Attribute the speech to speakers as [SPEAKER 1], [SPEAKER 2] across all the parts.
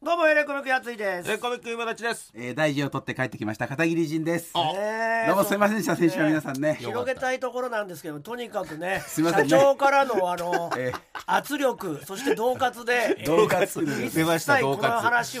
[SPEAKER 1] どうもエレコミックやついです
[SPEAKER 2] えーコミック今立ちです。
[SPEAKER 3] えー、大事を取って帰ってきました片桐仁です
[SPEAKER 2] あ
[SPEAKER 1] ねえ
[SPEAKER 3] どうもすいませんでした先週は皆さんね
[SPEAKER 1] 広げたいところなんですけどとにかくね
[SPEAKER 3] すいませんね
[SPEAKER 1] 社長からのあの、
[SPEAKER 3] え
[SPEAKER 1] 圧力そして恫喝 で
[SPEAKER 3] 恫喝
[SPEAKER 1] 一
[SPEAKER 2] 出ました
[SPEAKER 1] 切こ
[SPEAKER 2] 恫
[SPEAKER 1] の
[SPEAKER 2] 喝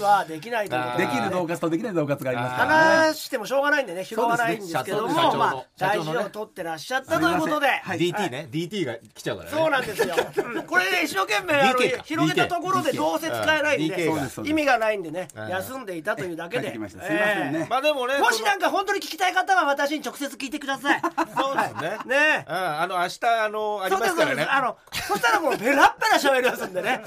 [SPEAKER 1] 話はできないということ
[SPEAKER 3] できる恫喝とできない恫喝がありますからね
[SPEAKER 1] 話してもしょうがないんでね拾わないんですけども、
[SPEAKER 2] そうですね社長の
[SPEAKER 1] まあ
[SPEAKER 2] 社
[SPEAKER 1] 大
[SPEAKER 2] 長の
[SPEAKER 1] 事
[SPEAKER 2] ね
[SPEAKER 1] を取ってらっしゃったということで、
[SPEAKER 3] はい
[SPEAKER 2] DT ね、DT が来ちゃうからね。
[SPEAKER 1] そうなんですよ。うんこれね一生懸命あの
[SPEAKER 2] DK か
[SPEAKER 1] 広げたところで
[SPEAKER 2] DK
[SPEAKER 1] どうせ使えないんで
[SPEAKER 2] DK
[SPEAKER 3] がそうです
[SPEAKER 1] 意味がないんでね
[SPEAKER 2] うん
[SPEAKER 1] 休んでいたというだけ
[SPEAKER 3] 帰っ
[SPEAKER 1] で。
[SPEAKER 3] てきましたすいませんね
[SPEAKER 1] ええ
[SPEAKER 2] まあでもね、
[SPEAKER 1] もしなん
[SPEAKER 2] か
[SPEAKER 1] か本当に聞きたい方は私に直接聞いてくださ い。
[SPEAKER 2] そうですね。
[SPEAKER 1] ねえ
[SPEAKER 2] うん、あの明日あのあり
[SPEAKER 1] そう
[SPEAKER 2] ま
[SPEAKER 1] ですそ
[SPEAKER 2] すか
[SPEAKER 1] う
[SPEAKER 2] ら
[SPEAKER 1] で
[SPEAKER 2] ね。
[SPEAKER 1] す。あのそしたらもうペラッペラ喋りますんでね。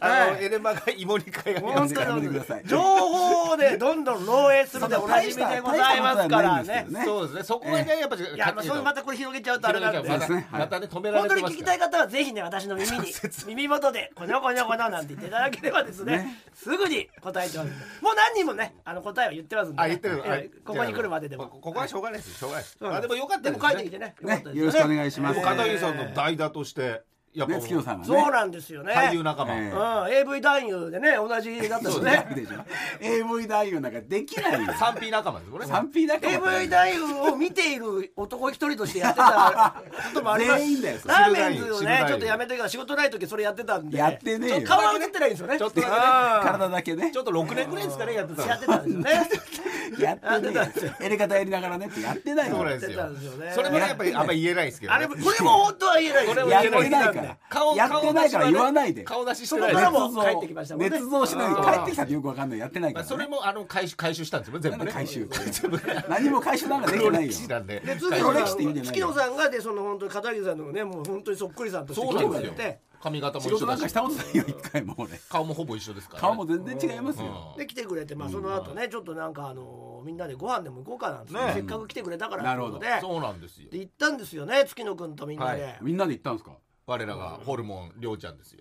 [SPEAKER 2] あの
[SPEAKER 1] はい
[SPEAKER 2] エレマが芋煮会が
[SPEAKER 1] 本
[SPEAKER 3] や
[SPEAKER 1] 当
[SPEAKER 3] めて
[SPEAKER 1] に
[SPEAKER 3] ください
[SPEAKER 1] 情報をねどんどん漏洩するでおなじみでございますからね。
[SPEAKER 3] ね
[SPEAKER 2] そうですね。そこがねやっぱ
[SPEAKER 1] いやまあそれまたこれ広げちゃうとあれなんで。
[SPEAKER 2] また
[SPEAKER 3] そうですねはい
[SPEAKER 2] またね止めら
[SPEAKER 1] 本
[SPEAKER 2] れ
[SPEAKER 1] 当
[SPEAKER 2] て
[SPEAKER 1] に
[SPEAKER 2] ます
[SPEAKER 1] 聞きた
[SPEAKER 2] か
[SPEAKER 1] い方はぜひね私の耳に耳元で「こにょこにょこにょ」なんて言っていただければですね
[SPEAKER 3] ね
[SPEAKER 1] すぐに答えてますもう何人もねあの答えは言ってますんで、
[SPEAKER 2] ら。あ言ってる。あ
[SPEAKER 1] ええここに来るまでで
[SPEAKER 2] あ
[SPEAKER 1] も
[SPEAKER 2] ここはしょうがないです。しょうがないです。
[SPEAKER 1] ん
[SPEAKER 2] あでもよかっ
[SPEAKER 1] で
[SPEAKER 2] たです
[SPEAKER 1] も
[SPEAKER 2] ね。
[SPEAKER 1] 帰ってきてねよかったです
[SPEAKER 3] ねよろしくお願いします、
[SPEAKER 2] もう片桐さんの代打としてやっぱ
[SPEAKER 3] ね月野さんがね
[SPEAKER 1] そうなんですよね
[SPEAKER 2] 俳優仲間。
[SPEAKER 3] ええ
[SPEAKER 1] うん、AV 男優でね同じだったんですね
[SPEAKER 3] でしょ AV 男優なんかできないよ
[SPEAKER 2] 3P 仲間ですもんね。
[SPEAKER 3] 3P だけ
[SPEAKER 1] AV 男優を見ている男一人としてやって たこともあります
[SPEAKER 3] 全員だよそれ
[SPEAKER 1] ラーメンズを
[SPEAKER 2] 知る男
[SPEAKER 1] ね
[SPEAKER 2] 優
[SPEAKER 1] ちょっとやめてから仕事ない時それやってたんで
[SPEAKER 3] やってねえよ
[SPEAKER 1] ちょっと顔は映ってないんですよね
[SPEAKER 2] ちょっとだけね
[SPEAKER 1] うん
[SPEAKER 3] 体だけね
[SPEAKER 2] ちょっと6年ぐらいですかねやってたの。
[SPEAKER 1] やってたんですよね
[SPEAKER 3] やって
[SPEAKER 1] やって
[SPEAKER 3] ね
[SPEAKER 1] たんですよ
[SPEAKER 3] えやり方やりながらねってやってない
[SPEAKER 2] そうなん
[SPEAKER 3] よ
[SPEAKER 2] です
[SPEAKER 1] やってた
[SPEAKER 2] よ
[SPEAKER 1] んですよね。
[SPEAKER 2] それもねやっぱりあんま言えないですけどね。
[SPEAKER 1] あれもこれも本当は言えないです
[SPEAKER 2] これも
[SPEAKER 3] やっ
[SPEAKER 2] 言えない
[SPEAKER 3] てないから
[SPEAKER 2] 顔
[SPEAKER 3] やってないから言わないで
[SPEAKER 2] 顔出しし
[SPEAKER 1] そ
[SPEAKER 2] て
[SPEAKER 1] こ
[SPEAKER 2] ない
[SPEAKER 1] からも
[SPEAKER 3] 捏造
[SPEAKER 1] 帰ってきましたもんね
[SPEAKER 3] 捏造しない
[SPEAKER 2] うん
[SPEAKER 3] 帰ってきたってよくわかんないやってない
[SPEAKER 2] ま
[SPEAKER 3] か
[SPEAKER 2] あ、そ
[SPEAKER 3] ら、
[SPEAKER 2] れ
[SPEAKER 3] ね、
[SPEAKER 2] もあの回収回収したんですよね全部ね
[SPEAKER 3] 回収
[SPEAKER 2] 全部ね
[SPEAKER 3] 何も回収なんかできてないよ
[SPEAKER 2] 黒歴史なんで
[SPEAKER 1] で月野
[SPEAKER 3] 黒
[SPEAKER 1] さん
[SPEAKER 3] 歴史って言うんじゃない
[SPEAKER 1] 月野さんがでその本当に片桐さんのねもう本当にそっくりさんとして
[SPEAKER 2] そう
[SPEAKER 1] 来
[SPEAKER 2] な
[SPEAKER 1] てくれ
[SPEAKER 2] んですよ
[SPEAKER 1] て
[SPEAKER 2] 髪型も
[SPEAKER 3] 仕
[SPEAKER 2] 一緒
[SPEAKER 3] 事な
[SPEAKER 2] だ
[SPEAKER 3] んか
[SPEAKER 2] し
[SPEAKER 3] したことないよ一回も俺
[SPEAKER 2] 顔もほぼ一緒ですから、ね、
[SPEAKER 3] 顔も全然違いますよ、
[SPEAKER 1] で来てくれてまあその後ねちょっとなんかあのみんなでご飯でも行こうかなんて
[SPEAKER 2] ねえ
[SPEAKER 1] せっかく来てくれたから
[SPEAKER 3] なるほど
[SPEAKER 1] ということ
[SPEAKER 2] そうなんですよ
[SPEAKER 1] でで行ったんですよね月野君とみんな
[SPEAKER 2] は
[SPEAKER 1] で。
[SPEAKER 3] みんなで行ったんですか
[SPEAKER 2] 我らがホルモンりょうちゃんですよ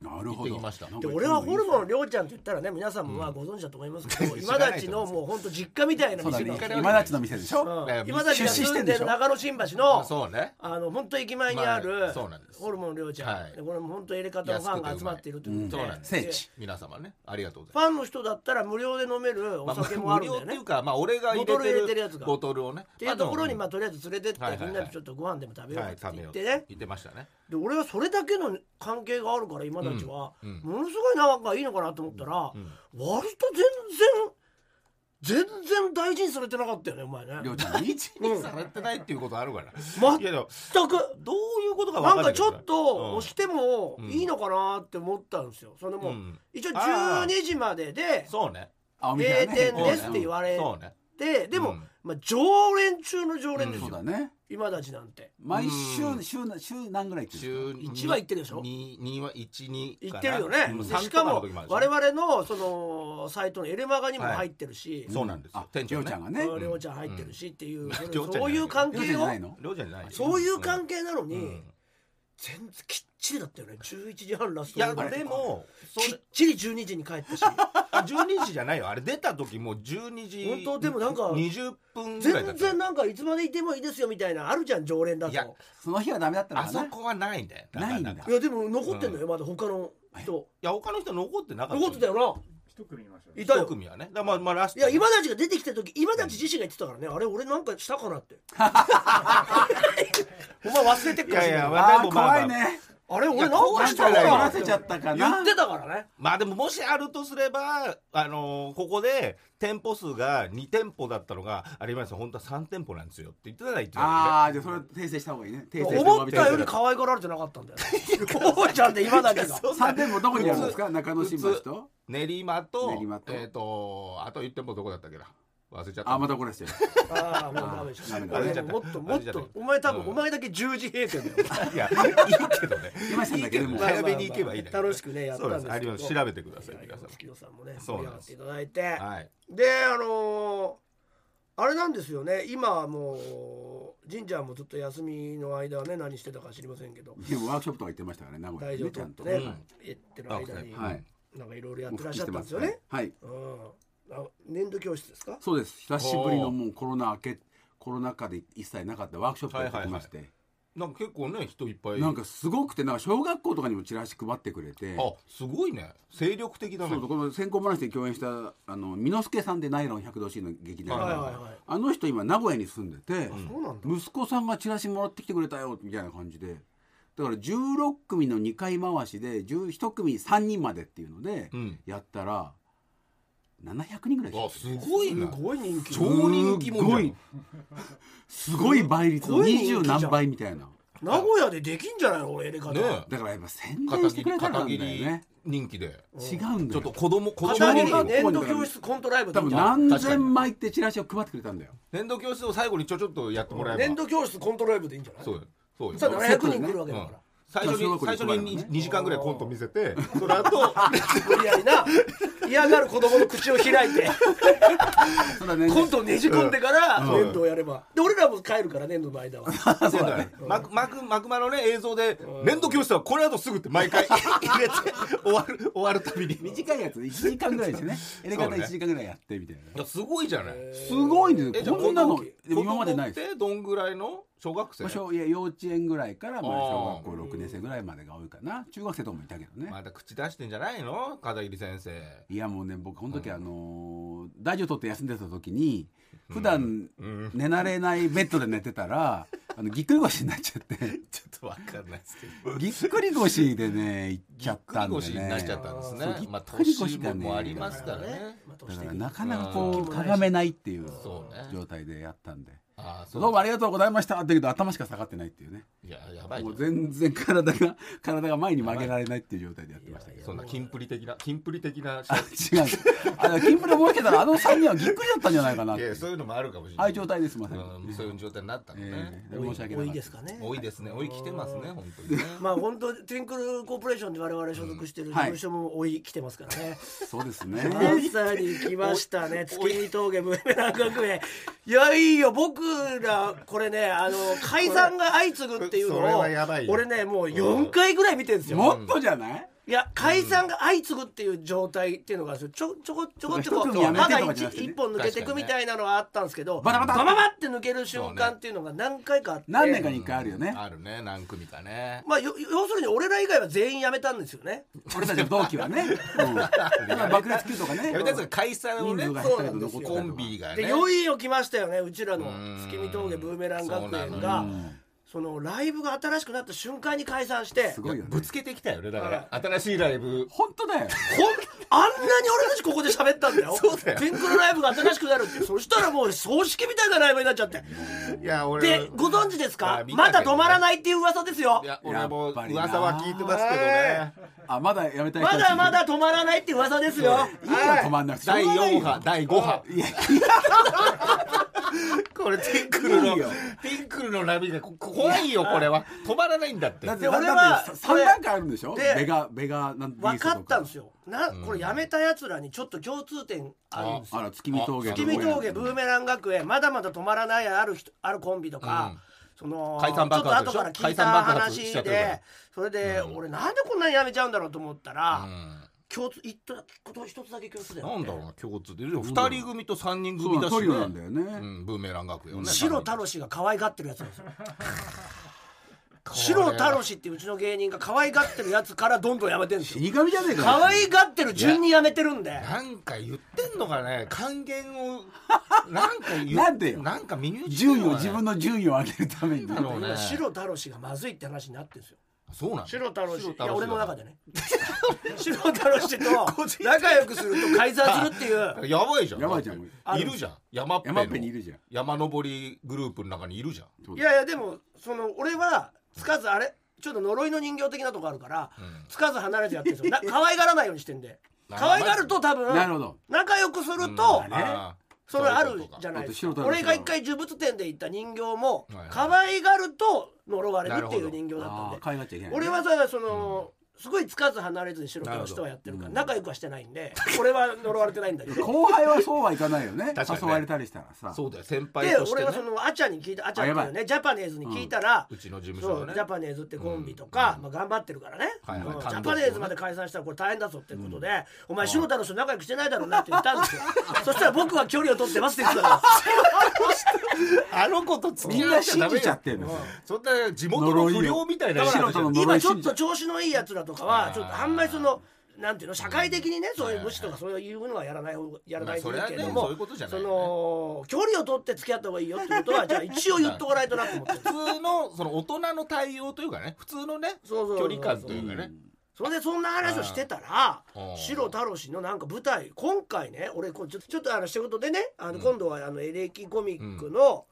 [SPEAKER 3] なるほ
[SPEAKER 2] 行っ
[SPEAKER 3] ど
[SPEAKER 2] てきました
[SPEAKER 3] なん
[SPEAKER 1] で
[SPEAKER 3] か
[SPEAKER 1] 俺はホルモンりょうちゃんって言ったらね皆さんもまあご存知だと思いますけど、
[SPEAKER 2] うん
[SPEAKER 1] 今立ちのもう本当実家みたいな
[SPEAKER 3] そうだ
[SPEAKER 1] 店の、
[SPEAKER 3] ね
[SPEAKER 2] 一回だけ
[SPEAKER 3] 今立ちの店でしょ、
[SPEAKER 1] うん
[SPEAKER 2] ね
[SPEAKER 1] 今立ちが
[SPEAKER 3] 出資し
[SPEAKER 1] 住
[SPEAKER 3] て
[SPEAKER 1] ん
[SPEAKER 3] ん
[SPEAKER 1] で
[SPEAKER 3] でし
[SPEAKER 1] る
[SPEAKER 3] ょ
[SPEAKER 1] 中野新橋の
[SPEAKER 2] そうね
[SPEAKER 1] あの本当駅前にあ
[SPEAKER 2] ま
[SPEAKER 1] る
[SPEAKER 2] あそうなんです
[SPEAKER 1] ホルモンりょうちゃ
[SPEAKER 2] は
[SPEAKER 1] ん
[SPEAKER 2] い
[SPEAKER 1] でこれも本当エレカタのファンが集まっているということ
[SPEAKER 2] そう
[SPEAKER 1] で
[SPEAKER 2] なんです
[SPEAKER 3] 聖地
[SPEAKER 2] 皆様ねありがとうござい
[SPEAKER 1] ファンの人だったら無料で飲めるお
[SPEAKER 2] ます
[SPEAKER 1] 酒もあるんだ
[SPEAKER 2] 無
[SPEAKER 1] よ
[SPEAKER 2] 料ってい
[SPEAKER 1] ね
[SPEAKER 2] う。かまあ俺が入れて
[SPEAKER 1] ボ
[SPEAKER 2] る
[SPEAKER 1] トル入れてるやつが
[SPEAKER 2] ボトルをね
[SPEAKER 1] っていうところにま
[SPEAKER 2] あ
[SPEAKER 1] あとりあえず連れてって
[SPEAKER 2] はいはいは
[SPEAKER 1] み
[SPEAKER 2] い
[SPEAKER 1] んなでちょっとご飯でも食べよ
[SPEAKER 2] で
[SPEAKER 1] う
[SPEAKER 2] もは
[SPEAKER 1] っ
[SPEAKER 2] い
[SPEAKER 1] て
[SPEAKER 2] 食べ
[SPEAKER 1] 言
[SPEAKER 2] よ
[SPEAKER 1] っ
[SPEAKER 2] う
[SPEAKER 1] て
[SPEAKER 2] 言
[SPEAKER 1] ね
[SPEAKER 2] ってましたね
[SPEAKER 1] で俺はそれだけの関係があるから今たちは
[SPEAKER 2] うん
[SPEAKER 1] ものすごい仲がいいのかなと思ったら割と全然全然大事にされてなかったよねお前ね
[SPEAKER 3] りょうちゃんに
[SPEAKER 1] うん
[SPEAKER 2] されてないっていうことあるから
[SPEAKER 1] ま
[SPEAKER 2] いやでも
[SPEAKER 1] 全く
[SPEAKER 2] どういうことか分
[SPEAKER 1] な
[SPEAKER 2] か
[SPEAKER 1] ん
[SPEAKER 2] んな
[SPEAKER 1] か
[SPEAKER 2] いけ
[SPEAKER 1] ちょ
[SPEAKER 2] どね
[SPEAKER 1] っと押してもいいのかなって思ったんですよそれ
[SPEAKER 2] うん
[SPEAKER 1] も
[SPEAKER 2] うん
[SPEAKER 1] 一応
[SPEAKER 2] あー
[SPEAKER 1] 12時までで
[SPEAKER 2] そうね
[SPEAKER 3] あお店
[SPEAKER 1] 閉
[SPEAKER 3] はね
[SPEAKER 1] 店ですって言われ
[SPEAKER 2] そうね
[SPEAKER 1] てで
[SPEAKER 2] う
[SPEAKER 1] も
[SPEAKER 2] ん
[SPEAKER 1] まあ常連中の常連
[SPEAKER 3] う
[SPEAKER 1] です
[SPEAKER 3] んそう
[SPEAKER 1] よ
[SPEAKER 3] だね
[SPEAKER 1] 今たちなんて
[SPEAKER 3] 毎
[SPEAKER 2] う
[SPEAKER 3] 週
[SPEAKER 2] ん
[SPEAKER 3] 週な週何ぐらい行ってるんです
[SPEAKER 2] 週
[SPEAKER 3] か
[SPEAKER 1] 一は行ってるでしょ
[SPEAKER 2] 二二は一二
[SPEAKER 1] 行ってるよね、
[SPEAKER 2] うん
[SPEAKER 1] で
[SPEAKER 2] 三
[SPEAKER 1] し
[SPEAKER 2] と
[SPEAKER 1] か
[SPEAKER 2] の
[SPEAKER 1] も
[SPEAKER 2] 時あるでしょ
[SPEAKER 1] 我々のそのサイトのエレマガにも入ってるし、
[SPEAKER 2] そうなんですよ
[SPEAKER 3] あ
[SPEAKER 2] 店長ね
[SPEAKER 3] りょうちゃんが
[SPEAKER 1] う
[SPEAKER 3] ね
[SPEAKER 1] んりょうちゃん入ってるしっていう、
[SPEAKER 2] ん
[SPEAKER 1] そ
[SPEAKER 2] りょう
[SPEAKER 1] の
[SPEAKER 2] ちゃん
[SPEAKER 1] そういう関係
[SPEAKER 3] りょうちゃんじゃ
[SPEAKER 1] を
[SPEAKER 3] ないの
[SPEAKER 2] りょうちゃんじゃないよ
[SPEAKER 1] そういう関係なのに、
[SPEAKER 2] うん
[SPEAKER 1] 全然きっちりだったよね11時半ラス
[SPEAKER 2] い
[SPEAKER 1] トオ
[SPEAKER 2] や
[SPEAKER 1] ーダー
[SPEAKER 2] でもそ
[SPEAKER 1] きっ
[SPEAKER 2] れ
[SPEAKER 1] ちり12時に帰っ たし
[SPEAKER 2] あ十二時じゃないよあれ出た時もう十二時
[SPEAKER 1] 本当でもなんか
[SPEAKER 2] 二十分ぐら
[SPEAKER 1] 全
[SPEAKER 2] いだった
[SPEAKER 1] 然なんかいつまでいてもいいですよみたいなあるじゃん常連だとい
[SPEAKER 2] いや
[SPEAKER 1] や
[SPEAKER 3] その日はダメだったの
[SPEAKER 2] あ
[SPEAKER 3] か
[SPEAKER 2] そ
[SPEAKER 3] な
[SPEAKER 2] こはないんだよ
[SPEAKER 3] ないんだ
[SPEAKER 2] かかい
[SPEAKER 1] でも残ってんのよ、まだ他の人
[SPEAKER 2] や他の人残ってなかった
[SPEAKER 1] 残ってたよ
[SPEAKER 4] 一組いましたね
[SPEAKER 1] な。いた
[SPEAKER 2] 一
[SPEAKER 1] よ
[SPEAKER 2] 組はねだからまあまあラス
[SPEAKER 1] い
[SPEAKER 2] ト
[SPEAKER 1] や今立ちが出てきた時今立ち自身が言ってたからね、あれ俺なんかしたかなってお前忘れてっ
[SPEAKER 2] い
[SPEAKER 1] かもし
[SPEAKER 2] やい
[SPEAKER 1] れない
[SPEAKER 2] やまあ
[SPEAKER 3] あ
[SPEAKER 2] で
[SPEAKER 3] ー
[SPEAKER 2] もまあまあ
[SPEAKER 3] 怖いね
[SPEAKER 1] あれ俺
[SPEAKER 2] や
[SPEAKER 1] なんか
[SPEAKER 2] 怖い
[SPEAKER 1] したか
[SPEAKER 2] 怖い
[SPEAKER 1] な
[SPEAKER 2] 怖
[SPEAKER 3] 怒らせちゃったか
[SPEAKER 1] 言
[SPEAKER 3] な
[SPEAKER 1] ってたから ね
[SPEAKER 2] まあでももしあるとすればあのーここで店舗数が2店舗だったのがあれ今田さん本当は3店舗なんですよって言ってたら言ってたよね
[SPEAKER 3] ああじゃあそれ訂正した方がいいね訂正
[SPEAKER 1] 思ったより
[SPEAKER 3] か
[SPEAKER 1] 可愛がられてなかったんだよねこうちゃんで今だけが
[SPEAKER 3] 3店舗どこにあるんですか中野新橋と
[SPEAKER 2] 練馬と
[SPEAKER 3] 練馬と
[SPEAKER 2] えっ、とあと1店舗どこだったっけな忘れちゃった
[SPEAKER 3] あーまた怒らせてる
[SPEAKER 1] ああもうダメでした
[SPEAKER 3] ダメ
[SPEAKER 2] だ
[SPEAKER 1] 俺ももっともっとお前多分お前だけ10時閉店だよ
[SPEAKER 2] いやいいけどね
[SPEAKER 3] いましたんだけど
[SPEAKER 2] い
[SPEAKER 3] も
[SPEAKER 2] い早めに行けばいいだけど
[SPEAKER 1] 楽しくねやったんですけど
[SPEAKER 2] そうですあります調べてください
[SPEAKER 1] いや
[SPEAKER 2] 皆さん
[SPEAKER 1] 月野さんもね盛
[SPEAKER 2] そ
[SPEAKER 1] り
[SPEAKER 2] う
[SPEAKER 1] 上がっ
[SPEAKER 2] なんです
[SPEAKER 1] ていただいて
[SPEAKER 2] はい
[SPEAKER 1] であのーあれなんですよね今もう神ちゃんもずっと休みの間はね何してたか知りませんけど
[SPEAKER 3] でもワークショップとか行ってましたからね名古屋
[SPEAKER 1] 大丈
[SPEAKER 3] でねち
[SPEAKER 1] 夫
[SPEAKER 3] ゃ
[SPEAKER 1] っ
[SPEAKER 3] ん
[SPEAKER 1] て
[SPEAKER 3] と
[SPEAKER 1] ね、
[SPEAKER 2] うん
[SPEAKER 1] 言ってる間に、
[SPEAKER 2] うん
[SPEAKER 3] はい
[SPEAKER 1] なんかいろいろやっ
[SPEAKER 3] もう
[SPEAKER 1] てらっし
[SPEAKER 3] 復帰
[SPEAKER 1] ゃっ
[SPEAKER 3] して
[SPEAKER 1] たん
[SPEAKER 3] ま
[SPEAKER 1] ですよ
[SPEAKER 3] すね
[SPEAKER 1] ね。
[SPEAKER 3] はい
[SPEAKER 1] うん、あ粘土教室ですか。
[SPEAKER 3] そうです久しぶりのもうコロナ明けコロナ禍で一切なかったワークショップをやってきまして
[SPEAKER 2] なんか結構ね人いっぱい
[SPEAKER 3] なんかすごくてなんか小学校とかにもチラシ配ってくれて
[SPEAKER 2] あすごいね精力的だね
[SPEAKER 3] そうこの先行話で共演したあの美之助さんでナイロン 100°C の劇団の、
[SPEAKER 1] はいはいはい
[SPEAKER 3] あの人今名古屋に住んでて、
[SPEAKER 1] そうなんだ
[SPEAKER 3] 息子さんがチラシもらってきてくれたよみたいな感じでだから16組の2回回しで1組3人までっていうので
[SPEAKER 2] うん
[SPEAKER 3] やったら700人ぐらい
[SPEAKER 2] あ
[SPEAKER 3] です
[SPEAKER 2] ごい
[SPEAKER 1] す
[SPEAKER 2] ね
[SPEAKER 1] ごい人気
[SPEAKER 2] 超人気もんじ
[SPEAKER 3] すごい倍率の
[SPEAKER 1] すごい人気じゃん
[SPEAKER 3] 20何倍みたいな
[SPEAKER 1] 名古屋でできんじゃないの俺エレカ
[SPEAKER 2] ゃん
[SPEAKER 1] タ、
[SPEAKER 2] ね
[SPEAKER 3] だからやっぱ宣
[SPEAKER 2] 片
[SPEAKER 3] 伝してく
[SPEAKER 2] 桐
[SPEAKER 3] れたらな
[SPEAKER 2] 片
[SPEAKER 3] んだよ
[SPEAKER 2] 桐
[SPEAKER 3] ね
[SPEAKER 2] 人気で
[SPEAKER 3] 違うんだ
[SPEAKER 2] ちょ
[SPEAKER 3] よ
[SPEAKER 2] っと子供子
[SPEAKER 1] 片
[SPEAKER 2] 供
[SPEAKER 1] 桐が
[SPEAKER 3] 片
[SPEAKER 2] に
[SPEAKER 3] 桐
[SPEAKER 1] 粘土教室コントライブ
[SPEAKER 3] 多
[SPEAKER 1] だ
[SPEAKER 3] 分
[SPEAKER 1] な
[SPEAKER 3] 何千枚ってチラシを配ってくれたんだよ
[SPEAKER 2] 年度教室を最後にちょちょっとやってもらえば
[SPEAKER 1] 粘土教室コントライブでいいんじゃない
[SPEAKER 2] そうよそうよ
[SPEAKER 1] さあ700人来るわけだ
[SPEAKER 2] うん
[SPEAKER 1] か
[SPEAKER 2] 最初に
[SPEAKER 3] 小
[SPEAKER 2] 最
[SPEAKER 3] 学
[SPEAKER 2] 初
[SPEAKER 3] 校に
[SPEAKER 2] に2時間ぐらいコント見せて その後
[SPEAKER 1] ら、無理やりな嫌がる子供の口を開いて
[SPEAKER 3] そうだね
[SPEAKER 1] コントをねじ込んでから
[SPEAKER 2] うん
[SPEAKER 1] 粘土をやればで俺らも帰るから粘土の間は
[SPEAKER 2] そうだね。マクマクマクマのね映像で粘土教室はこの後すぐって毎回 入れて終わる終わるたびに。い
[SPEAKER 3] 短いやつ1時間ぐらいですよねエレガタ
[SPEAKER 2] そうね
[SPEAKER 3] 1時間ぐらいやってみたいな
[SPEAKER 2] やすごいじゃない。
[SPEAKER 3] すごいんです
[SPEAKER 2] じゃ
[SPEAKER 3] よ
[SPEAKER 2] あ
[SPEAKER 3] こんなの
[SPEAKER 1] 子供って
[SPEAKER 3] でも今までないです
[SPEAKER 2] 子供ってどんぐらいの小学生
[SPEAKER 3] まあ。小いや幼稚園ぐらいからまあ
[SPEAKER 2] あー
[SPEAKER 3] 小学校6年生ぐらいまでが多いかな中学生とかもいたけどね、
[SPEAKER 2] まだ口出してんじゃないの片桐先生。
[SPEAKER 3] いやもうね僕この時あのー大丈夫取って休んでた時に普段寝慣れないベッドで寝て たら、あのぎっくり腰になっちゃって
[SPEAKER 2] ちょっとわかんないですけど。
[SPEAKER 3] ぎっくり腰でね行っちゃったんで
[SPEAKER 2] ぎっくり腰になっ
[SPEAKER 3] ね
[SPEAKER 2] ちゃったんです
[SPEAKER 3] そうぎ
[SPEAKER 2] ね
[SPEAKER 3] っ。
[SPEAKER 2] まあ
[SPEAKER 3] くり
[SPEAKER 2] 年
[SPEAKER 3] 腰がね
[SPEAKER 2] もありますからね。
[SPEAKER 1] まあ年
[SPEAKER 3] だか
[SPEAKER 1] 的
[SPEAKER 3] ら
[SPEAKER 1] に
[SPEAKER 3] なかなかこ
[SPEAKER 1] う
[SPEAKER 3] うんかがめないっていう
[SPEAKER 2] そうね
[SPEAKER 3] 状態でやったんで
[SPEAKER 2] ああそ
[SPEAKER 3] どう
[SPEAKER 2] う。
[SPEAKER 3] もありがとうございましただけど頭しか下がってないっていうね
[SPEAKER 2] いややばい
[SPEAKER 3] も
[SPEAKER 2] ね
[SPEAKER 3] う。全然体が体が前に曲げられないっていう状態でやってましたけど
[SPEAKER 2] そんなキンプリ的なキンプリ的な。
[SPEAKER 3] 違うあのキンプリ思いつけたらあの3人はぎっくりだったんじゃないかなっ
[SPEAKER 2] い
[SPEAKER 3] てい
[SPEAKER 2] や
[SPEAKER 3] う
[SPEAKER 2] そういうのもあるかもしれ
[SPEAKER 3] あ
[SPEAKER 2] な
[SPEAKER 3] あい。
[SPEAKER 2] いう
[SPEAKER 3] 状態ですまさに、
[SPEAKER 2] うんそういう状態になったのね
[SPEAKER 3] え。え申し訳な
[SPEAKER 1] 多
[SPEAKER 3] い
[SPEAKER 1] いですかね
[SPEAKER 2] 多いですね。多い来てますね、本当にね。
[SPEAKER 1] まあ本当トゥインクルコーポレーションで我々所属してる事務所も追い来てますからね、
[SPEAKER 3] そうですね
[SPEAKER 1] まさに来ましたね月見峠ブーメラン学園いやいいよ僕らこれねあの解散が相次ぐっていうの
[SPEAKER 2] それ
[SPEAKER 1] を
[SPEAKER 2] はやばいよ
[SPEAKER 1] 俺ねもう4回ぐらい見てるんですよ
[SPEAKER 3] もっとじゃない
[SPEAKER 1] いや解散が相次ぐっていう状態っていうのがちょちょこちょこちょこ
[SPEAKER 3] 一組やめ
[SPEAKER 1] ま
[SPEAKER 3] てと
[SPEAKER 1] だ
[SPEAKER 3] かじゃなくてね
[SPEAKER 1] 一一本抜けていくみたいなのはあったんですけど
[SPEAKER 3] 確かにねバタバタ
[SPEAKER 1] ババって抜ける瞬間っていうのが何回かあって
[SPEAKER 3] 何年かに1回あるよね、
[SPEAKER 2] あるね、何組かね。
[SPEAKER 1] まあよ要するに俺ら以外は全員辞めたんですよね
[SPEAKER 3] 俺たちの同期は ね、うん、だから爆裂級とかね
[SPEAKER 2] やめたやつが解散をね、
[SPEAKER 3] 人数
[SPEAKER 1] 減
[SPEAKER 3] が
[SPEAKER 1] った
[SPEAKER 2] そう
[SPEAKER 1] け
[SPEAKER 2] な
[SPEAKER 1] ど
[SPEAKER 2] んですよ
[SPEAKER 1] 残
[SPEAKER 2] コ
[SPEAKER 1] った
[SPEAKER 2] ンビが
[SPEAKER 1] で
[SPEAKER 2] ね。
[SPEAKER 1] よいよ来ましたよねうちらの
[SPEAKER 2] ん
[SPEAKER 1] 月見峠ブーメラン学
[SPEAKER 2] そ
[SPEAKER 1] 園
[SPEAKER 2] うな
[SPEAKER 1] がそのライブが新しくなった瞬間に解散して
[SPEAKER 3] すごいよね
[SPEAKER 2] ぶつけてきたよね、だから。新しいライブ。
[SPEAKER 3] 本当だ
[SPEAKER 1] こ
[SPEAKER 3] よ
[SPEAKER 1] んあんなに俺たちここで喋ったんだよ
[SPEAKER 2] そうだよ
[SPEAKER 1] テンクルライブが新しくなるってそしたらもう葬式みたいなライブになっちゃって
[SPEAKER 2] いや、俺
[SPEAKER 1] で
[SPEAKER 2] は。
[SPEAKER 1] ご存知です
[SPEAKER 2] ま
[SPEAKER 1] か
[SPEAKER 2] あ見た
[SPEAKER 1] ま
[SPEAKER 2] けど
[SPEAKER 1] だ
[SPEAKER 2] ね
[SPEAKER 1] 止まらないっていう噂ですよ
[SPEAKER 2] いや、俺も
[SPEAKER 3] やっぱりな
[SPEAKER 2] 噂は聞いてますけどね。
[SPEAKER 3] あまだやめたい人
[SPEAKER 1] ま
[SPEAKER 3] たち
[SPEAKER 1] だまだ止まらないって噂ですよ
[SPEAKER 3] いいよ止まんなくて
[SPEAKER 2] 第4
[SPEAKER 3] しょうがな
[SPEAKER 2] 波、第
[SPEAKER 3] いよ
[SPEAKER 2] 5波。
[SPEAKER 3] いや
[SPEAKER 2] これ、ティンクルの
[SPEAKER 3] いいよ、
[SPEAKER 2] ティンクルの波がこ怖いよ、これは。止まらないんだって
[SPEAKER 3] だっ。て
[SPEAKER 1] で俺
[SPEAKER 3] 俺
[SPEAKER 1] は
[SPEAKER 3] は
[SPEAKER 1] こ
[SPEAKER 3] 3
[SPEAKER 1] れ
[SPEAKER 3] 段階あるんでしょ
[SPEAKER 1] で
[SPEAKER 3] ベガベガなんて
[SPEAKER 1] 分かったんです
[SPEAKER 3] よ
[SPEAKER 1] よなこれやめたやつらにちょっと共通点あるんですよ
[SPEAKER 3] あら月見峠
[SPEAKER 2] あ
[SPEAKER 1] 月見峠ブーメラン学園まだまだ止まらないある人あるコンビとか、その
[SPEAKER 2] 解散
[SPEAKER 1] ちょっ
[SPEAKER 2] 爆
[SPEAKER 1] と
[SPEAKER 2] 発
[SPEAKER 1] 後
[SPEAKER 2] でしょ
[SPEAKER 1] から聞いた
[SPEAKER 2] 解散爆発し
[SPEAKER 1] 話
[SPEAKER 2] ちゃってるから
[SPEAKER 1] でそれで、俺なんでこんなにやめちゃうんだろうと思ったら、
[SPEAKER 2] うん
[SPEAKER 1] 共通一つこと一つだけ共通だよ
[SPEAKER 2] なんだろうな、共通で。でも二人組と三人
[SPEAKER 3] そ
[SPEAKER 2] 組
[SPEAKER 3] うな
[SPEAKER 2] だ
[SPEAKER 3] の
[SPEAKER 2] しね。
[SPEAKER 3] トリオなんだよね、
[SPEAKER 2] うん、ブーメラン学園ね。
[SPEAKER 1] 白太郎氏が可愛がってるやつなんですよ
[SPEAKER 2] これ
[SPEAKER 1] 白太郎氏っていううちの芸人が可愛がってるやつからどんどんやめてるんですよ
[SPEAKER 3] 死神じゃねえかよ
[SPEAKER 1] 可愛がってる順にやめてるんで
[SPEAKER 2] なんか言ってんのかね還元 をなんか言う
[SPEAKER 3] なんでよ
[SPEAKER 2] なんか身に
[SPEAKER 3] 順位を自分
[SPEAKER 2] の
[SPEAKER 3] の順位を上げるために
[SPEAKER 2] だろうね
[SPEAKER 1] 今白太郎氏がまずいって話になってるんですよ
[SPEAKER 2] そうなの
[SPEAKER 1] 白太郎氏い
[SPEAKER 2] 白太郎氏
[SPEAKER 1] や俺の中でね 白太郎氏と仲良くすると解散するっていう
[SPEAKER 2] やばいじゃん
[SPEAKER 3] やばいじゃん
[SPEAKER 2] だっているじゃん山っぺの
[SPEAKER 3] 山っぺにいるじゃん
[SPEAKER 2] 山登りグループの中にいるじゃん
[SPEAKER 3] そう
[SPEAKER 1] い
[SPEAKER 3] だ
[SPEAKER 1] やいやでもその俺はつかずあれちょっと呪いの人形的なとこあるから、つかず離れてやってるんですよな可愛がらないようにしてんで
[SPEAKER 2] あ
[SPEAKER 1] 可愛がると多分
[SPEAKER 3] なるほど
[SPEAKER 1] 仲良くすると、
[SPEAKER 3] ね
[SPEAKER 2] あー
[SPEAKER 1] それあ
[SPEAKER 2] そう
[SPEAKER 1] る
[SPEAKER 2] いうことか
[SPEAKER 1] じゃないです
[SPEAKER 3] あと白太
[SPEAKER 1] か
[SPEAKER 3] 郎
[SPEAKER 1] 俺が一回呪物展で行った人形も
[SPEAKER 2] はいはい
[SPEAKER 1] 可愛がると呪われるっていう人形だった
[SPEAKER 3] あ
[SPEAKER 1] ん
[SPEAKER 3] あ
[SPEAKER 1] で
[SPEAKER 3] 可愛がっちゃいけないね
[SPEAKER 1] 俺はさその、すごいつかず離れずに白黒の人はやってるから仲良くはしてないんで俺は呪われてないんだけ ど
[SPEAKER 3] 後輩はそうはいかないよね
[SPEAKER 2] 確かにね
[SPEAKER 3] 誘われたりしたらさ
[SPEAKER 2] そうだよ先輩
[SPEAKER 1] で
[SPEAKER 2] として、
[SPEAKER 1] 俺
[SPEAKER 2] ね、
[SPEAKER 1] はそのあちゃんに聞いたあちゃんって
[SPEAKER 3] あ
[SPEAKER 1] い
[SPEAKER 3] や
[SPEAKER 1] う
[SPEAKER 3] ば
[SPEAKER 1] ねジャパネーズに聞いたら、
[SPEAKER 2] うちの事務所
[SPEAKER 1] そ
[SPEAKER 2] は
[SPEAKER 1] う
[SPEAKER 2] ね
[SPEAKER 1] ジャパネーズってコンビとか、まあ、頑張ってるからね、
[SPEAKER 2] はいはい
[SPEAKER 1] うんジ
[SPEAKER 2] 感動
[SPEAKER 1] ャパネーズまで解散したらこれ大変だぞってことで、お前白田の人仲良くしてないだろうなって言ったんですよ そしたら僕は距離を取ってますって言ってた か
[SPEAKER 2] あの子と付
[SPEAKER 3] み
[SPEAKER 2] き
[SPEAKER 3] ん
[SPEAKER 2] 合
[SPEAKER 3] な
[SPEAKER 2] っちゃ
[SPEAKER 3] 信
[SPEAKER 2] ダメ
[SPEAKER 3] じちゃ
[SPEAKER 2] よ
[SPEAKER 3] ってるんですよ
[SPEAKER 2] そんな地元の不良みたいな
[SPEAKER 3] 呪いよ
[SPEAKER 2] 白田の
[SPEAKER 1] ら今ちょっと調子のいいやつらとかは
[SPEAKER 2] ー
[SPEAKER 1] ちょっとあんまりそのなんていうの社会的にねそういう無視とかそういうのはやらない方がやらない方がいいけれど
[SPEAKER 2] まあそれ
[SPEAKER 1] も、
[SPEAKER 2] はねそういうことじゃない
[SPEAKER 1] その距離を取って付き合った方がいいよってことはじゃあ一応言っとかないとなと思 ってる。
[SPEAKER 2] 普通のその大人の対応というかね普通のね
[SPEAKER 1] そうそうそう
[SPEAKER 2] 距離感というかね
[SPEAKER 1] それでそんな話をしてたら
[SPEAKER 2] うん
[SPEAKER 1] 白太郎氏のなんか舞台今回ね俺こうちょちょっとあの仕事でねあの今度はあのエレキコミックの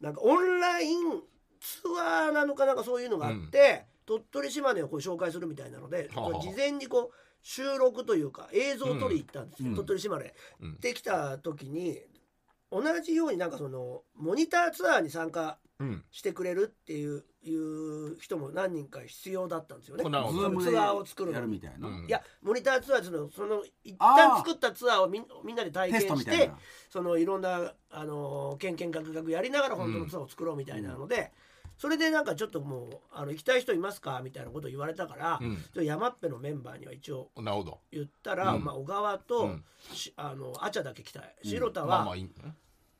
[SPEAKER 1] なんかオンラインツアーなのかなんかそういうのがあって鳥取島根をこう紹介するみたいなので
[SPEAKER 2] はあはあ
[SPEAKER 1] 事前にこう収録というか映像を撮りに行ったんです
[SPEAKER 3] う
[SPEAKER 1] よ
[SPEAKER 3] ん
[SPEAKER 1] 鳥取島根
[SPEAKER 2] うん。
[SPEAKER 1] できた時に同じようになんかそのモニターツアーに参加
[SPEAKER 2] うん
[SPEAKER 1] してくれるっていういう人も何人か必要だったんですよね。
[SPEAKER 2] こんなの
[SPEAKER 3] ズーム
[SPEAKER 1] ツアーを作る
[SPEAKER 3] で
[SPEAKER 1] の
[SPEAKER 3] やるみたいな、
[SPEAKER 2] うん
[SPEAKER 1] いやモニターツアーそのその一
[SPEAKER 3] あー
[SPEAKER 1] 旦作ったツアーをみんみんなで体
[SPEAKER 3] テスト
[SPEAKER 1] 験
[SPEAKER 3] み
[SPEAKER 1] した
[SPEAKER 3] い
[SPEAKER 1] て
[SPEAKER 3] な
[SPEAKER 1] そのいろんなあのーけんけんがくがくやりながら本当のツアーを作ろうみたいなので、それでなんかちょっともうあの行きたい人いますかみたいなことを言われたから、ちょ
[SPEAKER 2] う
[SPEAKER 1] っと山っぺのメンバーには一応
[SPEAKER 2] んなるほど
[SPEAKER 1] 言ったら、
[SPEAKER 2] うん
[SPEAKER 1] まあ、小川と、
[SPEAKER 2] うん
[SPEAKER 1] しあのアチャだけ来たい白田
[SPEAKER 2] まあま
[SPEAKER 1] は
[SPEAKER 2] あいいね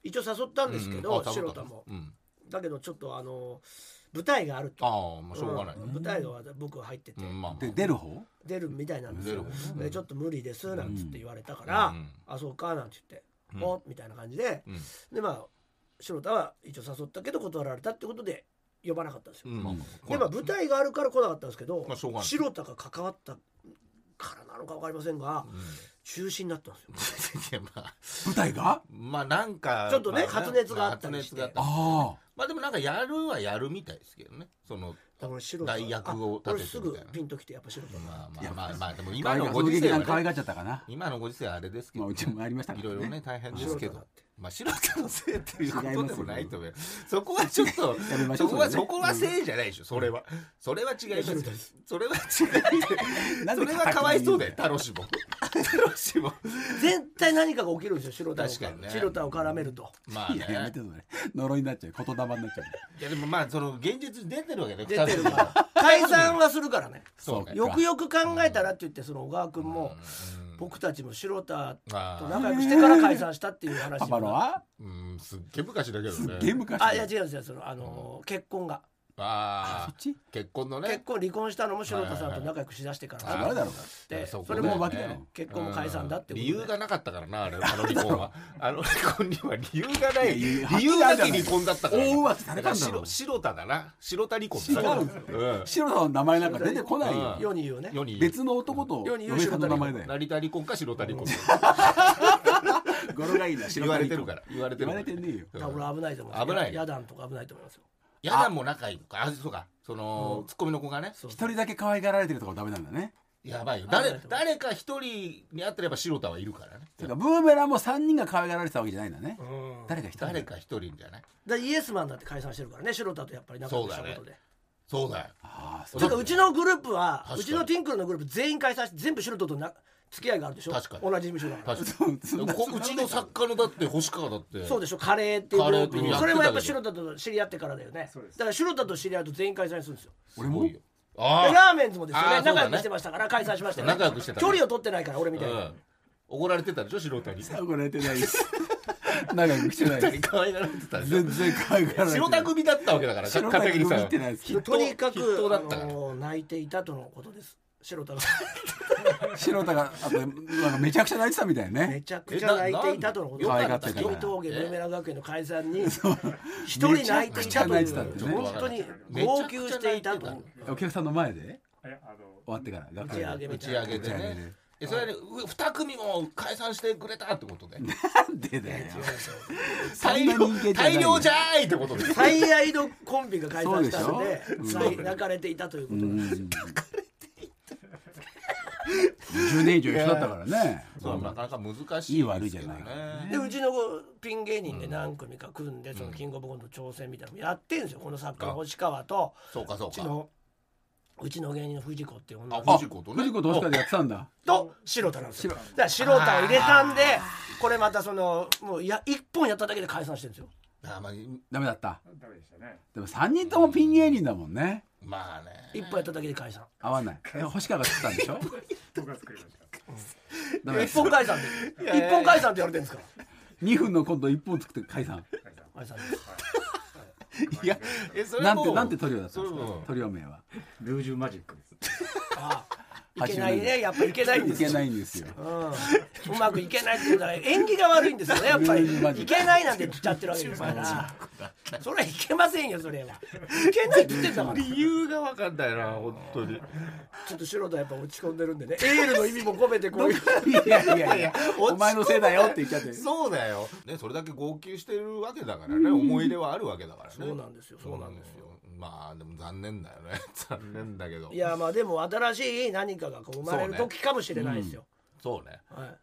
[SPEAKER 1] 一応誘ったんですけ
[SPEAKER 2] うん
[SPEAKER 1] ど、
[SPEAKER 2] うんあ
[SPEAKER 1] 白田も
[SPEAKER 2] うん
[SPEAKER 1] だけどちょっとあのー舞台があると
[SPEAKER 2] ああまあしょうがない
[SPEAKER 1] ん舞台が僕は入ってて、
[SPEAKER 2] うんまあまあ
[SPEAKER 3] で出る方
[SPEAKER 1] 出るみたいなんですよ
[SPEAKER 2] 出る方、ね
[SPEAKER 1] でちょっと無理ですなんつって言われたから、
[SPEAKER 2] うん
[SPEAKER 1] あそうかなんて言って、
[SPEAKER 2] うん
[SPEAKER 1] おみたいな感じで
[SPEAKER 2] うん
[SPEAKER 1] でまあ白田は一応誘ったけど断られたってことで呼ばなかったんですよ、
[SPEAKER 2] うんまあまあ
[SPEAKER 1] でまあ舞台があるから来なかったんですけど、
[SPEAKER 2] まあしょうがない
[SPEAKER 1] 白田が関わったからなのか分かりませんが、
[SPEAKER 2] うん い
[SPEAKER 1] 中止になったんですよ
[SPEAKER 2] やまあ
[SPEAKER 3] 舞台が
[SPEAKER 2] まあなんか
[SPEAKER 1] ちょっとね
[SPEAKER 2] まあ
[SPEAKER 1] 発熱があったりして
[SPEAKER 2] まあ発熱があったり
[SPEAKER 3] あ
[SPEAKER 2] まあでもなんかやるはやるみたいですけどねその
[SPEAKER 1] だから白田
[SPEAKER 2] 代役を
[SPEAKER 1] あ俺
[SPEAKER 2] 立て
[SPEAKER 1] す
[SPEAKER 2] てみ
[SPEAKER 1] ぐ
[SPEAKER 2] たいな
[SPEAKER 1] ピンときてやっぱ白田、
[SPEAKER 2] まあま
[SPEAKER 3] い
[SPEAKER 2] あ
[SPEAKER 3] や
[SPEAKER 2] まあまあでも
[SPEAKER 3] あ
[SPEAKER 2] 今
[SPEAKER 3] 可愛が
[SPEAKER 2] の
[SPEAKER 3] そ
[SPEAKER 2] ご
[SPEAKER 3] の
[SPEAKER 2] 時
[SPEAKER 3] 劇
[SPEAKER 2] 世
[SPEAKER 3] 団可
[SPEAKER 2] は
[SPEAKER 3] 愛
[SPEAKER 2] ね
[SPEAKER 3] がっちゃったかな
[SPEAKER 2] 今のご時世はあれですけ
[SPEAKER 3] まあ
[SPEAKER 2] ど
[SPEAKER 3] うちもありましたか
[SPEAKER 2] い
[SPEAKER 3] ら
[SPEAKER 2] ろいろね
[SPEAKER 3] ね
[SPEAKER 2] 大変で
[SPEAKER 1] 白
[SPEAKER 2] すけ
[SPEAKER 1] 田だっ
[SPEAKER 2] ど
[SPEAKER 1] て
[SPEAKER 2] まあ白田のせいっていうことでもないと思うそこはちょっと
[SPEAKER 3] やめましょ
[SPEAKER 2] そうこは
[SPEAKER 3] それ
[SPEAKER 2] そ
[SPEAKER 3] ね
[SPEAKER 2] こはせいじゃないでしょそれはそれは違いま
[SPEAKER 1] いやそうです
[SPEAKER 2] それは違い
[SPEAKER 3] なん
[SPEAKER 2] そ
[SPEAKER 3] で
[SPEAKER 2] れはかわいそうだよタロシもタロシも
[SPEAKER 1] 絶対何かが起きるんですよ白田を
[SPEAKER 2] 確かにね
[SPEAKER 1] 白田を絡めると
[SPEAKER 2] まあ
[SPEAKER 3] いややめ
[SPEAKER 2] ね
[SPEAKER 3] てそれ呪いになっちゃう言霊になっちゃう
[SPEAKER 2] いやでもまあその現実に出てるわけね
[SPEAKER 1] 出てるから解散はするからね
[SPEAKER 2] そうね
[SPEAKER 1] よくよく考えたらって言ってその小川君も僕たちも白田
[SPEAKER 2] あ
[SPEAKER 1] と
[SPEAKER 2] あ
[SPEAKER 1] 仲良くしてから解散したっていう話
[SPEAKER 3] パパのは
[SPEAKER 2] うんすっげえ昔だけど
[SPEAKER 3] すっ
[SPEAKER 2] ね
[SPEAKER 3] げえ昔
[SPEAKER 1] あいや違うんですよそのあのー結婚が
[SPEAKER 2] ああ
[SPEAKER 3] そっち
[SPEAKER 2] 結婚の
[SPEAKER 1] 結
[SPEAKER 2] ね
[SPEAKER 1] 婚離婚したのも白田さんと仲良くしだしてから
[SPEAKER 2] はい
[SPEAKER 3] あ
[SPEAKER 1] だ
[SPEAKER 3] れ
[SPEAKER 1] っ
[SPEAKER 3] だろう
[SPEAKER 1] て
[SPEAKER 2] そ
[SPEAKER 1] そうれ
[SPEAKER 2] そう
[SPEAKER 1] も
[SPEAKER 2] だよ
[SPEAKER 3] ね
[SPEAKER 1] 結婚も解散だって
[SPEAKER 2] う
[SPEAKER 1] こと
[SPEAKER 2] ん理
[SPEAKER 1] で
[SPEAKER 2] 由がなかったから なあれあの離婚はあの離婚には理由がない
[SPEAKER 3] いや
[SPEAKER 2] 理由なき離婚だったから
[SPEAKER 3] 大浮気されたんだ
[SPEAKER 2] 白
[SPEAKER 3] ろ
[SPEAKER 2] 白田だな白田離婚だな
[SPEAKER 3] 違うんです白田の名前なんか出てこないよ
[SPEAKER 2] う
[SPEAKER 1] 世に言うね
[SPEAKER 2] 世に言う
[SPEAKER 3] 別の男と
[SPEAKER 1] 世に言う
[SPEAKER 3] 嫁さんの名前だよ
[SPEAKER 2] 成田離婚か白田離婚
[SPEAKER 3] 語呂がいいな
[SPEAKER 2] 言われてるから言われて
[SPEAKER 3] 言
[SPEAKER 2] る
[SPEAKER 3] わ
[SPEAKER 2] から
[SPEAKER 3] れてねえよ
[SPEAKER 1] だから俺危ないと思う
[SPEAKER 2] 危ない
[SPEAKER 1] やだんとか危ないと思いますよ
[SPEAKER 2] やだも仲いいのかあそうかそのツッコミの子がね
[SPEAKER 1] そう
[SPEAKER 3] 一人だけ可愛がられてるとこダメなんだね
[SPEAKER 2] やばいよ
[SPEAKER 1] 危ない
[SPEAKER 2] 誰
[SPEAKER 1] と思う
[SPEAKER 2] 誰か一人に会ってれば白田はいるからね
[SPEAKER 3] てかブーメランも3人が可愛がられてたわけじゃないんだね
[SPEAKER 1] うんだか
[SPEAKER 3] 誰か一人
[SPEAKER 2] 誰か一人じゃない
[SPEAKER 1] らイエスマンだって解散してるからね白田とやっぱり仲良くしたこと
[SPEAKER 2] そうだ
[SPEAKER 1] で
[SPEAKER 2] そうだよ
[SPEAKER 3] ああそ
[SPEAKER 1] てかうちのグループは
[SPEAKER 2] 確か
[SPEAKER 1] う
[SPEAKER 2] に
[SPEAKER 1] ちのティンクルのグループ全員解散して全部白田とな付き合いがあるでしょ
[SPEAKER 2] 確かに
[SPEAKER 1] 同じ事務所だから
[SPEAKER 2] 確か
[SPEAKER 3] う
[SPEAKER 2] にこうちの作家のだって星川だって
[SPEAKER 1] そうでしょカレーっていうグループ
[SPEAKER 2] カレーっていう
[SPEAKER 1] にそれもやっぱ
[SPEAKER 2] やってた
[SPEAKER 1] 白
[SPEAKER 2] け
[SPEAKER 1] 田と知り合ってからだよねだから白田と知り合うと全員解散するんですよ
[SPEAKER 3] 俺
[SPEAKER 2] す
[SPEAKER 3] も
[SPEAKER 2] ごいよ
[SPEAKER 1] で
[SPEAKER 2] あ
[SPEAKER 1] ラーメンズもですよ
[SPEAKER 2] あー
[SPEAKER 1] ね
[SPEAKER 2] そうだ
[SPEAKER 1] 仲良
[SPEAKER 2] ね
[SPEAKER 1] くしてましたから解散しましたよね
[SPEAKER 2] 仲良くしてたね
[SPEAKER 1] 距離を取ってないから俺み
[SPEAKER 2] あ
[SPEAKER 1] たいに、
[SPEAKER 2] うん怒られてたでしょ白田に
[SPEAKER 3] 怒られてない です仲良くしてない
[SPEAKER 2] 白
[SPEAKER 3] で
[SPEAKER 2] 田
[SPEAKER 3] す
[SPEAKER 2] に可愛がられてたでしょ
[SPEAKER 3] 全然可愛がられてない
[SPEAKER 2] 白田組だったわけだから
[SPEAKER 3] 白
[SPEAKER 2] 片
[SPEAKER 3] 田
[SPEAKER 2] 桐
[SPEAKER 3] 組
[SPEAKER 2] さん
[SPEAKER 3] 見
[SPEAKER 2] は
[SPEAKER 3] てないです
[SPEAKER 1] とにか
[SPEAKER 2] 筆頭
[SPEAKER 1] く、
[SPEAKER 2] だ
[SPEAKER 1] あ
[SPEAKER 2] ったから
[SPEAKER 1] のー泣いていたとのことです白田が
[SPEAKER 3] 白田があとなんかめちゃくちゃ泣いてたみたいね
[SPEAKER 1] めちゃくちゃ泣いていたとのこと
[SPEAKER 3] えななんで
[SPEAKER 1] 月見峠
[SPEAKER 2] よかった
[SPEAKER 1] ブーメラン学園の解散に一人泣いていたという
[SPEAKER 3] めちゃくちゃ泣いてたんだよね
[SPEAKER 1] 本当に号泣していたと
[SPEAKER 3] お客さんの前で
[SPEAKER 4] えあの
[SPEAKER 3] 終わってから
[SPEAKER 1] 打
[SPEAKER 3] 楽
[SPEAKER 1] ち上
[SPEAKER 3] 屋
[SPEAKER 1] げ
[SPEAKER 3] で
[SPEAKER 2] 打
[SPEAKER 1] みた
[SPEAKER 2] ち
[SPEAKER 1] いな
[SPEAKER 2] 上げで
[SPEAKER 3] 打ち上げ
[SPEAKER 2] ね
[SPEAKER 3] で
[SPEAKER 2] えそれでう二組も解散してくれたって ことで
[SPEAKER 3] なんでだよ
[SPEAKER 2] 大量
[SPEAKER 3] そんな人間じゃない
[SPEAKER 2] 大量じゃーいって ことで
[SPEAKER 1] 最愛のコンビが解散したので
[SPEAKER 3] そうでしょ
[SPEAKER 1] 最泣かれていたということ なんです
[SPEAKER 3] 10年以上一緒だったからね
[SPEAKER 2] そうなかなか難しい
[SPEAKER 3] いい悪いじゃない
[SPEAKER 2] です
[SPEAKER 3] か
[SPEAKER 2] けど
[SPEAKER 3] ら
[SPEAKER 2] ね
[SPEAKER 1] でうちのピン芸人で何組か組んで、そのキングオブコント挑戦みたいなのもやってんですよこの作家の星川と
[SPEAKER 2] そうかそうう
[SPEAKER 1] ち
[SPEAKER 2] か
[SPEAKER 1] のうちの芸人の藤子っていう女の
[SPEAKER 3] あ
[SPEAKER 1] 子
[SPEAKER 3] 藤子とね藤子とオスカルでやってたんだ
[SPEAKER 1] と白田なんですよ
[SPEAKER 3] 白
[SPEAKER 1] だから白田入れたんでこれまたそのもういや1本やっただけで解散してるんですよ
[SPEAKER 2] あまあい
[SPEAKER 3] ダメだった
[SPEAKER 4] ダメでしたね。
[SPEAKER 3] でも3人ともピン芸人だもんね
[SPEAKER 2] まあね
[SPEAKER 1] 1本やっただけで解散
[SPEAKER 3] 合わないえ星川が作ったんでし ょ
[SPEAKER 4] 僕が作りました。
[SPEAKER 3] ダメで
[SPEAKER 1] 1
[SPEAKER 3] す
[SPEAKER 1] 本解散って1本解散って言われてるんですから
[SPEAKER 3] 2分のコント1本作って解散
[SPEAKER 4] 解散
[SPEAKER 1] 解散です
[SPEAKER 2] いやえそ
[SPEAKER 3] なん
[SPEAKER 2] も
[SPEAKER 3] て
[SPEAKER 2] う
[SPEAKER 3] なんてトリオだったんで
[SPEAKER 2] そ
[SPEAKER 3] す
[SPEAKER 2] れ
[SPEAKER 3] か
[SPEAKER 2] も
[SPEAKER 3] トリオ名は
[SPEAKER 4] ルージュマジックです。
[SPEAKER 1] ああいけないねやっぱいけないん
[SPEAKER 3] い
[SPEAKER 1] です
[SPEAKER 3] け
[SPEAKER 1] よ
[SPEAKER 3] ないんですよ
[SPEAKER 1] うんうまくいけないって言うから縁起が悪いんですよねやっぱりいけないなんて言っちゃってるわけですからそれはいけませんよそれはいけないって言ってんだから
[SPEAKER 2] 理由が分かんないな本当 に
[SPEAKER 1] ちょっと素人はやっぱ落ち込んでるんでねエールの意味も込めてこういう
[SPEAKER 3] いやいやいやお前のせいだよって言っちゃって
[SPEAKER 2] そうだよ、ね、それだけ号泣してるわけだからね思い入れはあるわけだから ね
[SPEAKER 1] そうなんですよそうなんですよ
[SPEAKER 2] まあでも残念だよね 残念だけど
[SPEAKER 1] いやまあでも新しい何かがこう生まれる
[SPEAKER 2] そうね
[SPEAKER 1] 時かもしれないですよ、
[SPEAKER 2] そうね
[SPEAKER 1] はい、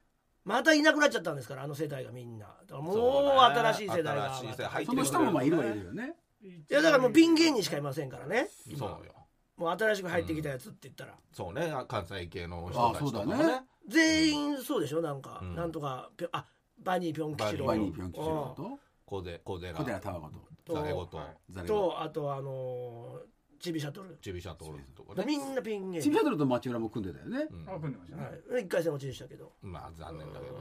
[SPEAKER 1] またいなくなっちゃったんですからあの世代がみんなだからもう
[SPEAKER 2] そうね
[SPEAKER 1] 新しい世代が
[SPEAKER 2] 新しい世代入って
[SPEAKER 3] そ
[SPEAKER 2] く
[SPEAKER 3] の
[SPEAKER 2] る
[SPEAKER 3] 人もまあいるはいるよね
[SPEAKER 1] いやだからもうピン芸人しかいませんからね
[SPEAKER 2] そうよ
[SPEAKER 1] もう新しく入ってきたやつって言ったら、
[SPEAKER 2] そうねあ関西系の人たちとかも
[SPEAKER 3] あそうだ
[SPEAKER 2] ね
[SPEAKER 3] ね
[SPEAKER 1] 全員そうでしょなんか、
[SPEAKER 2] うん
[SPEAKER 1] なんとかぴょあバニーピョン吉郎
[SPEAKER 3] バニーピョン吉郎
[SPEAKER 1] うん
[SPEAKER 3] と
[SPEAKER 2] 小手小寺
[SPEAKER 3] 小寺タワゴと
[SPEAKER 1] と
[SPEAKER 2] ザレゴと
[SPEAKER 3] ザレゴ
[SPEAKER 1] とあとあのーチビシャトル
[SPEAKER 2] チビシャトールズとかね
[SPEAKER 1] みんなピン芸
[SPEAKER 3] チビシ
[SPEAKER 1] 人
[SPEAKER 3] ャトルと町浦も組んでたよね
[SPEAKER 2] う
[SPEAKER 4] あ、
[SPEAKER 2] ん
[SPEAKER 4] 組んでましたね。
[SPEAKER 1] はい、一回戦落ちでしたけど
[SPEAKER 2] まあ残念だけどね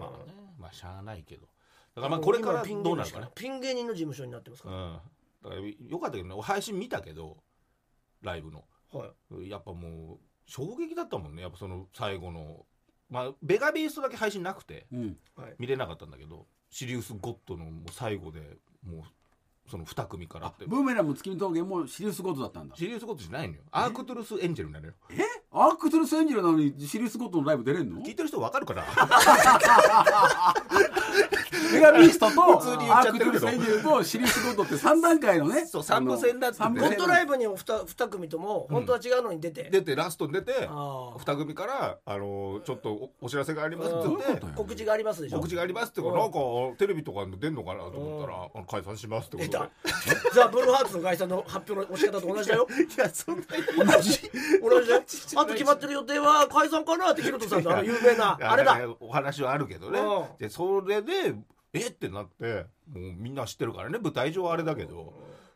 [SPEAKER 2] まあねまあしゃあないけどだからまあこれから
[SPEAKER 1] もう今
[SPEAKER 2] どうなるかね
[SPEAKER 1] ピン芸人の事務所になってます
[SPEAKER 2] う
[SPEAKER 1] か
[SPEAKER 2] んだからよかったけどね俺配信見たけどライブの
[SPEAKER 1] ら、はい
[SPEAKER 2] やっぱもう衝撃だったもんねやっぱその最後のまあベガベーストだけ配信なくて
[SPEAKER 3] うん
[SPEAKER 1] はい、
[SPEAKER 2] 見れなかったんだけどシリウス・ゴッドのもう最後でもうその2組からって
[SPEAKER 3] ブーメランも月見峠もシリウスゴッドだったんだ
[SPEAKER 2] シリウス・ゴッドじゃないのよアークトゥルス・エンジェルになるよ
[SPEAKER 3] アークトゥルスエンジェルなのにシリウスゴッドのライブ出れんの
[SPEAKER 2] 聞いてる人わかるかな
[SPEAKER 3] メガビーストと
[SPEAKER 2] 普通に言
[SPEAKER 3] ア
[SPEAKER 2] っちゃ
[SPEAKER 3] ー
[SPEAKER 2] っ
[SPEAKER 3] ク
[SPEAKER 2] て
[SPEAKER 3] ト
[SPEAKER 2] る
[SPEAKER 3] ゥル
[SPEAKER 2] け
[SPEAKER 3] ス
[SPEAKER 2] ど
[SPEAKER 3] エンジェルとシリウスゴッドって3段階のね
[SPEAKER 2] そう三部戦だっつって
[SPEAKER 3] あの
[SPEAKER 2] ね
[SPEAKER 1] ゴッ
[SPEAKER 3] 三部
[SPEAKER 1] ド
[SPEAKER 3] 戦
[SPEAKER 1] ライブにも 2, 二組とも本当は違うのに出て、
[SPEAKER 2] 出てラストに出て
[SPEAKER 1] あー
[SPEAKER 2] 2組から、あのーちょっとおお知らせがありますって
[SPEAKER 1] ど
[SPEAKER 2] 言
[SPEAKER 1] う
[SPEAKER 3] いうこ
[SPEAKER 2] って
[SPEAKER 3] とよ
[SPEAKER 1] 告知がありますでしょ
[SPEAKER 2] お口がありますって言うからなんかテレビとかに出んのかなと思ったらあの解散しますってこ
[SPEAKER 1] 出
[SPEAKER 2] とで
[SPEAKER 1] たザ・ブルーハーツの会社の発表の押し方と同じだよ
[SPEAKER 2] いやそんな
[SPEAKER 3] 同じ
[SPEAKER 1] 同じだよあと決まってる予定は解散かなってヒロトさんのあの有名なあれだ
[SPEAKER 2] お話はあるけどね
[SPEAKER 1] うん
[SPEAKER 2] でそれでえってなってもうみんな知ってるからね舞台上はあれだけど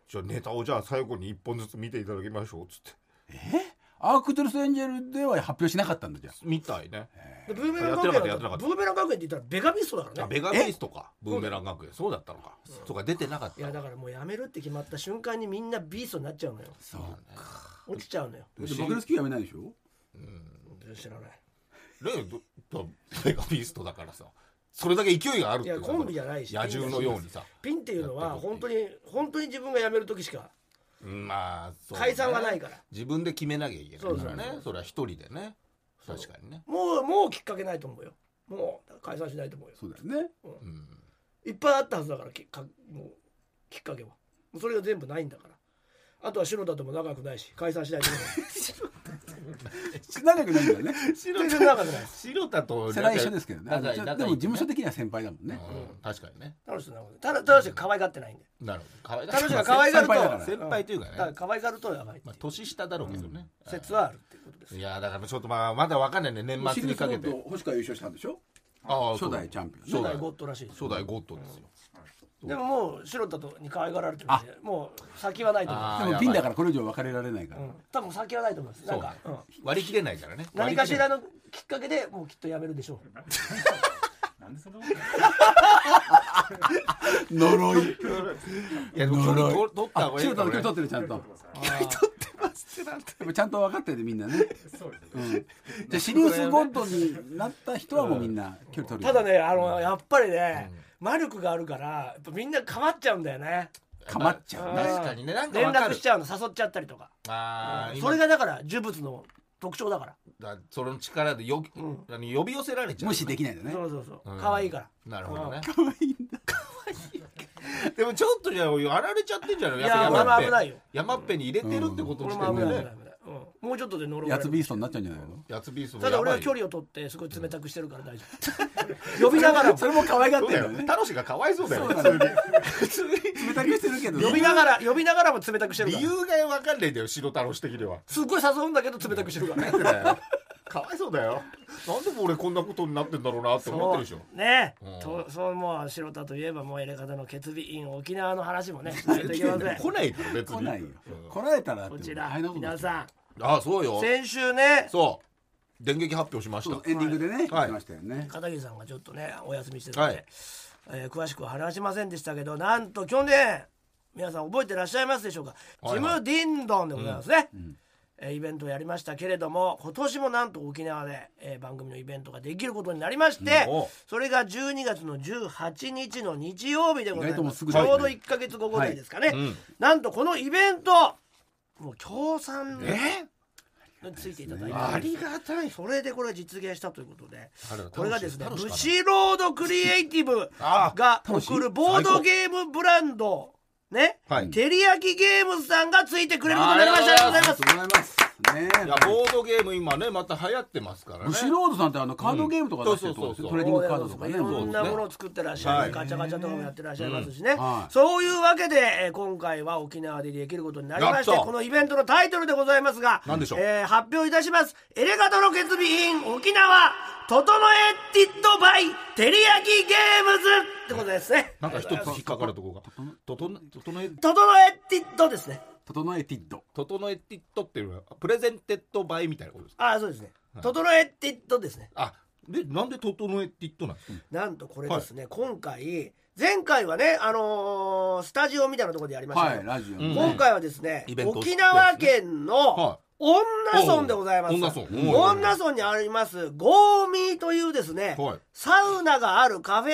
[SPEAKER 2] じゃあネタをじゃあ最後に一本ずつ見ていただきましょうっつって
[SPEAKER 3] アークトゥルスエンジェルでは発表しなかったんだじゃあ
[SPEAKER 2] みたいね
[SPEAKER 1] でブーメラン
[SPEAKER 2] やって
[SPEAKER 1] 学
[SPEAKER 2] なかった
[SPEAKER 1] 園だ
[SPEAKER 2] やってなかった
[SPEAKER 1] ブーメラン学園って言ったらベガビストだから
[SPEAKER 2] あ
[SPEAKER 1] ね
[SPEAKER 2] ベガベースとかブーメラン学園そうだったのかそうか出てなかっ
[SPEAKER 1] い
[SPEAKER 2] た
[SPEAKER 1] やだからもうやめるって決まった瞬間にみんなビーストになっちゃうのよ
[SPEAKER 3] そう
[SPEAKER 1] 落ちちゃうのよ
[SPEAKER 3] でバケルスキーやめないでしょ
[SPEAKER 1] 知らない
[SPEAKER 2] ねぶぶベガビーストだからさそれだけ勢いがあるっ
[SPEAKER 1] い
[SPEAKER 2] てい
[SPEAKER 1] や
[SPEAKER 2] うか
[SPEAKER 1] コンビじゃないし
[SPEAKER 2] 野獣のようにさ
[SPEAKER 1] ピンっていうのは本当に本当に自分が辞める時しか
[SPEAKER 2] うんまあそうね
[SPEAKER 1] 解散はないから
[SPEAKER 2] 自分で決めなきゃいけないから
[SPEAKER 1] そうそう
[SPEAKER 2] ね
[SPEAKER 1] そう
[SPEAKER 2] それは一人でね確かにね
[SPEAKER 1] もうもうきっかけないと思うよもう解散しないと思うよ
[SPEAKER 3] そうだよね
[SPEAKER 2] うん
[SPEAKER 1] いっぱいあったはずだからきっかもうきっかけはそれが全部ないんだからあとは白田とも仲良くないし解散しないと思 う
[SPEAKER 3] 仲良くないんだよね
[SPEAKER 1] 全然仲良くないです
[SPEAKER 2] 白田と
[SPEAKER 3] 世代一緒ですけどね
[SPEAKER 2] 仲
[SPEAKER 3] じゃ
[SPEAKER 2] 仲
[SPEAKER 3] あ
[SPEAKER 2] いい
[SPEAKER 3] でも事務所的には先輩だもんね
[SPEAKER 2] うん確かにね
[SPEAKER 1] 楽しくないただ楽しく可愛がってないんで
[SPEAKER 2] なるほど可愛
[SPEAKER 1] 楽しく可愛がると
[SPEAKER 3] 先輩だから
[SPEAKER 2] 先輩というか
[SPEAKER 1] だから
[SPEAKER 2] ね
[SPEAKER 1] 可愛がるとやばいってい
[SPEAKER 2] まあ
[SPEAKER 1] う
[SPEAKER 2] 年下だろうけどね
[SPEAKER 1] 説はあるっていうことです
[SPEAKER 2] いやだからちょっとまあまだわかんないね年末にかけて
[SPEAKER 3] 星川優勝したんでしょ
[SPEAKER 2] ああ
[SPEAKER 3] 初代チャンピオンね
[SPEAKER 2] そう
[SPEAKER 1] 初
[SPEAKER 2] だ
[SPEAKER 1] 代
[SPEAKER 2] よ
[SPEAKER 1] ゴッドらしいです
[SPEAKER 2] 初代ゴッドですよ
[SPEAKER 1] でももう白田とに可愛がられてるんでもう先はないと思いま
[SPEAKER 2] あ
[SPEAKER 3] でもピンだからこれ以上別れられないか
[SPEAKER 1] す、う
[SPEAKER 3] ら
[SPEAKER 1] ん、多分先はないと思いますなんか、
[SPEAKER 2] そううん割り切れないからね
[SPEAKER 1] 何かしら
[SPEAKER 2] の
[SPEAKER 1] のきっかけでもうきっとやめるでしょう
[SPEAKER 4] なんでそんなことない
[SPEAKER 3] 呪い
[SPEAKER 2] いやでも距離
[SPEAKER 3] 呪い
[SPEAKER 2] と取った
[SPEAKER 3] あ
[SPEAKER 2] 方がいい
[SPEAKER 3] 白田の距離取
[SPEAKER 2] ね
[SPEAKER 3] ってるちゃんとや
[SPEAKER 4] ことさ
[SPEAKER 3] っぱちゃんと分かってるねみんなね
[SPEAKER 4] そうです
[SPEAKER 3] う
[SPEAKER 4] ね。
[SPEAKER 3] んじゃあシリウスゴッドになった人はもうみんな距離取
[SPEAKER 1] た
[SPEAKER 3] る
[SPEAKER 1] だねあのやっぱりね、魔力があるからやっぱみんな構っちゃうんだよね
[SPEAKER 3] かまっちゃう
[SPEAKER 1] あー
[SPEAKER 3] ね
[SPEAKER 2] 確かにねなんか
[SPEAKER 1] 連
[SPEAKER 2] わか
[SPEAKER 1] 絡
[SPEAKER 2] る
[SPEAKER 1] しちゃうの誘っちゃったりとか
[SPEAKER 2] ああ
[SPEAKER 1] そ
[SPEAKER 2] それ
[SPEAKER 1] れ
[SPEAKER 2] が
[SPEAKER 1] がだから呪物の特徴だから、
[SPEAKER 2] その力でよ
[SPEAKER 1] ん
[SPEAKER 2] 何呼び寄せられちゃう
[SPEAKER 3] 無視できないんだ
[SPEAKER 1] そ
[SPEAKER 3] ね
[SPEAKER 1] うそうそう
[SPEAKER 2] うん
[SPEAKER 1] 可愛いから、
[SPEAKER 2] なるほどね
[SPEAKER 3] 可愛いんだ
[SPEAKER 2] でもちょっとじゃあやられちゃってんじゃない
[SPEAKER 1] いや
[SPEAKER 2] っぱ
[SPEAKER 1] 俺も
[SPEAKER 2] 山っぺ
[SPEAKER 1] 危ないよ
[SPEAKER 2] 山っぺに入れてるってこと
[SPEAKER 1] これ
[SPEAKER 2] して
[SPEAKER 1] も
[SPEAKER 2] ん
[SPEAKER 1] 危
[SPEAKER 2] だ
[SPEAKER 1] ない
[SPEAKER 2] よ
[SPEAKER 1] 危ない
[SPEAKER 2] ね
[SPEAKER 1] 危ない、うん、ももうちょっとで呪われる
[SPEAKER 3] やつビーストになっちゃうんじゃないの
[SPEAKER 2] やつビーストも
[SPEAKER 1] ただ俺は
[SPEAKER 2] やばい
[SPEAKER 1] 距離を取ってすごい冷たくしてるから大丈夫呼びながらも
[SPEAKER 3] それも可愛がっ
[SPEAKER 2] そう
[SPEAKER 3] て
[SPEAKER 2] だ
[SPEAKER 3] る
[SPEAKER 2] よ
[SPEAKER 3] のね
[SPEAKER 2] ね。タロシがかわいそうだよね。
[SPEAKER 3] そうなの
[SPEAKER 2] 普通に
[SPEAKER 3] 冷たくしてるけど
[SPEAKER 1] 呼びながら呼びながらも冷たくしてるか
[SPEAKER 2] 理
[SPEAKER 1] ら
[SPEAKER 2] 由がわかんないんだよ、白太郎氏的 には。
[SPEAKER 1] すっごい誘うんだけど冷たくしてるからね
[SPEAKER 2] かわいそうだよ。なんで俺こんなことになってんだろうなって思ってるでしょ。
[SPEAKER 1] ね
[SPEAKER 2] うん
[SPEAKER 1] とそうもう白田といえばもうエレカタの決備員沖縄の話 もねしないといけません
[SPEAKER 2] 来ないよ、別に。
[SPEAKER 3] 来ないよ
[SPEAKER 2] うん
[SPEAKER 3] 来られたら
[SPEAKER 1] こ
[SPEAKER 3] って
[SPEAKER 1] ち
[SPEAKER 3] 大
[SPEAKER 1] ら
[SPEAKER 3] 変なことにな
[SPEAKER 1] 皆
[SPEAKER 3] っちゃ
[SPEAKER 1] さ
[SPEAKER 3] う
[SPEAKER 2] あ、そうよ
[SPEAKER 1] ん。先週ね
[SPEAKER 2] そう。電撃発表しまし
[SPEAKER 3] そう
[SPEAKER 2] た。
[SPEAKER 3] エンディングでね、
[SPEAKER 2] はい
[SPEAKER 3] 来ましたよね。
[SPEAKER 1] 片桐さんがちょっとねお休みしてたんで、
[SPEAKER 2] はい
[SPEAKER 1] えー詳しくは話しませんでしたけどなんと去年皆さん覚えてらっしゃいますでしょうか、
[SPEAKER 2] はいはい
[SPEAKER 1] ジム・ディンドンでございますね、えーイベントをやりましたけれども今年もなんと沖縄で、えー番組のイベントができることになりまして、
[SPEAKER 2] うんお
[SPEAKER 1] それが12月の18日の日曜日でござい
[SPEAKER 3] 意外とも
[SPEAKER 1] ま
[SPEAKER 3] う
[SPEAKER 1] す
[SPEAKER 3] すぐ
[SPEAKER 1] ち
[SPEAKER 3] だね
[SPEAKER 1] ょうど1か月後ぐらいですかね、
[SPEAKER 2] いうん
[SPEAKER 1] なんとこのイベントもう協賛
[SPEAKER 2] え
[SPEAKER 1] についていただいて、
[SPEAKER 2] ありがたい。
[SPEAKER 1] それでこれ実現したということで
[SPEAKER 2] あれ楽しい
[SPEAKER 1] これがですね
[SPEAKER 2] 楽しか
[SPEAKER 1] ブ
[SPEAKER 2] った
[SPEAKER 1] シロードクリエイティブ
[SPEAKER 2] あ
[SPEAKER 1] が送るボードゲームブランドね、
[SPEAKER 2] はい
[SPEAKER 1] テリヤキゲームズさんがついてくれることになりましたありがとうございます
[SPEAKER 3] ありがとうございます。
[SPEAKER 2] い
[SPEAKER 3] ね
[SPEAKER 2] や、ボードゲーム今ね、また流行ってますからね。
[SPEAKER 3] ブシロードさんってあのカードゲームとか出してるとこですよ
[SPEAKER 2] うん
[SPEAKER 3] トレーディングカードとか
[SPEAKER 1] い
[SPEAKER 3] ね。
[SPEAKER 1] ろんなものを作ってらっしゃる、
[SPEAKER 2] はい
[SPEAKER 1] ガチャガチャとかもやってらっしゃいますしね、
[SPEAKER 3] んはい
[SPEAKER 1] そういうわけで、えー今回は沖縄でできることになりまして
[SPEAKER 2] やった
[SPEAKER 1] このイベントのタイトルでございますが
[SPEAKER 2] 何でしょう
[SPEAKER 1] えー発表いたします「エレガトの決備品沖縄整えティッドバイテリヤキゲームズ」ってことですね
[SPEAKER 2] なんか一つ引っかかるとこが。整え、整え、
[SPEAKER 1] 整えティッドですね
[SPEAKER 3] 整えティッド。
[SPEAKER 2] 整えティットっていうのは、プレゼンテッドバイみたいなことですか
[SPEAKER 1] ああそうですね整えティッドですね
[SPEAKER 2] あ、で、なんで整えティットなんですか
[SPEAKER 1] なんとこれですね、今回前回はねあのースタジオみたいなところでやりました
[SPEAKER 3] は
[SPEAKER 1] けど、
[SPEAKER 3] い、ラジオ
[SPEAKER 2] うん
[SPEAKER 3] の
[SPEAKER 1] 今
[SPEAKER 3] ね。
[SPEAKER 1] 回はですね、
[SPEAKER 2] イベント
[SPEAKER 1] 沖縄県の
[SPEAKER 2] は
[SPEAKER 1] 恩納村でございます。
[SPEAKER 2] おう恩納村おう
[SPEAKER 1] 恩納村にありますゴーミーというですね、
[SPEAKER 2] はい
[SPEAKER 1] サウナがあるカフェ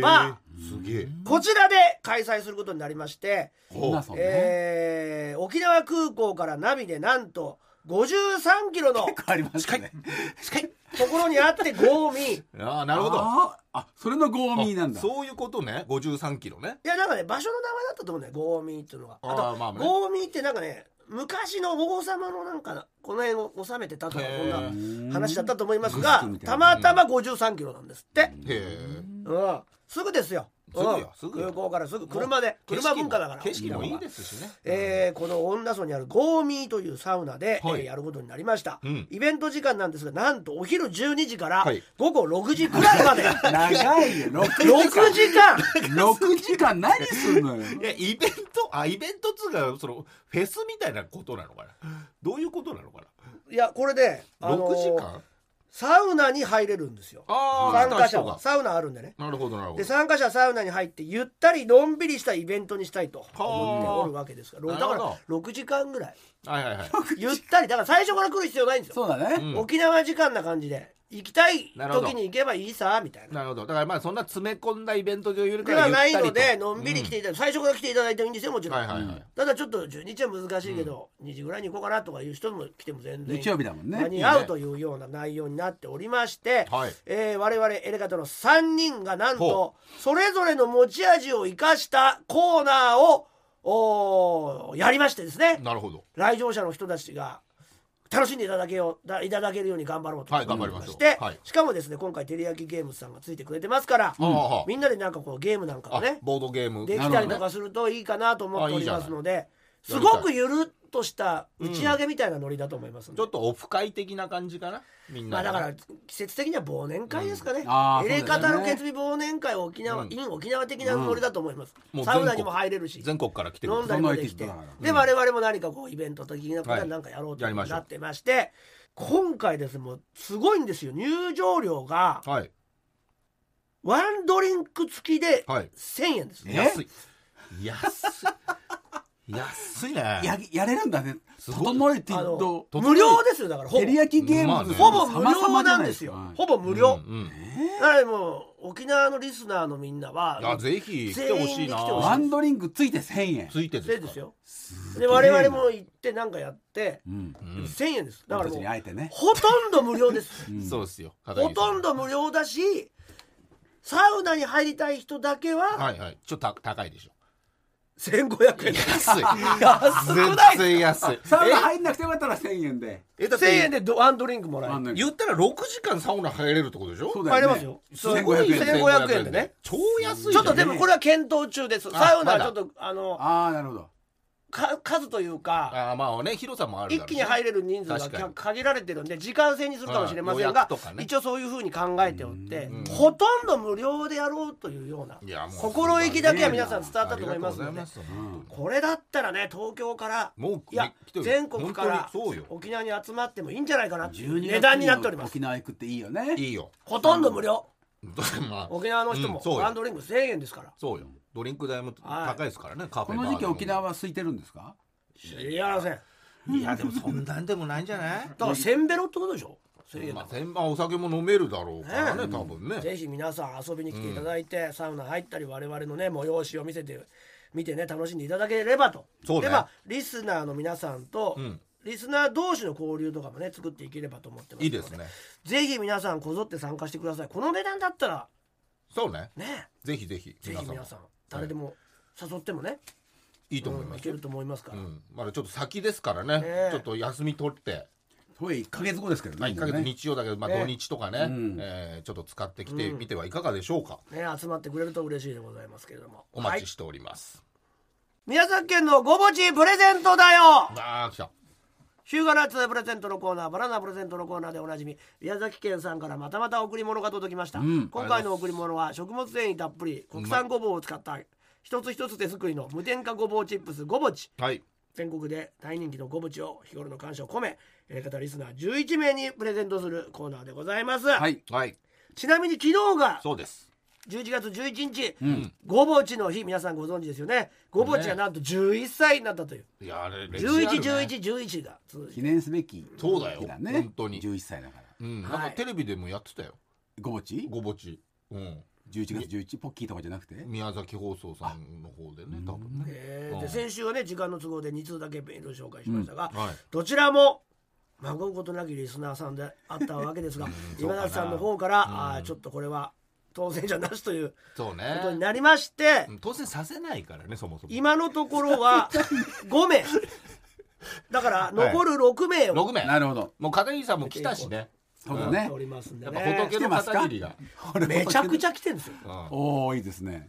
[SPEAKER 1] バ
[SPEAKER 2] えーすげえ。
[SPEAKER 1] ー、こちらで開催することになりまして、
[SPEAKER 3] こんなそうね。
[SPEAKER 1] えー沖縄空港からナビでなんと53キロの
[SPEAKER 3] 結構ありましたね。
[SPEAKER 1] ところにあってゴーミー。
[SPEAKER 2] ああ、なるほど。
[SPEAKER 3] あーあ、それのゴーミーなんだ。
[SPEAKER 2] そういうことね。53キロね。
[SPEAKER 1] いやなんかね場所の名前だったと思うんだよゴーミーっていうのがあ
[SPEAKER 2] あー
[SPEAKER 1] と、
[SPEAKER 2] まあね
[SPEAKER 1] ゴーミーってなんかね昔の王様のなんかこの辺を治めてたとか
[SPEAKER 2] へ
[SPEAKER 1] こ
[SPEAKER 2] ー
[SPEAKER 1] んな話だったと思いますが
[SPEAKER 3] グッズみた
[SPEAKER 1] た
[SPEAKER 3] いな
[SPEAKER 1] またま5 3キロなんですって、
[SPEAKER 2] へえ。
[SPEAKER 1] うん、すぐですよ
[SPEAKER 2] すぐよ
[SPEAKER 1] うん
[SPEAKER 2] すぐよ
[SPEAKER 1] 空港からすぐ車で車文化だから
[SPEAKER 2] 景色も
[SPEAKER 1] 沖
[SPEAKER 2] い
[SPEAKER 1] 縄
[SPEAKER 2] い
[SPEAKER 1] は
[SPEAKER 2] ですしね。
[SPEAKER 1] えーこの恩納村にあるゴーミーというサウナで、
[SPEAKER 2] はい
[SPEAKER 1] えーやることになりました、
[SPEAKER 2] うん
[SPEAKER 1] イベント時間なんですがなんとお昼12時から
[SPEAKER 2] はい
[SPEAKER 1] 午後6時くらいま で
[SPEAKER 3] 長いよ。六
[SPEAKER 1] 6時間
[SPEAKER 3] 六時間何すんのよ。
[SPEAKER 2] いや、イベント、あ、イベントっつうか、その、フェスみたいなことなのかな。どういうことなのか
[SPEAKER 1] いやこれで、
[SPEAKER 2] な。
[SPEAKER 1] あのー
[SPEAKER 2] 6時間
[SPEAKER 1] サウナに入れるんですよ
[SPEAKER 2] あー
[SPEAKER 1] 参加者
[SPEAKER 2] 来た
[SPEAKER 1] は
[SPEAKER 2] 人
[SPEAKER 1] サウナあるんでね
[SPEAKER 2] がなるほど、なるほ
[SPEAKER 1] で
[SPEAKER 2] ど。
[SPEAKER 1] 参加者はサウナに入ってゆったりのんびりしたイベントにしたいと思っておるわけですから
[SPEAKER 2] はあ
[SPEAKER 1] だか
[SPEAKER 2] なる
[SPEAKER 1] ら
[SPEAKER 2] ほ
[SPEAKER 1] 6時間ぐらい
[SPEAKER 2] はいはいはい。
[SPEAKER 1] ゆったりだから最初から来る必要ないんですよ、
[SPEAKER 3] そうだね。
[SPEAKER 2] ん
[SPEAKER 1] 沖縄時間な感じで行きたい
[SPEAKER 2] なるほど
[SPEAKER 1] 時に行けばいいさみたいな
[SPEAKER 2] なるほど。だからまあ、そんな詰め込んだイベントというよりか
[SPEAKER 1] で
[SPEAKER 2] は
[SPEAKER 1] は
[SPEAKER 2] ゆっ
[SPEAKER 1] な
[SPEAKER 2] た
[SPEAKER 1] いの
[SPEAKER 2] りと、
[SPEAKER 1] でのんびり来ていただいて、最初から来ていただいてもいいんですよもちろん、
[SPEAKER 2] はいはいはい。
[SPEAKER 1] ただちょっと12日は難しいけど、2時ぐらいに行こうかなとかいう人も来ても全然
[SPEAKER 3] 日曜日だもんね
[SPEAKER 1] 間に合うというような内容になっておりまして、
[SPEAKER 2] はい
[SPEAKER 1] えー我々エレガトの3人がなんと
[SPEAKER 2] ほ
[SPEAKER 1] それぞれの持ち味を生かしたコーナーをおーやりましてですね
[SPEAKER 2] なるほど。
[SPEAKER 1] 来場者の人たちが楽しんでいただけようだいただけるように頑張ろうと
[SPEAKER 2] はい
[SPEAKER 1] 思い
[SPEAKER 2] 頑張りましょう
[SPEAKER 1] て、
[SPEAKER 2] はい
[SPEAKER 1] しかもですね今回テリヤキゲームズさんがついてくれてますから、
[SPEAKER 2] はあはあ
[SPEAKER 1] みんなでなんかこうゲームなんか
[SPEAKER 2] あ
[SPEAKER 1] をね、
[SPEAKER 2] ボードゲーム。
[SPEAKER 1] でき
[SPEAKER 3] な
[SPEAKER 1] たり
[SPEAKER 3] るほど
[SPEAKER 1] とかするといいかなと思っておりますので
[SPEAKER 2] あいいじ
[SPEAKER 1] す
[SPEAKER 2] ゃない
[SPEAKER 1] ごくゆるっとした打ち上げみたいなノリだと思いますの
[SPEAKER 2] ち
[SPEAKER 1] で
[SPEAKER 2] ょっとオフ会的な感じかな。みん
[SPEAKER 1] ま
[SPEAKER 2] な
[SPEAKER 1] あ
[SPEAKER 2] で。
[SPEAKER 1] だから季節的には忘年会ですかね
[SPEAKER 3] んあ。ー
[SPEAKER 1] エレ
[SPEAKER 3] そうだ
[SPEAKER 1] カタ
[SPEAKER 3] よね
[SPEAKER 1] の決備忘年会は沖縄、
[SPEAKER 2] うん
[SPEAKER 1] イン沖縄的なノリだと思います
[SPEAKER 2] も。う全
[SPEAKER 1] サ
[SPEAKER 2] 国
[SPEAKER 1] ウナにも入れるし、
[SPEAKER 2] 全国から来てく
[SPEAKER 1] 飲ん
[SPEAKER 2] る。
[SPEAKER 1] だりもできて
[SPEAKER 3] そんなエキストラだか、ら
[SPEAKER 1] で我々も何かこうイベント的なことはなんかやろうと
[SPEAKER 2] はいやりましょう
[SPEAKER 1] なってまして、今回ですねもうすごいんですよ。入場料が
[SPEAKER 2] はい。
[SPEAKER 1] ワンドリンク付きで
[SPEAKER 2] はい
[SPEAKER 1] 1000円です。
[SPEAKER 2] 安い。安い。 安いね。
[SPEAKER 3] ややれるんだね。
[SPEAKER 2] すごい
[SPEAKER 3] 整えティ
[SPEAKER 1] あ
[SPEAKER 3] ッ
[SPEAKER 1] の
[SPEAKER 3] ド。
[SPEAKER 1] 無料ですよだからほぼ
[SPEAKER 3] テリヤキゲームズ
[SPEAKER 1] ほぼ無料なんですよ
[SPEAKER 3] 様々。じゃ
[SPEAKER 1] ほぼ無料。
[SPEAKER 2] うんうん
[SPEAKER 1] だからもう沖縄のリスナーのみんなは
[SPEAKER 2] あぜひ来てほし
[SPEAKER 1] 全員に来てほしい
[SPEAKER 2] いな
[SPEAKER 3] ないですかワンドリンクついて1000円。
[SPEAKER 2] ついて
[SPEAKER 1] せ
[SPEAKER 2] る
[SPEAKER 1] いですよ。
[SPEAKER 3] すげ
[SPEAKER 1] で
[SPEAKER 3] えな
[SPEAKER 1] 我々。も行ってなんかやって、
[SPEAKER 3] うん。
[SPEAKER 2] うん
[SPEAKER 1] 1000円ですだから
[SPEAKER 3] 私
[SPEAKER 1] もう
[SPEAKER 3] にあえてね。
[SPEAKER 1] ほとんど無料です
[SPEAKER 2] そうですよ
[SPEAKER 1] ほとんど
[SPEAKER 2] ど
[SPEAKER 1] 無料だしサウナに入りたい人だけは
[SPEAKER 2] はいはいちょっとた高いでしょ
[SPEAKER 1] 1500円
[SPEAKER 2] 安い
[SPEAKER 3] 安くない
[SPEAKER 2] 全然安い
[SPEAKER 3] サウナ入んなくてよかったら1000円で
[SPEAKER 2] えだ
[SPEAKER 1] 1000
[SPEAKER 2] って
[SPEAKER 1] 円でドワンドリンクもらえ
[SPEAKER 3] ワン
[SPEAKER 1] る
[SPEAKER 3] ドリンク
[SPEAKER 2] 言ったら6時間サウナ入れるってことでしょ
[SPEAKER 3] そうだ
[SPEAKER 1] 入れますよ
[SPEAKER 3] そう
[SPEAKER 1] 1500円1500円でね
[SPEAKER 2] 超安いじゃん
[SPEAKER 1] ちょっとでもこれは検討中ですサウナは
[SPEAKER 2] まだ
[SPEAKER 1] ちょっとあの
[SPEAKER 3] ああなるほど
[SPEAKER 1] か数というか
[SPEAKER 2] あーまあね広さもあるだ
[SPEAKER 1] 一
[SPEAKER 2] ろうし
[SPEAKER 1] 気に入れる人数が
[SPEAKER 2] 確かに
[SPEAKER 1] 限られてるんで時間制にするかもしれません
[SPEAKER 2] はい予
[SPEAKER 1] が
[SPEAKER 2] 約とかね
[SPEAKER 1] 一応そういうふうに考えておって
[SPEAKER 2] うん
[SPEAKER 1] ほとんど無料でやろうというようない
[SPEAKER 2] やもう
[SPEAKER 1] 心意気だけは皆さん伝わったと思います
[SPEAKER 2] あ
[SPEAKER 1] の
[SPEAKER 2] り
[SPEAKER 1] で
[SPEAKER 2] がとうございます
[SPEAKER 1] これだったらね東京から
[SPEAKER 2] もうね
[SPEAKER 1] いや
[SPEAKER 2] 来てる
[SPEAKER 1] 全国から
[SPEAKER 2] 本当にそうよ
[SPEAKER 1] 沖縄に集まってもいいんじゃないかなっていう
[SPEAKER 3] 12
[SPEAKER 1] 値段になっております
[SPEAKER 3] 沖縄行くっていいよね
[SPEAKER 2] いい よ
[SPEAKER 1] ほとんど無料
[SPEAKER 2] まあ
[SPEAKER 1] 沖縄の人
[SPEAKER 2] う
[SPEAKER 1] も
[SPEAKER 2] んそう
[SPEAKER 1] ワン
[SPEAKER 2] よ
[SPEAKER 1] ドリンク1000円ですから
[SPEAKER 2] そうよドリンク代も高いですからねカフ
[SPEAKER 3] こ
[SPEAKER 2] ェバー
[SPEAKER 3] の
[SPEAKER 2] でも
[SPEAKER 3] 時期沖縄は空いてるんですか
[SPEAKER 1] いやらせんだ
[SPEAKER 2] いやでもそんなんでもないんじゃない
[SPEAKER 1] から1000ベロってことでしょ1000円だ
[SPEAKER 2] まあ
[SPEAKER 1] か
[SPEAKER 2] せんまあお酒も飲めるだろうからね多分
[SPEAKER 1] ら
[SPEAKER 2] ね
[SPEAKER 1] ぜひ皆さん遊びに来ていただいてサウナ入ったり我々のね催しを見せて見てね楽しんでいただければと
[SPEAKER 2] そう
[SPEAKER 1] で
[SPEAKER 2] ね
[SPEAKER 1] まあリスナーの皆さんと
[SPEAKER 2] ん
[SPEAKER 1] リスナー同士の交流とかもね作っていければと思ってます
[SPEAKER 2] いいですね
[SPEAKER 1] ぜひ皆さんこぞって参加してくださいこの値段だったら
[SPEAKER 2] そうね
[SPEAKER 1] ね
[SPEAKER 2] ぜひぜひ
[SPEAKER 1] ぜひ皆さん
[SPEAKER 2] も
[SPEAKER 1] 誰でも誘ってもね、
[SPEAKER 2] いいと思い
[SPEAKER 1] うん
[SPEAKER 2] ま
[SPEAKER 1] い
[SPEAKER 2] す
[SPEAKER 1] ける
[SPEAKER 2] よ
[SPEAKER 1] と思いますから、
[SPEAKER 2] うんまだちょっと先ですからね
[SPEAKER 1] ね
[SPEAKER 2] ちょっと休み取って
[SPEAKER 3] これ1か月後ですけど
[SPEAKER 2] まあ
[SPEAKER 3] ね
[SPEAKER 2] 1ヶ月日曜だけどまあ
[SPEAKER 1] ね
[SPEAKER 2] 土日とかねえーちょっと使ってきてみてはいかがでしょうか
[SPEAKER 1] ね集まってくれると嬉しいでございますけれども
[SPEAKER 2] お
[SPEAKER 1] は
[SPEAKER 2] 待
[SPEAKER 1] い
[SPEAKER 2] ちしております
[SPEAKER 1] 宮崎県のごぼちプレゼントだよ
[SPEAKER 2] あー来た
[SPEAKER 1] ヒューガナッツプレゼントのコーナーバナナプレゼントのコーナーでおなじみ宮崎県さんからまたまた贈り物が届きました、
[SPEAKER 3] ん
[SPEAKER 1] 今回の贈り物は食物繊維たっぷり国産ごぼうを使った一つ一つ手作りの無添加ごぼうチップスごぼち
[SPEAKER 2] はい
[SPEAKER 1] 全国で大人気のごぼちを日頃の感謝を込めえー方リスナー11名にプレゼントするコーナーでございます、
[SPEAKER 3] はい
[SPEAKER 2] はい
[SPEAKER 1] ちなみに昨日が
[SPEAKER 2] そうです
[SPEAKER 1] 11月11日、ごぼうちの日皆さんご存知ですよねごぼうちがなんと11歳になったという、
[SPEAKER 2] いやあれ歴史あるね
[SPEAKER 1] 111111が続いて
[SPEAKER 3] 記念すべき
[SPEAKER 2] そうだよ
[SPEAKER 3] 日ね
[SPEAKER 2] 本当に
[SPEAKER 3] 11歳だから
[SPEAKER 2] うんなん
[SPEAKER 1] は
[SPEAKER 2] か
[SPEAKER 1] い
[SPEAKER 2] テレビでもやってたよ
[SPEAKER 3] ごぼち
[SPEAKER 2] ごぼちうん
[SPEAKER 3] 11月11ポッキーとかじゃなくて
[SPEAKER 2] 宮崎放送さんの方でね多分ね
[SPEAKER 1] えー
[SPEAKER 2] う
[SPEAKER 1] で
[SPEAKER 2] ん
[SPEAKER 1] 先週はね時間の都合で2通だけメールを紹介しましたが、
[SPEAKER 2] うんはい
[SPEAKER 1] どちらも孫うことなきリスナーさんであったわけですが今崎さんの方から、あーちょっとこれは当選じゃなしという
[SPEAKER 2] そう
[SPEAKER 1] こ
[SPEAKER 2] ね
[SPEAKER 1] とになりまして、
[SPEAKER 2] うん当選させないからねそもそも
[SPEAKER 1] 今のところは5名だから残る6名を
[SPEAKER 2] 6名
[SPEAKER 3] なるほど
[SPEAKER 2] もう片桐さんも来たしね
[SPEAKER 3] そうだ
[SPEAKER 1] やっ
[SPEAKER 3] ね
[SPEAKER 1] ておりますんで
[SPEAKER 2] やっ
[SPEAKER 1] ね
[SPEAKER 2] ぱ仏の片桐が
[SPEAKER 1] めちゃくち
[SPEAKER 3] ゃ
[SPEAKER 1] ゃ来てるんですよ
[SPEAKER 3] おおいいですね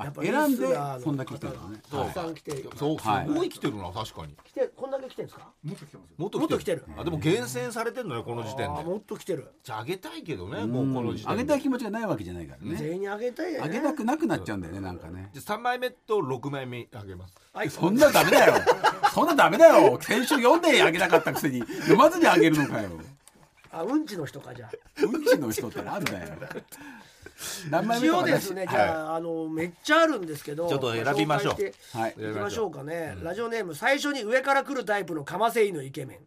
[SPEAKER 3] あ
[SPEAKER 1] やっぱリスナ
[SPEAKER 3] 選んで
[SPEAKER 1] ーの
[SPEAKER 3] そんだけ来てるのね
[SPEAKER 1] たくさん来てる
[SPEAKER 2] そうす
[SPEAKER 3] はい
[SPEAKER 2] ごい来てるな確かに
[SPEAKER 1] 来てこんだけ来てるんですか
[SPEAKER 4] もっと来てますよ。
[SPEAKER 2] もっ
[SPEAKER 1] もっと来てる
[SPEAKER 2] あでも厳選されてんのよこの時点
[SPEAKER 1] あー
[SPEAKER 2] で
[SPEAKER 1] もっと来てる
[SPEAKER 2] じゃああげたいけどねもうこの時
[SPEAKER 3] あ
[SPEAKER 2] 点で
[SPEAKER 3] げたい気持ちがないわけじゃないからね
[SPEAKER 1] 全員にあげたいよ
[SPEAKER 3] あ
[SPEAKER 1] ね
[SPEAKER 3] げたくなくなっちゃうんだよねなんかね
[SPEAKER 2] じゃあ3枚目と6枚目あげます
[SPEAKER 1] はい
[SPEAKER 3] そんなダメだよそんなダメだよ先週読んであげなかったくせに読まずにあげるのかよ
[SPEAKER 1] あうんちの人かじゃあ
[SPEAKER 3] うんちの人ってなんだよ何枚目
[SPEAKER 1] 一
[SPEAKER 3] とか
[SPEAKER 1] 応
[SPEAKER 3] ね
[SPEAKER 1] ですね、じゃあ、あの、めっちゃあるんですけど。
[SPEAKER 2] ちょっと選びましょう
[SPEAKER 1] 紹介て
[SPEAKER 3] はい
[SPEAKER 1] いきましょうかね、ラジオネーム、最初に上から来るタイプのかませ犬イケメン。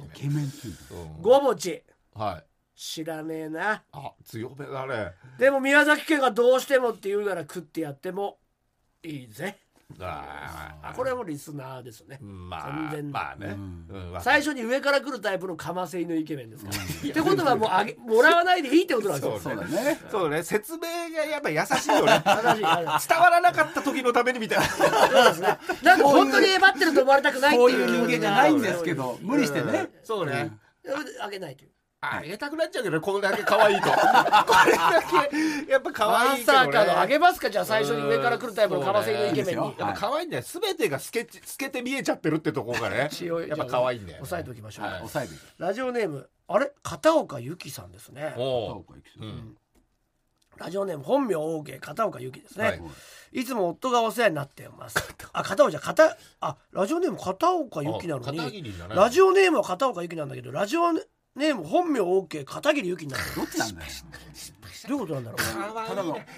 [SPEAKER 3] イケメンっていう
[SPEAKER 2] うん
[SPEAKER 1] ごぼち。
[SPEAKER 2] はい
[SPEAKER 1] 知らねえな。
[SPEAKER 2] あ強めだね
[SPEAKER 1] でも、宮崎県がどうしてもって言うなら、食ってやっても。いいぜ。
[SPEAKER 2] あー
[SPEAKER 1] これもリスナーですね。
[SPEAKER 2] ま
[SPEAKER 1] 完
[SPEAKER 2] あ
[SPEAKER 1] 全に
[SPEAKER 2] まあねうんわか
[SPEAKER 1] 最
[SPEAKER 2] る
[SPEAKER 1] 初に上から来るタイプのかませ犬イケメンですから。ってことは、もう、あげ、もらわないでいいってことなんです
[SPEAKER 3] そう
[SPEAKER 1] よ。
[SPEAKER 3] だね
[SPEAKER 2] そうね説明がやっぱ優しいよね
[SPEAKER 1] 正しいあの
[SPEAKER 2] 伝わらなかった時のためにみたいな
[SPEAKER 1] そうですね。なんか本当に威張ってると思われたくないって
[SPEAKER 3] こう
[SPEAKER 1] い
[SPEAKER 3] いうう人間じゃないんですけど無理してね
[SPEAKER 2] そうね
[SPEAKER 1] あげないという。
[SPEAKER 2] あげたくなっちゃうけどねこれだけ可愛いと これだけやっぱ可
[SPEAKER 1] ま
[SPEAKER 2] 愛いけど
[SPEAKER 1] さ
[SPEAKER 2] ね
[SPEAKER 1] かのあげますかじゃあ最初に上から来るタイプのかませ犬イケメン
[SPEAKER 3] そ
[SPEAKER 1] に
[SPEAKER 3] うね
[SPEAKER 2] やっぱ可愛いんだよ全てが透けち透けて見えちゃってるってところが ね
[SPEAKER 1] 一応
[SPEAKER 2] やっぱ可愛いんだよね
[SPEAKER 1] 押さえておきましょう、
[SPEAKER 2] はい
[SPEAKER 3] 抑えていく
[SPEAKER 1] ラジオネームあれ片岡由紀さんですね
[SPEAKER 3] 片
[SPEAKER 2] お
[SPEAKER 3] 岡行く
[SPEAKER 2] ううん
[SPEAKER 1] ラジオネーム本名 OK 片岡由紀ですね、
[SPEAKER 2] はい
[SPEAKER 1] い、つも夫がお世話になってますあ片岡じゃ片あラジオネーム片岡由紀なの
[SPEAKER 2] あ片
[SPEAKER 1] に
[SPEAKER 2] 桐じゃない
[SPEAKER 1] ラジオネームは片岡由紀なんだけどラジオネーム本名 OK 片桐由紀になって
[SPEAKER 3] どっちなんだよ
[SPEAKER 1] るどういうことなんだろ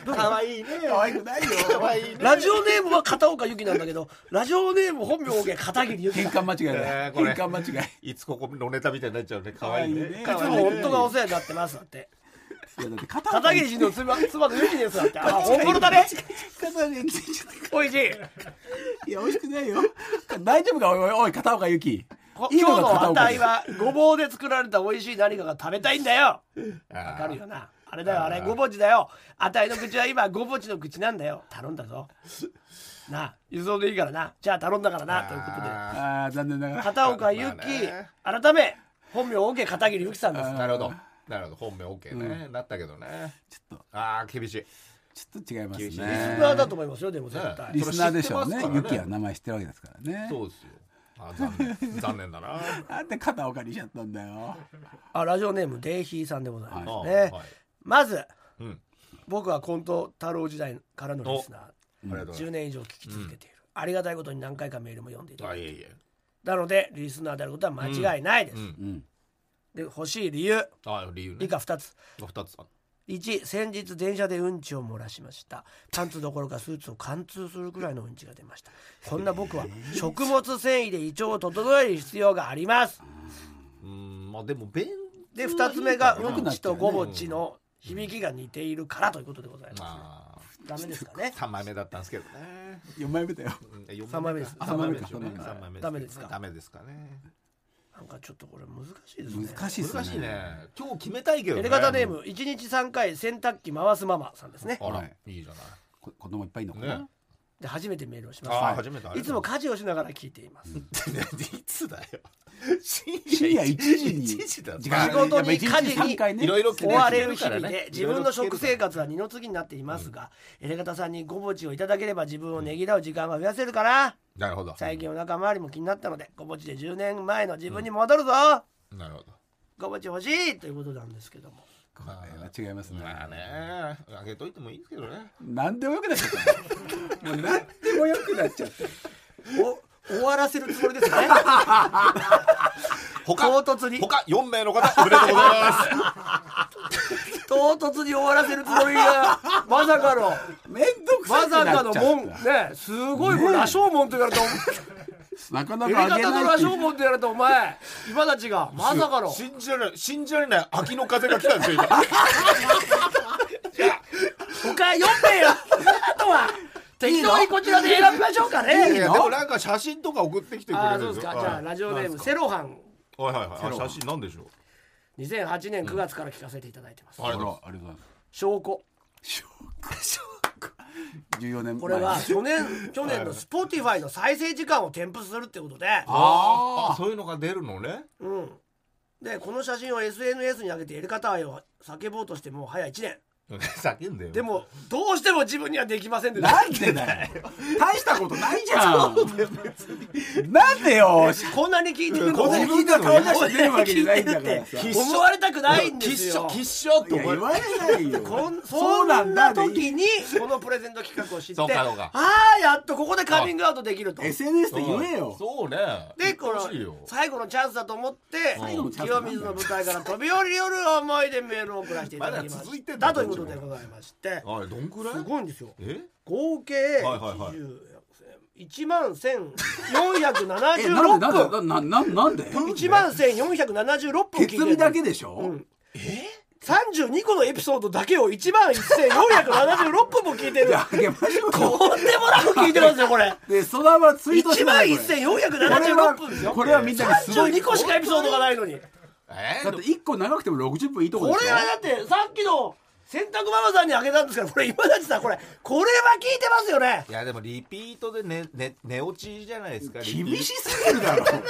[SPEAKER 1] う
[SPEAKER 2] 可
[SPEAKER 3] ただ
[SPEAKER 2] 愛い
[SPEAKER 3] の
[SPEAKER 2] ね可愛いね
[SPEAKER 3] 可愛くないよ
[SPEAKER 2] 可愛いね
[SPEAKER 1] ラジオネームは片岡由紀なんだけどラジオネーム本名 OK 片桐由紀
[SPEAKER 3] 変換間違いだ
[SPEAKER 2] えー
[SPEAKER 3] よ
[SPEAKER 2] これ
[SPEAKER 3] 変換間違い
[SPEAKER 2] いつここのネタみたいになっちゃうね可愛い
[SPEAKER 3] 可愛い
[SPEAKER 2] ね
[SPEAKER 3] ね
[SPEAKER 1] いつも夫がお世話になってますだって
[SPEAKER 3] いやだって片岡
[SPEAKER 1] 片桐仁の妻妻のユキですだって。あ、本物だね。
[SPEAKER 3] 片桐仁
[SPEAKER 1] おいしい。
[SPEAKER 3] いや美味しくないよ 大丈夫かおいおいおい片岡ゆき
[SPEAKER 1] 今
[SPEAKER 3] いい
[SPEAKER 1] 日
[SPEAKER 3] の
[SPEAKER 1] の
[SPEAKER 3] が片岡
[SPEAKER 1] 値
[SPEAKER 3] だよ
[SPEAKER 1] はごぼうで作られた美味しい何かが食べたいんだよ。
[SPEAKER 2] わ
[SPEAKER 1] わかるよな。あれだよあれごぼちだよあたいの口は今ごぼちの口なんだよ頼んだぞなあ輸送でいいからなじゃあ頼んだからなということで
[SPEAKER 3] ああ残念ながら
[SPEAKER 1] 片岡ゆき、改め本名 OK 片桐ゆきさんです
[SPEAKER 2] なるほどなるほど本名 OK ね、なったけどね
[SPEAKER 3] ちょっと
[SPEAKER 2] ああ厳しい
[SPEAKER 3] ちょっと違います
[SPEAKER 2] 厳しい
[SPEAKER 1] リス
[SPEAKER 3] ね
[SPEAKER 1] ナーだと思いますよでも絶対
[SPEAKER 3] リスナーでしょう
[SPEAKER 2] それ知ってますか
[SPEAKER 3] ね
[SPEAKER 2] らね
[SPEAKER 3] ゆきは名前知ってるわけですからね
[SPEAKER 2] そうですよあー残念残念だな
[SPEAKER 3] なんで片岡にしちゃったんだよ
[SPEAKER 1] あラジオネームデイヒーさんでございますね、
[SPEAKER 2] はいはい
[SPEAKER 1] まず
[SPEAKER 2] うん
[SPEAKER 1] 僕はコント太郎時代からのリスナー
[SPEAKER 2] あり がとうござい
[SPEAKER 1] 10年以上聞き続けている、ありがたいことに何回かメールも読んでいた
[SPEAKER 2] ます
[SPEAKER 1] だ
[SPEAKER 2] あ
[SPEAKER 1] い
[SPEAKER 2] い
[SPEAKER 1] て
[SPEAKER 2] えいえ
[SPEAKER 1] なのでリスナーであることは間違いないです、
[SPEAKER 2] うん
[SPEAKER 3] うん
[SPEAKER 1] で欲しい理由
[SPEAKER 2] あー理由ね
[SPEAKER 1] 以下2つ
[SPEAKER 2] 二つあ
[SPEAKER 1] 1先日電車でうんちを漏らしましたパンツどころかスーツを貫通するくらいのうんちが出ましたこんな僕は食物繊維で胃腸を整える必要があります
[SPEAKER 2] うーんまあでも便
[SPEAKER 1] で2つ目が
[SPEAKER 2] 良
[SPEAKER 1] う
[SPEAKER 2] く
[SPEAKER 1] ん
[SPEAKER 2] な
[SPEAKER 1] ちとごぼちの響きが似ているからということでございます
[SPEAKER 2] まあ
[SPEAKER 1] ダメですかね
[SPEAKER 2] 三枚目だったんですけどね
[SPEAKER 3] 4枚目だよ
[SPEAKER 1] 三枚目です
[SPEAKER 2] 三枚目でしょうね
[SPEAKER 3] 三枚
[SPEAKER 2] 三枚目
[SPEAKER 3] 目か
[SPEAKER 1] ダメですか
[SPEAKER 2] ダメですかね
[SPEAKER 1] なんかちょっとこれ難しいですね
[SPEAKER 3] 難しいですね
[SPEAKER 2] 難しいね今日決めたいけど
[SPEAKER 1] エ
[SPEAKER 2] ね
[SPEAKER 1] レガタネーム1日3回洗濯機回すママさんですね
[SPEAKER 2] あら
[SPEAKER 3] はいい
[SPEAKER 2] いじゃない
[SPEAKER 3] こ子供いっぱいいるのかな、
[SPEAKER 2] ね
[SPEAKER 1] で初めてメールをしま
[SPEAKER 2] あー
[SPEAKER 1] す
[SPEAKER 2] 初めてあ
[SPEAKER 1] い
[SPEAKER 2] りがとう
[SPEAKER 1] つも家事をしながら聞いています
[SPEAKER 2] いつだよ深
[SPEAKER 3] 深夜1時に
[SPEAKER 2] 1時だぞ
[SPEAKER 3] 時
[SPEAKER 1] 間
[SPEAKER 3] 間
[SPEAKER 1] 仕事に
[SPEAKER 3] やっぱ一日三回ね
[SPEAKER 2] いろいろ
[SPEAKER 1] 追
[SPEAKER 2] 決め
[SPEAKER 1] われる日
[SPEAKER 2] 決め
[SPEAKER 1] 々
[SPEAKER 2] からね
[SPEAKER 1] で自分の食生活は二の次になっていますが、エレガタさんにごぼちをいただければ自分をねぎらう時間が増やせるかな
[SPEAKER 2] なるほど
[SPEAKER 1] 最近お腹周りも気になったのでごぼちで10年前の自分に戻るぞ、
[SPEAKER 2] なるほど
[SPEAKER 1] ごぼち欲しいということなんですけども
[SPEAKER 3] これは違いますね、
[SPEAKER 2] まあねあげといてもいいですけどね
[SPEAKER 3] なんでもよくなっちゃったもうなんでもよくなっちゃった
[SPEAKER 1] お終わらせるつもりですね
[SPEAKER 2] 他
[SPEAKER 1] 唐突に
[SPEAKER 2] 他4名の方おめでとうございます
[SPEAKER 1] 唐突に終わらせるつもり がまさかの
[SPEAKER 3] めんどく
[SPEAKER 1] ま
[SPEAKER 3] さくな
[SPEAKER 1] さ
[SPEAKER 3] っちゃ
[SPEAKER 1] か
[SPEAKER 3] った
[SPEAKER 1] の もんねすごいこれ羅生門と言われた
[SPEAKER 3] なかな
[SPEAKER 1] エレ
[SPEAKER 3] か
[SPEAKER 1] ガ
[SPEAKER 3] 上げ
[SPEAKER 1] タの
[SPEAKER 3] ないっ
[SPEAKER 1] 羅
[SPEAKER 3] てい
[SPEAKER 1] 生
[SPEAKER 3] う
[SPEAKER 1] 門と言われたお前今たちがまさかの
[SPEAKER 2] 信じられない信じられない秋の風が来たんですよ今
[SPEAKER 1] 他4名 よあとは適当にこちらで選びましょうかね
[SPEAKER 2] いやでもなんか写真とか送ってきてくれ
[SPEAKER 1] あ
[SPEAKER 2] る
[SPEAKER 1] ー
[SPEAKER 2] ん
[SPEAKER 1] そうで
[SPEAKER 2] で
[SPEAKER 1] すす
[SPEAKER 2] よ
[SPEAKER 1] かじゃあ
[SPEAKER 2] はい
[SPEAKER 1] ラジオネームセロハン
[SPEAKER 2] はいはいはいあ写真なんでしょう
[SPEAKER 1] 2008年9月から聞かせていただいてます、
[SPEAKER 2] あれ
[SPEAKER 3] あらありがとうございます
[SPEAKER 1] 証拠
[SPEAKER 3] 14年前
[SPEAKER 1] これは去 年去年の Spotify の再生時間を添付するってことで、
[SPEAKER 2] ああそういうのが出るのね
[SPEAKER 1] うん、でこの写真を SNS に上げてエレカタ愛を叫ぼうとしてもう早1年
[SPEAKER 2] 叫んでよ
[SPEAKER 1] でもどうしても自分にはできませんでした
[SPEAKER 3] なんでだよ大したことないじゃんなんで よ
[SPEAKER 1] こんなに聞いてるの
[SPEAKER 2] こんなに
[SPEAKER 3] 聞いてるの
[SPEAKER 1] こんなに聞いて
[SPEAKER 3] 出るわけじゃないんだからさ
[SPEAKER 1] るって思われたくないんですよ
[SPEAKER 2] 必勝
[SPEAKER 3] いや言われないよ
[SPEAKER 1] こんそ
[SPEAKER 3] そうんなん
[SPEAKER 1] な
[SPEAKER 3] だ
[SPEAKER 1] 時にこのプレゼント企画を知って
[SPEAKER 2] そうかそうか
[SPEAKER 1] ああやっとここでカミングアウトできると。
[SPEAKER 3] SNS で言えよ
[SPEAKER 2] そうね
[SPEAKER 1] でこの
[SPEAKER 2] 欲しいよ
[SPEAKER 1] 最後のチャンスだと思って
[SPEAKER 3] 最後のチャンス
[SPEAKER 1] 清水の舞台から飛び降りる思いでメールを送らせていただき
[SPEAKER 2] ま
[SPEAKER 1] ま
[SPEAKER 2] だ続い
[SPEAKER 1] して
[SPEAKER 2] ん
[SPEAKER 1] た
[SPEAKER 2] だ
[SPEAKER 1] ということでございまして
[SPEAKER 2] あれどんくらい
[SPEAKER 1] すごいんですよ
[SPEAKER 2] え
[SPEAKER 1] 合計
[SPEAKER 2] はいはいはい
[SPEAKER 1] 1万1476
[SPEAKER 3] えなんで
[SPEAKER 1] 分
[SPEAKER 3] なんでなんなんなんで
[SPEAKER 1] 1万1476分聞いて
[SPEAKER 3] 決
[SPEAKER 1] る
[SPEAKER 3] 意だけでしょ、
[SPEAKER 1] うん32個のエピソードだけを1万1476分も聞いてる
[SPEAKER 3] じゃああげましょうよ
[SPEAKER 1] とんでもなく聞いてますよこれ
[SPEAKER 3] でそのままツイートし
[SPEAKER 1] 1
[SPEAKER 3] て
[SPEAKER 1] 万
[SPEAKER 3] は
[SPEAKER 1] 1476分ですよ
[SPEAKER 3] これはみんなにすごい
[SPEAKER 1] 32個しかエピソードがないのに
[SPEAKER 2] え
[SPEAKER 3] だって1個長くても60分いいとこ
[SPEAKER 1] こ
[SPEAKER 3] でしょ
[SPEAKER 1] れはだってさっきの洗濯ママさんにあげたんですからこれ今だちさんこれこれは聞いてますよね
[SPEAKER 2] いやでもリピートで寝寝寝落ちじゃないですか
[SPEAKER 3] 厳
[SPEAKER 2] リピー
[SPEAKER 3] しすぎるだろあんた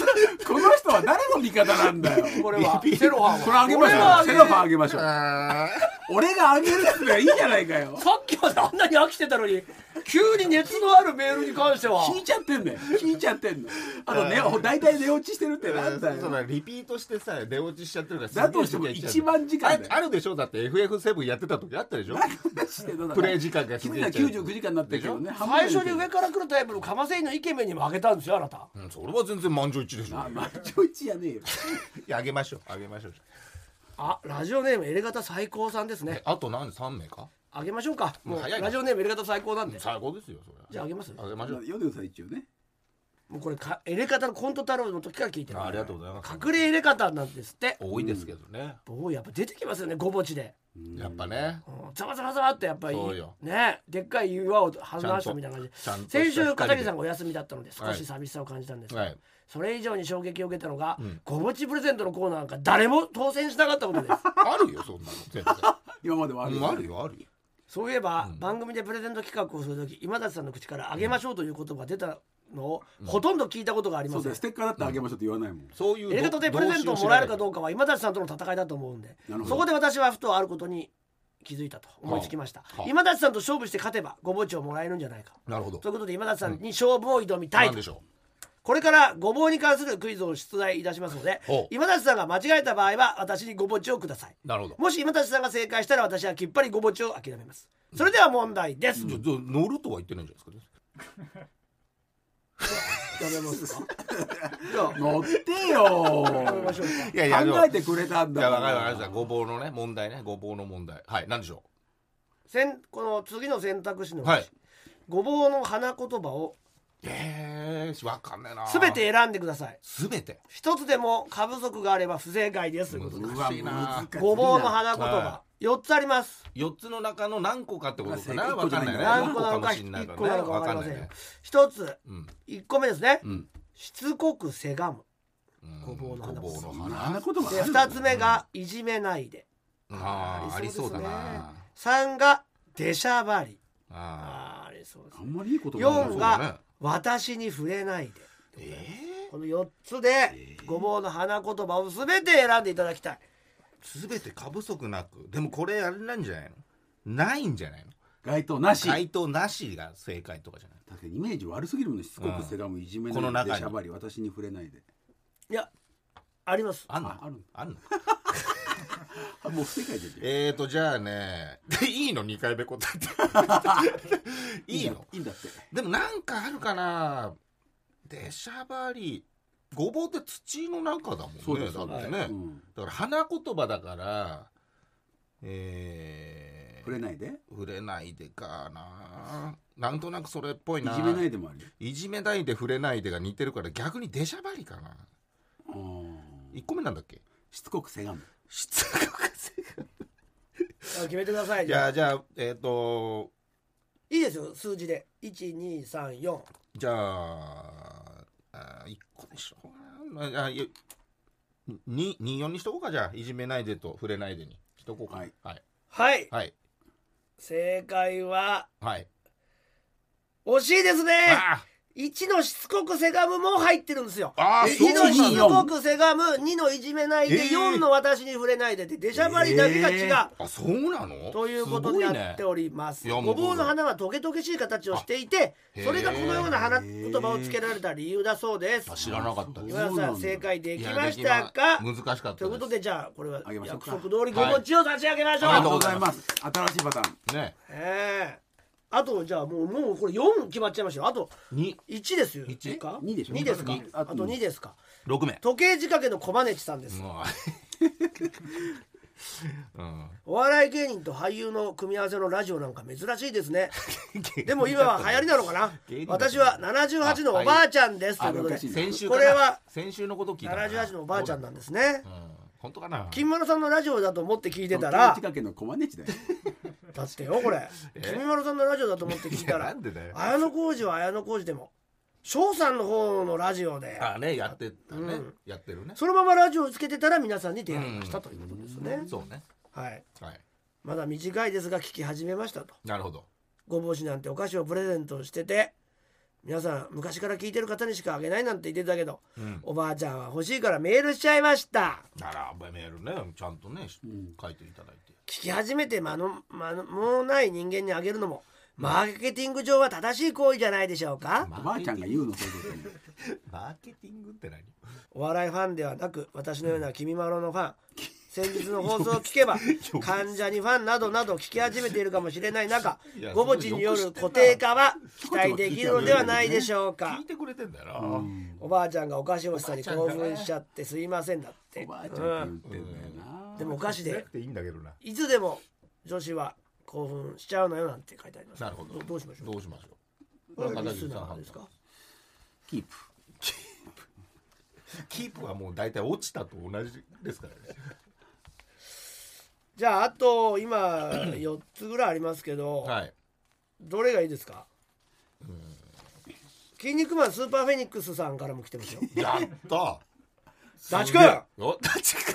[SPEAKER 3] この人は誰の味方なんだよ
[SPEAKER 1] これはセロハン
[SPEAKER 3] これあげまし
[SPEAKER 1] これは
[SPEAKER 3] ょ
[SPEAKER 1] あ
[SPEAKER 3] う
[SPEAKER 1] げ
[SPEAKER 3] セロファンあげましょう
[SPEAKER 2] あ
[SPEAKER 3] 俺があげるやつがいいじゃないかよ
[SPEAKER 1] さっきまであんなに飽きてたのに急に熱のあるメールに関しては
[SPEAKER 3] 聞いちゃってんだよ聞いちゃってんのあとね大体寝落ちしてるってなんだ
[SPEAKER 2] ーそう
[SPEAKER 3] よ
[SPEAKER 2] だリピートしてさ寝落ちしちゃってるから
[SPEAKER 3] だとしても1万時間だよ
[SPEAKER 2] ああるでしょだって FF7 やってた時あったでしょプ
[SPEAKER 3] プ
[SPEAKER 2] レイ時間が
[SPEAKER 3] 気
[SPEAKER 2] 気づ
[SPEAKER 3] づ
[SPEAKER 2] いち
[SPEAKER 3] いた
[SPEAKER 2] ゃう
[SPEAKER 3] ら99時間になってるけどね
[SPEAKER 1] 最初に上から来るタイプのカマセイのイケメンにもあげたんですよあなた
[SPEAKER 2] うんそれは全然満場一致でしょ
[SPEAKER 3] あまあちょいちやねえよ
[SPEAKER 2] いやあげましょうあげましょう
[SPEAKER 1] あラジオネームエレガタ最高さんです
[SPEAKER 2] え
[SPEAKER 1] ね
[SPEAKER 2] あと何三名か
[SPEAKER 1] あげましょうかも
[SPEAKER 2] もう
[SPEAKER 1] う
[SPEAKER 2] 早いな
[SPEAKER 1] ラジオネームエレガタ最高なんで
[SPEAKER 2] 最高ですよそれ
[SPEAKER 1] じゃああげます
[SPEAKER 2] あげましょう
[SPEAKER 3] 読んでください一応ね
[SPEAKER 1] もうこれかエレカタのコント太郎の時から聞いてる
[SPEAKER 2] あありがとうございます
[SPEAKER 1] 隠れエレカタなんですって
[SPEAKER 2] 多いですけどね
[SPEAKER 1] おーやっぱ出てきますよねごぼちで、
[SPEAKER 2] やっぱね
[SPEAKER 1] うんザバザバザバってやっぱり
[SPEAKER 2] そうよ
[SPEAKER 1] ねでっかい岩を弾ましたみたいな感じ
[SPEAKER 2] ちゃんと
[SPEAKER 1] 先週片桐さん
[SPEAKER 2] ん
[SPEAKER 1] がお休みだったので少
[SPEAKER 2] はい
[SPEAKER 1] し寂しさを感じたんですが、
[SPEAKER 2] はい
[SPEAKER 1] それ以上に衝撃を受けたのが、
[SPEAKER 2] ん
[SPEAKER 1] ごぼちプレゼントのコーナーなんか誰も当選しなかったことです
[SPEAKER 2] あるよそんなの 全然
[SPEAKER 3] 今まではある
[SPEAKER 2] うんあるよあるよ
[SPEAKER 1] そういえば、番組でプレゼント企画をするとき今立さんの口から「あげましょう」という言葉が出たのを、ほとんど聞いたことがあり
[SPEAKER 3] そ
[SPEAKER 1] ま
[SPEAKER 3] う
[SPEAKER 1] せ
[SPEAKER 3] だ
[SPEAKER 1] ん
[SPEAKER 3] よステッカーだってあげましょうって言わないもん
[SPEAKER 2] そういう
[SPEAKER 1] エレガトでプレゼントをもらえるかどうかは今立さんとの戦いだと思うんで
[SPEAKER 3] なるほど
[SPEAKER 1] そこで私はふとあることに気づいたと思いつきました、
[SPEAKER 2] はあ
[SPEAKER 1] 今立さんと勝負して勝てばごぼうちをもらえるんじゃないか
[SPEAKER 2] うなるほど
[SPEAKER 1] ということで今立さんに勝負を挑みたい
[SPEAKER 2] な
[SPEAKER 1] と
[SPEAKER 2] んでしょ
[SPEAKER 1] これからごぼうに関するクイズを出題いたしますので
[SPEAKER 2] ほう
[SPEAKER 1] 今立さんが間違えた場合は私にごぼうちをくださいう
[SPEAKER 2] なるほど
[SPEAKER 1] もし今立さんが正解したら私はきっぱりごぼうちを諦めますそれでは問題です、
[SPEAKER 2] じゃあ乗るとは言ってないんじゃないですか
[SPEAKER 1] やめますかじゃあ
[SPEAKER 3] 乗って
[SPEAKER 1] やめましょ
[SPEAKER 3] よ
[SPEAKER 1] うか
[SPEAKER 2] いや
[SPEAKER 3] 考えてくれたん
[SPEAKER 2] い
[SPEAKER 3] だ
[SPEAKER 2] やわ
[SPEAKER 3] か
[SPEAKER 2] かりま
[SPEAKER 3] ら
[SPEAKER 2] したごぼうのね問題ねごぼうの問題はいなんでしょ
[SPEAKER 1] せんこの次の選択肢のう
[SPEAKER 2] う
[SPEAKER 1] ち、
[SPEAKER 2] はい
[SPEAKER 1] ごぼうの花言葉を
[SPEAKER 2] えー、わかんねえな
[SPEAKER 1] すべて選んでください
[SPEAKER 2] すべて
[SPEAKER 1] 一つでも過不足があれば不正解ですということで
[SPEAKER 3] う
[SPEAKER 2] 難しいな
[SPEAKER 3] 難しい
[SPEAKER 1] ごぼうの花言葉
[SPEAKER 2] は
[SPEAKER 1] 四つあります
[SPEAKER 2] 四つの中の何個かってことかな
[SPEAKER 3] まあ
[SPEAKER 2] わかんないね
[SPEAKER 1] 何個
[SPEAKER 2] 何個
[SPEAKER 1] な
[SPEAKER 2] か
[SPEAKER 1] の
[SPEAKER 2] も
[SPEAKER 1] か
[SPEAKER 2] し
[SPEAKER 1] 一
[SPEAKER 2] んないか
[SPEAKER 1] 個
[SPEAKER 2] ら
[SPEAKER 1] な
[SPEAKER 2] ね
[SPEAKER 1] のか
[SPEAKER 2] わ
[SPEAKER 1] わか
[SPEAKER 2] か
[SPEAKER 1] り
[SPEAKER 2] ん
[SPEAKER 1] ませ
[SPEAKER 2] ない
[SPEAKER 1] んよ
[SPEAKER 2] ね
[SPEAKER 1] 一つ
[SPEAKER 2] うん
[SPEAKER 1] 一個目ですね
[SPEAKER 3] うん
[SPEAKER 1] しつこくせがむ
[SPEAKER 2] うん
[SPEAKER 1] ごぼうの花
[SPEAKER 2] ごぼうの
[SPEAKER 3] そんな
[SPEAKER 2] 花
[SPEAKER 3] 花言葉
[SPEAKER 1] で
[SPEAKER 3] ある
[SPEAKER 1] 二つ目がいじめないで
[SPEAKER 2] あーありそうだな
[SPEAKER 1] 三が出しゃばりあ
[SPEAKER 2] あ
[SPEAKER 1] ーありそうです
[SPEAKER 3] あ
[SPEAKER 1] ね
[SPEAKER 3] んまりいいこと
[SPEAKER 2] ー
[SPEAKER 1] 四
[SPEAKER 2] そう
[SPEAKER 1] が
[SPEAKER 2] だね
[SPEAKER 1] 私に触れないで
[SPEAKER 2] え
[SPEAKER 1] この4つでごぼうの花言葉を全て選んでいただきたい
[SPEAKER 2] すべて過不足なくでもこれあれなんじゃないのないんじゃないの
[SPEAKER 3] 該当なしだ
[SPEAKER 2] 回答なしが正解とかじゃない
[SPEAKER 3] ってイメージ悪すぎるもんねしつこくせがむいじめ
[SPEAKER 2] この
[SPEAKER 3] ない
[SPEAKER 2] 中
[SPEAKER 3] で
[SPEAKER 2] に
[SPEAKER 3] しゃばり私に触れないで
[SPEAKER 1] いやあります
[SPEAKER 2] あんの
[SPEAKER 3] あある
[SPEAKER 2] あんの
[SPEAKER 3] あもう不正解じゃん
[SPEAKER 2] えーとじゃあねいいの2回目答えていいの
[SPEAKER 3] いいんだって
[SPEAKER 2] でもなんかあるかな出しゃばりごぼうって土の中だもんね
[SPEAKER 3] そうです
[SPEAKER 2] だってね、
[SPEAKER 3] う
[SPEAKER 2] だ
[SPEAKER 3] ん
[SPEAKER 2] から花言葉だからえー、
[SPEAKER 3] 触れないで
[SPEAKER 2] 触れないでかななんとなくそれっぽい
[SPEAKER 3] い
[SPEAKER 2] な
[SPEAKER 3] じめないでもあるよ
[SPEAKER 2] いじめないで触れないでが似てるから逆に出しゃばりかな
[SPEAKER 3] うん
[SPEAKER 2] 1個目なんだっけ
[SPEAKER 3] しつこくせがむ
[SPEAKER 2] しつこくせ
[SPEAKER 1] あ
[SPEAKER 2] が
[SPEAKER 1] 決めてください
[SPEAKER 2] いやじゃあえっ、と
[SPEAKER 1] いいですよ数字で1234
[SPEAKER 2] じゃあ、あ1個でしょうかな。まあ、あいやに24にしとこうか、じゃあ、いじめないでと触れないでにしとこうか。
[SPEAKER 3] は
[SPEAKER 2] はいい。
[SPEAKER 1] はい
[SPEAKER 2] はい。
[SPEAKER 1] 正解は
[SPEAKER 2] はい。
[SPEAKER 1] 惜しいですね
[SPEAKER 2] あ
[SPEAKER 1] 1のしつこくせがむも入ってるんですよ
[SPEAKER 2] あー、
[SPEAKER 3] え
[SPEAKER 2] そう
[SPEAKER 1] 1
[SPEAKER 2] な
[SPEAKER 1] の
[SPEAKER 2] ん
[SPEAKER 1] し
[SPEAKER 2] だ
[SPEAKER 1] つこくせがむ2のいじめないで
[SPEAKER 2] えー
[SPEAKER 1] 4の私に触れないでって出しゃばりだけが違う、
[SPEAKER 2] あ、そうなの
[SPEAKER 1] ということになって
[SPEAKER 2] すごいね
[SPEAKER 1] おります
[SPEAKER 2] いやも
[SPEAKER 1] ご
[SPEAKER 2] う
[SPEAKER 1] ぼうの花はトゲトゲしい形をしていて
[SPEAKER 2] あへー
[SPEAKER 1] それがこのような花言葉をつけられた理由だそうです
[SPEAKER 2] あ知らなかったです
[SPEAKER 1] 岩田
[SPEAKER 3] そうな
[SPEAKER 1] さん
[SPEAKER 3] んだ
[SPEAKER 1] 正解で
[SPEAKER 2] い
[SPEAKER 1] き
[SPEAKER 2] や
[SPEAKER 1] ましたか
[SPEAKER 2] できま難しかった
[SPEAKER 1] ということ
[SPEAKER 2] で
[SPEAKER 1] でじゃあこれは
[SPEAKER 3] あげましょう
[SPEAKER 1] 約
[SPEAKER 3] か
[SPEAKER 1] 束通りごぼちを差し上げましょう、
[SPEAKER 2] は
[SPEAKER 3] あ
[SPEAKER 2] あ
[SPEAKER 3] り
[SPEAKER 2] りがとう
[SPEAKER 3] がとうご
[SPEAKER 2] ご
[SPEAKER 3] ざ
[SPEAKER 2] ざ
[SPEAKER 3] い
[SPEAKER 2] い
[SPEAKER 3] ま
[SPEAKER 2] ます
[SPEAKER 3] 新しいパターン
[SPEAKER 2] すね。
[SPEAKER 1] ええあとじゃあもうもうこれ4決まっちゃいましたよあと
[SPEAKER 2] に
[SPEAKER 1] 1ですよ
[SPEAKER 2] 一
[SPEAKER 1] か
[SPEAKER 3] 二でしょ
[SPEAKER 1] 二ですか
[SPEAKER 3] 二
[SPEAKER 1] あと2ですか
[SPEAKER 2] 6名。
[SPEAKER 1] 時計仕掛けの小金地さんです、
[SPEAKER 2] もううん
[SPEAKER 1] お笑い芸人と俳優の組み合わせのラジオなんか珍しいですねでも今は流行りなのかな
[SPEAKER 2] 芸人だった
[SPEAKER 1] 私は78のおばあちゃんですと
[SPEAKER 3] あ
[SPEAKER 1] いうことで
[SPEAKER 3] あれおかしいな
[SPEAKER 2] 先週
[SPEAKER 1] こ
[SPEAKER 2] かな
[SPEAKER 1] れは
[SPEAKER 2] 先週のこと聞いたな
[SPEAKER 1] 78のおばあちゃんなんですね
[SPEAKER 2] うん本当かな
[SPEAKER 1] 金丸さんのラジオだと思って聞いてた
[SPEAKER 3] 時計
[SPEAKER 1] ら
[SPEAKER 3] 近くのコマネチだよ
[SPEAKER 1] だってよこれ金丸さんのラジオだと思って聞いた
[SPEAKER 2] い
[SPEAKER 1] ら
[SPEAKER 2] やなんでだよ
[SPEAKER 1] 綾小路は綾小路でも翔さんの方のラジオで
[SPEAKER 2] あねやってたね、
[SPEAKER 1] うん
[SPEAKER 2] やってるね
[SPEAKER 1] そのままラジオをつけてたら皆さんに出会いましたということですね、
[SPEAKER 2] そうね
[SPEAKER 1] はい、
[SPEAKER 2] はい
[SPEAKER 1] まだ短いですが聞き始めましたと
[SPEAKER 2] なるほど
[SPEAKER 1] ごぼうしなんてお菓子をプレゼントしてて皆さん昔から聞いてる方にしかあげないなんて言ってたけど、おばあちゃんは欲しいからメールしちゃいました
[SPEAKER 2] ならメールねちゃんとね、書いていただいて
[SPEAKER 1] 聞き始めて間の間のもうない人間にあげるのもマーケティング上は正しい行為じゃないでしょうか、
[SPEAKER 3] おばあちゃんが言うのそういうことね
[SPEAKER 2] マーケティングって何
[SPEAKER 1] お笑いファンではなく私のような君まろのファン先日の放送を聞けば患者にファンなどなど聞き始めているかもしれない中
[SPEAKER 2] いや
[SPEAKER 1] ごぼちによる固定化は期待できるのではないでしょうか
[SPEAKER 2] 聞いてくれてんだよな、
[SPEAKER 1] おばあちゃんがお菓子欲しさに興奮しちゃってすいませんだって
[SPEAKER 3] おばあちゃんって言ってんだよな
[SPEAKER 1] でもお菓子
[SPEAKER 2] しな
[SPEAKER 1] で
[SPEAKER 2] くていいんだけどない
[SPEAKER 1] つでも女子は興奮しちゃうのよなんて書いてあります
[SPEAKER 2] なるほど
[SPEAKER 1] どうしましょう
[SPEAKER 2] どうしましょ
[SPEAKER 1] これ
[SPEAKER 2] う
[SPEAKER 1] はリスナーですか
[SPEAKER 3] キープ
[SPEAKER 2] キープはもう大体落ちたと同じですからね
[SPEAKER 1] じゃああと今4つぐらいありますけど、
[SPEAKER 2] はい
[SPEAKER 1] どれがいいですか筋肉マンスーパーフェニックスさんからも来て ますよ
[SPEAKER 2] やった
[SPEAKER 1] ダチ君
[SPEAKER 2] おダチ君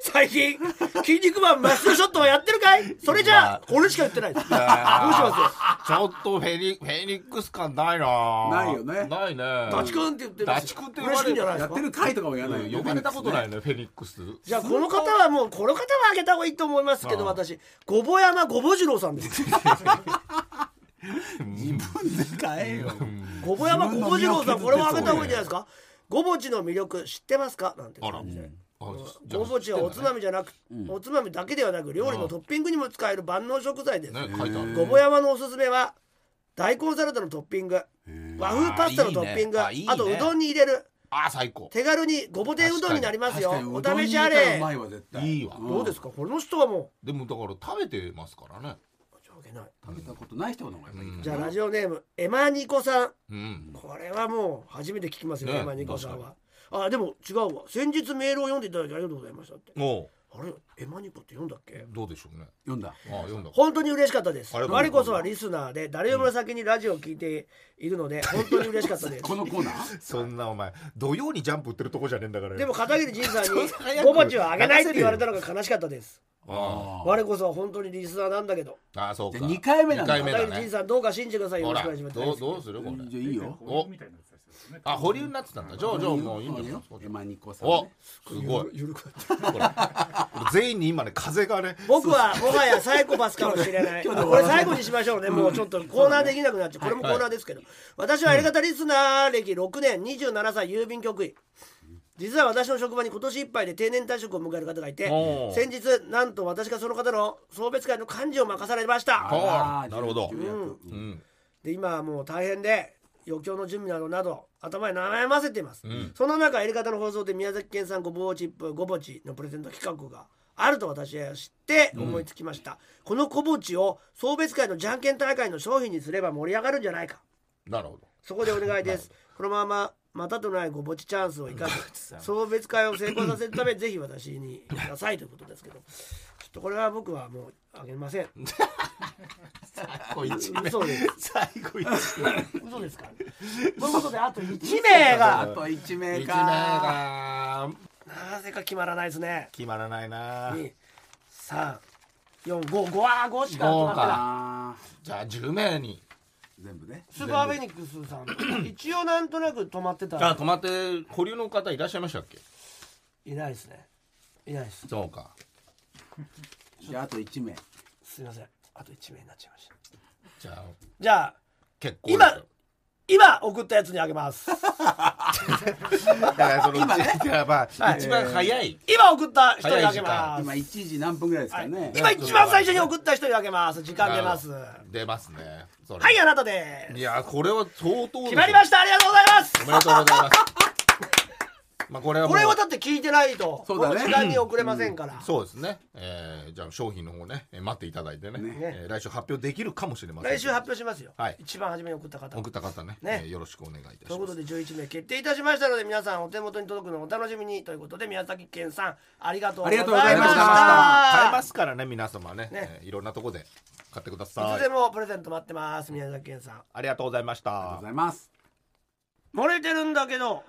[SPEAKER 1] 最近筋肉マンマスクショットはやってるかいそれじゃあ
[SPEAKER 2] ま
[SPEAKER 1] 俺しか言ってないですどうしますよ
[SPEAKER 2] ちょっとフェニフェニックス感ないな
[SPEAKER 3] ないよね
[SPEAKER 2] ないね
[SPEAKER 1] ダチ君って言ってる
[SPEAKER 2] ダチ君って言われ
[SPEAKER 1] 嬉しいんじゃないで
[SPEAKER 3] や
[SPEAKER 1] す
[SPEAKER 3] っ
[SPEAKER 1] か
[SPEAKER 3] てる回とかもやらないよ
[SPEAKER 2] 呼ばれたことないねフェニックス
[SPEAKER 1] じゃあこの方はもうこの方はあげた方がいいと思いますけど
[SPEAKER 2] ああ
[SPEAKER 1] 私ごぼ山ごぼ次郎さんです
[SPEAKER 3] 自分で買えよ
[SPEAKER 1] ごぼ山ごぼ次郎さんこれもあげた方がいいんじゃないですすかごぼちの魅力知ってますかなんて
[SPEAKER 2] あら
[SPEAKER 1] 感じで
[SPEAKER 2] あじゃあ
[SPEAKER 1] ごぼちはおつまみじゃなく、おつまみだけではなく料理のトッピングにも使える万能食材です、
[SPEAKER 2] ね書いてある
[SPEAKER 1] ごぼ山のおすすめは大根サラダのトッピング和風パスタのトッピング
[SPEAKER 2] あ
[SPEAKER 1] あ
[SPEAKER 2] ーいいね
[SPEAKER 1] とうどんに入れる
[SPEAKER 2] あ最高
[SPEAKER 1] 手軽にごぼ天うどんになりますよ
[SPEAKER 3] 確かに
[SPEAKER 1] お
[SPEAKER 3] うどん
[SPEAKER 1] 試
[SPEAKER 3] に
[SPEAKER 1] し
[SPEAKER 3] 入
[SPEAKER 1] あ
[SPEAKER 3] れたら
[SPEAKER 1] れ
[SPEAKER 3] うまいわ絶対
[SPEAKER 2] いいわ
[SPEAKER 3] うん
[SPEAKER 1] どうですかこの人はも
[SPEAKER 2] でもだから食べてますからね
[SPEAKER 1] う申し訳ない
[SPEAKER 3] 食べたことない人の方がやっぱいいかな
[SPEAKER 1] じゃあラジオネームエマニコさん
[SPEAKER 2] うん
[SPEAKER 1] これはもう初めて聞きますよね
[SPEAKER 2] ね
[SPEAKER 1] エマニコさんはあでも違うわ先日メールを読んでいただきありがとうございましたって
[SPEAKER 2] も
[SPEAKER 1] あれエマニコって読んだっけ
[SPEAKER 2] うどうでしょうね
[SPEAKER 3] 読んだ
[SPEAKER 2] あ読んだ
[SPEAKER 1] 本当に嬉しかったです
[SPEAKER 2] ありがとうございま
[SPEAKER 1] 我
[SPEAKER 2] す
[SPEAKER 1] こそはリスナーで誰よりも先にラジオを聞いているので本当に嬉しかった です
[SPEAKER 3] このコーナー
[SPEAKER 2] そんなお前土曜にジャンプ売ってるとこじゃねえんだからよ
[SPEAKER 1] でも片桐仁さんに
[SPEAKER 2] ちょっと
[SPEAKER 1] 「
[SPEAKER 2] 早く
[SPEAKER 1] ゴぼちはあげない」って言われたのが悲しかったです
[SPEAKER 2] あ
[SPEAKER 1] 我こそは本当にリスナーなんだけど
[SPEAKER 2] ああそうか
[SPEAKER 3] じゃあ二回目なんだ
[SPEAKER 2] 二
[SPEAKER 1] 片
[SPEAKER 2] 回目
[SPEAKER 1] 桐
[SPEAKER 2] だ
[SPEAKER 1] 仁
[SPEAKER 2] ね
[SPEAKER 1] さんどうか信じてくださいよ
[SPEAKER 2] ほ
[SPEAKER 1] ろし
[SPEAKER 2] ら
[SPEAKER 1] くお願いします
[SPEAKER 2] どうどうするこれ
[SPEAKER 3] じゃあいいよ
[SPEAKER 4] 保留みたいになってた人ですよね。
[SPEAKER 2] あ保留になってたんだじゃあじゃあもういいんじゃないですか
[SPEAKER 3] エマニコさん
[SPEAKER 2] お
[SPEAKER 3] ね
[SPEAKER 2] すごい
[SPEAKER 1] ゆるくなった
[SPEAKER 2] ほら俺全員に今ね風がね
[SPEAKER 1] 僕はもはやサイコパスかもしれないこ
[SPEAKER 3] 今日で
[SPEAKER 1] れ最後にしましょうねもうちょっとコーナーできなくなっちゃうこれもコーナーですけど私はやり方リスナー歴6年27歳郵便局員実は私の職場に今年いっぱいで定年退職を迎える方がいて
[SPEAKER 2] おー
[SPEAKER 1] 先日なんと私がその方の送別会の幹事を任されました
[SPEAKER 2] おー
[SPEAKER 3] あー
[SPEAKER 2] なるほど
[SPEAKER 3] 重役
[SPEAKER 2] うん
[SPEAKER 1] で今はもう大変で余興の準備などなど頭に悩ませています、
[SPEAKER 2] ん
[SPEAKER 1] その中やり方の放送で宮崎県産ごぼうチップごぼちのプレゼント企画があると私は知って思いつきました、このごぼちを送別会のじゃんけん大会の商品にすれば盛り上がるんじゃないか
[SPEAKER 2] なるほど
[SPEAKER 1] そこでお願いですこのまままたとないごぼちチャンスを生かし送別会を成功させるためぜひ私にくださいということですけどちょっとこれは僕はもうあげません
[SPEAKER 2] 最後一名
[SPEAKER 1] 嘘です
[SPEAKER 2] 最後一名
[SPEAKER 1] 嘘ですかということであと1名が
[SPEAKER 3] あと一名
[SPEAKER 2] 一名
[SPEAKER 3] か
[SPEAKER 2] が
[SPEAKER 1] なぜか決まらないですね。
[SPEAKER 2] 決まらないな
[SPEAKER 1] 二、三、四、五、五は五しか集まってな
[SPEAKER 3] あ
[SPEAKER 2] じゃあ10名に
[SPEAKER 3] ー全部ね
[SPEAKER 1] い。スーパーフェニックスさん、一応なんとなく止まって
[SPEAKER 2] あ
[SPEAKER 1] た。
[SPEAKER 2] 泊まって保留の方いらっしゃいましたっけ
[SPEAKER 1] いないですね。いないです。
[SPEAKER 2] そうか
[SPEAKER 3] じゃああと一名
[SPEAKER 1] すみません。あと一名になっちゃいました。
[SPEAKER 2] じゃあ
[SPEAKER 1] じゃあ、
[SPEAKER 2] 結構
[SPEAKER 1] 今、今送ったやつにあげ ます。
[SPEAKER 2] だからその今ねじゃあまあ
[SPEAKER 1] はい
[SPEAKER 2] 一番早い
[SPEAKER 1] 今送った人にあげま
[SPEAKER 3] 今
[SPEAKER 1] す。
[SPEAKER 3] 1時何分ぐらいですか
[SPEAKER 1] は
[SPEAKER 3] ね
[SPEAKER 1] い今一番最初に送った人にあげます。時間出ます。は
[SPEAKER 2] 出ますねそれ
[SPEAKER 1] い、あなたで
[SPEAKER 2] い
[SPEAKER 1] す。
[SPEAKER 2] やこれは相当
[SPEAKER 1] 決まりま
[SPEAKER 2] し
[SPEAKER 1] した。ありがとうございます。
[SPEAKER 2] たおめでとうございますまあこれはも
[SPEAKER 1] こ
[SPEAKER 2] う
[SPEAKER 1] れはだって聞いてないと、こ
[SPEAKER 3] そうだ
[SPEAKER 1] の
[SPEAKER 3] ね
[SPEAKER 1] 時間に遅れませんから。
[SPEAKER 2] そうですね、えー、じゃあ商品の方ねえー待っていただいてね
[SPEAKER 3] ね
[SPEAKER 2] えー来週発表できるかもしれません
[SPEAKER 1] 来週発表しますよ、
[SPEAKER 2] はい
[SPEAKER 1] 一番初めに送った方
[SPEAKER 2] 送った方ね
[SPEAKER 1] ね
[SPEAKER 2] えーよろしくお願いいたします
[SPEAKER 1] ということで11名決定いたしましたので皆さんお手元に届くのをお楽しみにということで宮崎県さんありがとうございました
[SPEAKER 3] ありがとうございました
[SPEAKER 2] 買えますからね皆様ね
[SPEAKER 1] ね
[SPEAKER 2] えーいろんなとこで買ってくだ
[SPEAKER 1] い
[SPEAKER 2] さ
[SPEAKER 1] つで
[SPEAKER 2] い
[SPEAKER 1] もプレゼント待ってます宮崎県さん
[SPEAKER 2] ありがとうございまし
[SPEAKER 3] ありがとう
[SPEAKER 2] た
[SPEAKER 3] ございます
[SPEAKER 1] 漏れてるんだけど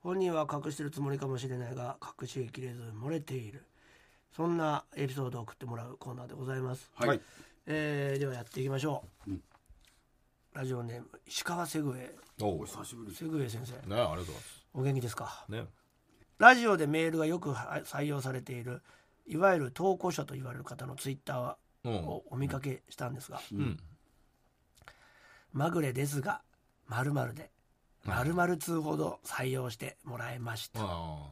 [SPEAKER 1] 本人は隠してるつもりかもしれないが隠しきれず漏れているそんなエピソードを送ってもらうコーナーでございます、
[SPEAKER 3] はい、
[SPEAKER 2] はい
[SPEAKER 1] えーではやっていきましょう、ラジオネーム石川セグウェイ
[SPEAKER 2] おうね
[SPEAKER 3] 久しぶり
[SPEAKER 1] セグウェイ先生
[SPEAKER 2] ありがとうございます
[SPEAKER 1] お元気ですか
[SPEAKER 2] ね
[SPEAKER 1] ラジオでメールがよくは採用されているいわゆる投稿者と言われる方のツイッタ
[SPEAKER 2] う
[SPEAKER 1] ーをお見かけしたんですが、
[SPEAKER 2] んうん
[SPEAKER 1] まぐれですが〇〇で〇〇通ほど採用してもらいましたと
[SPEAKER 2] ああ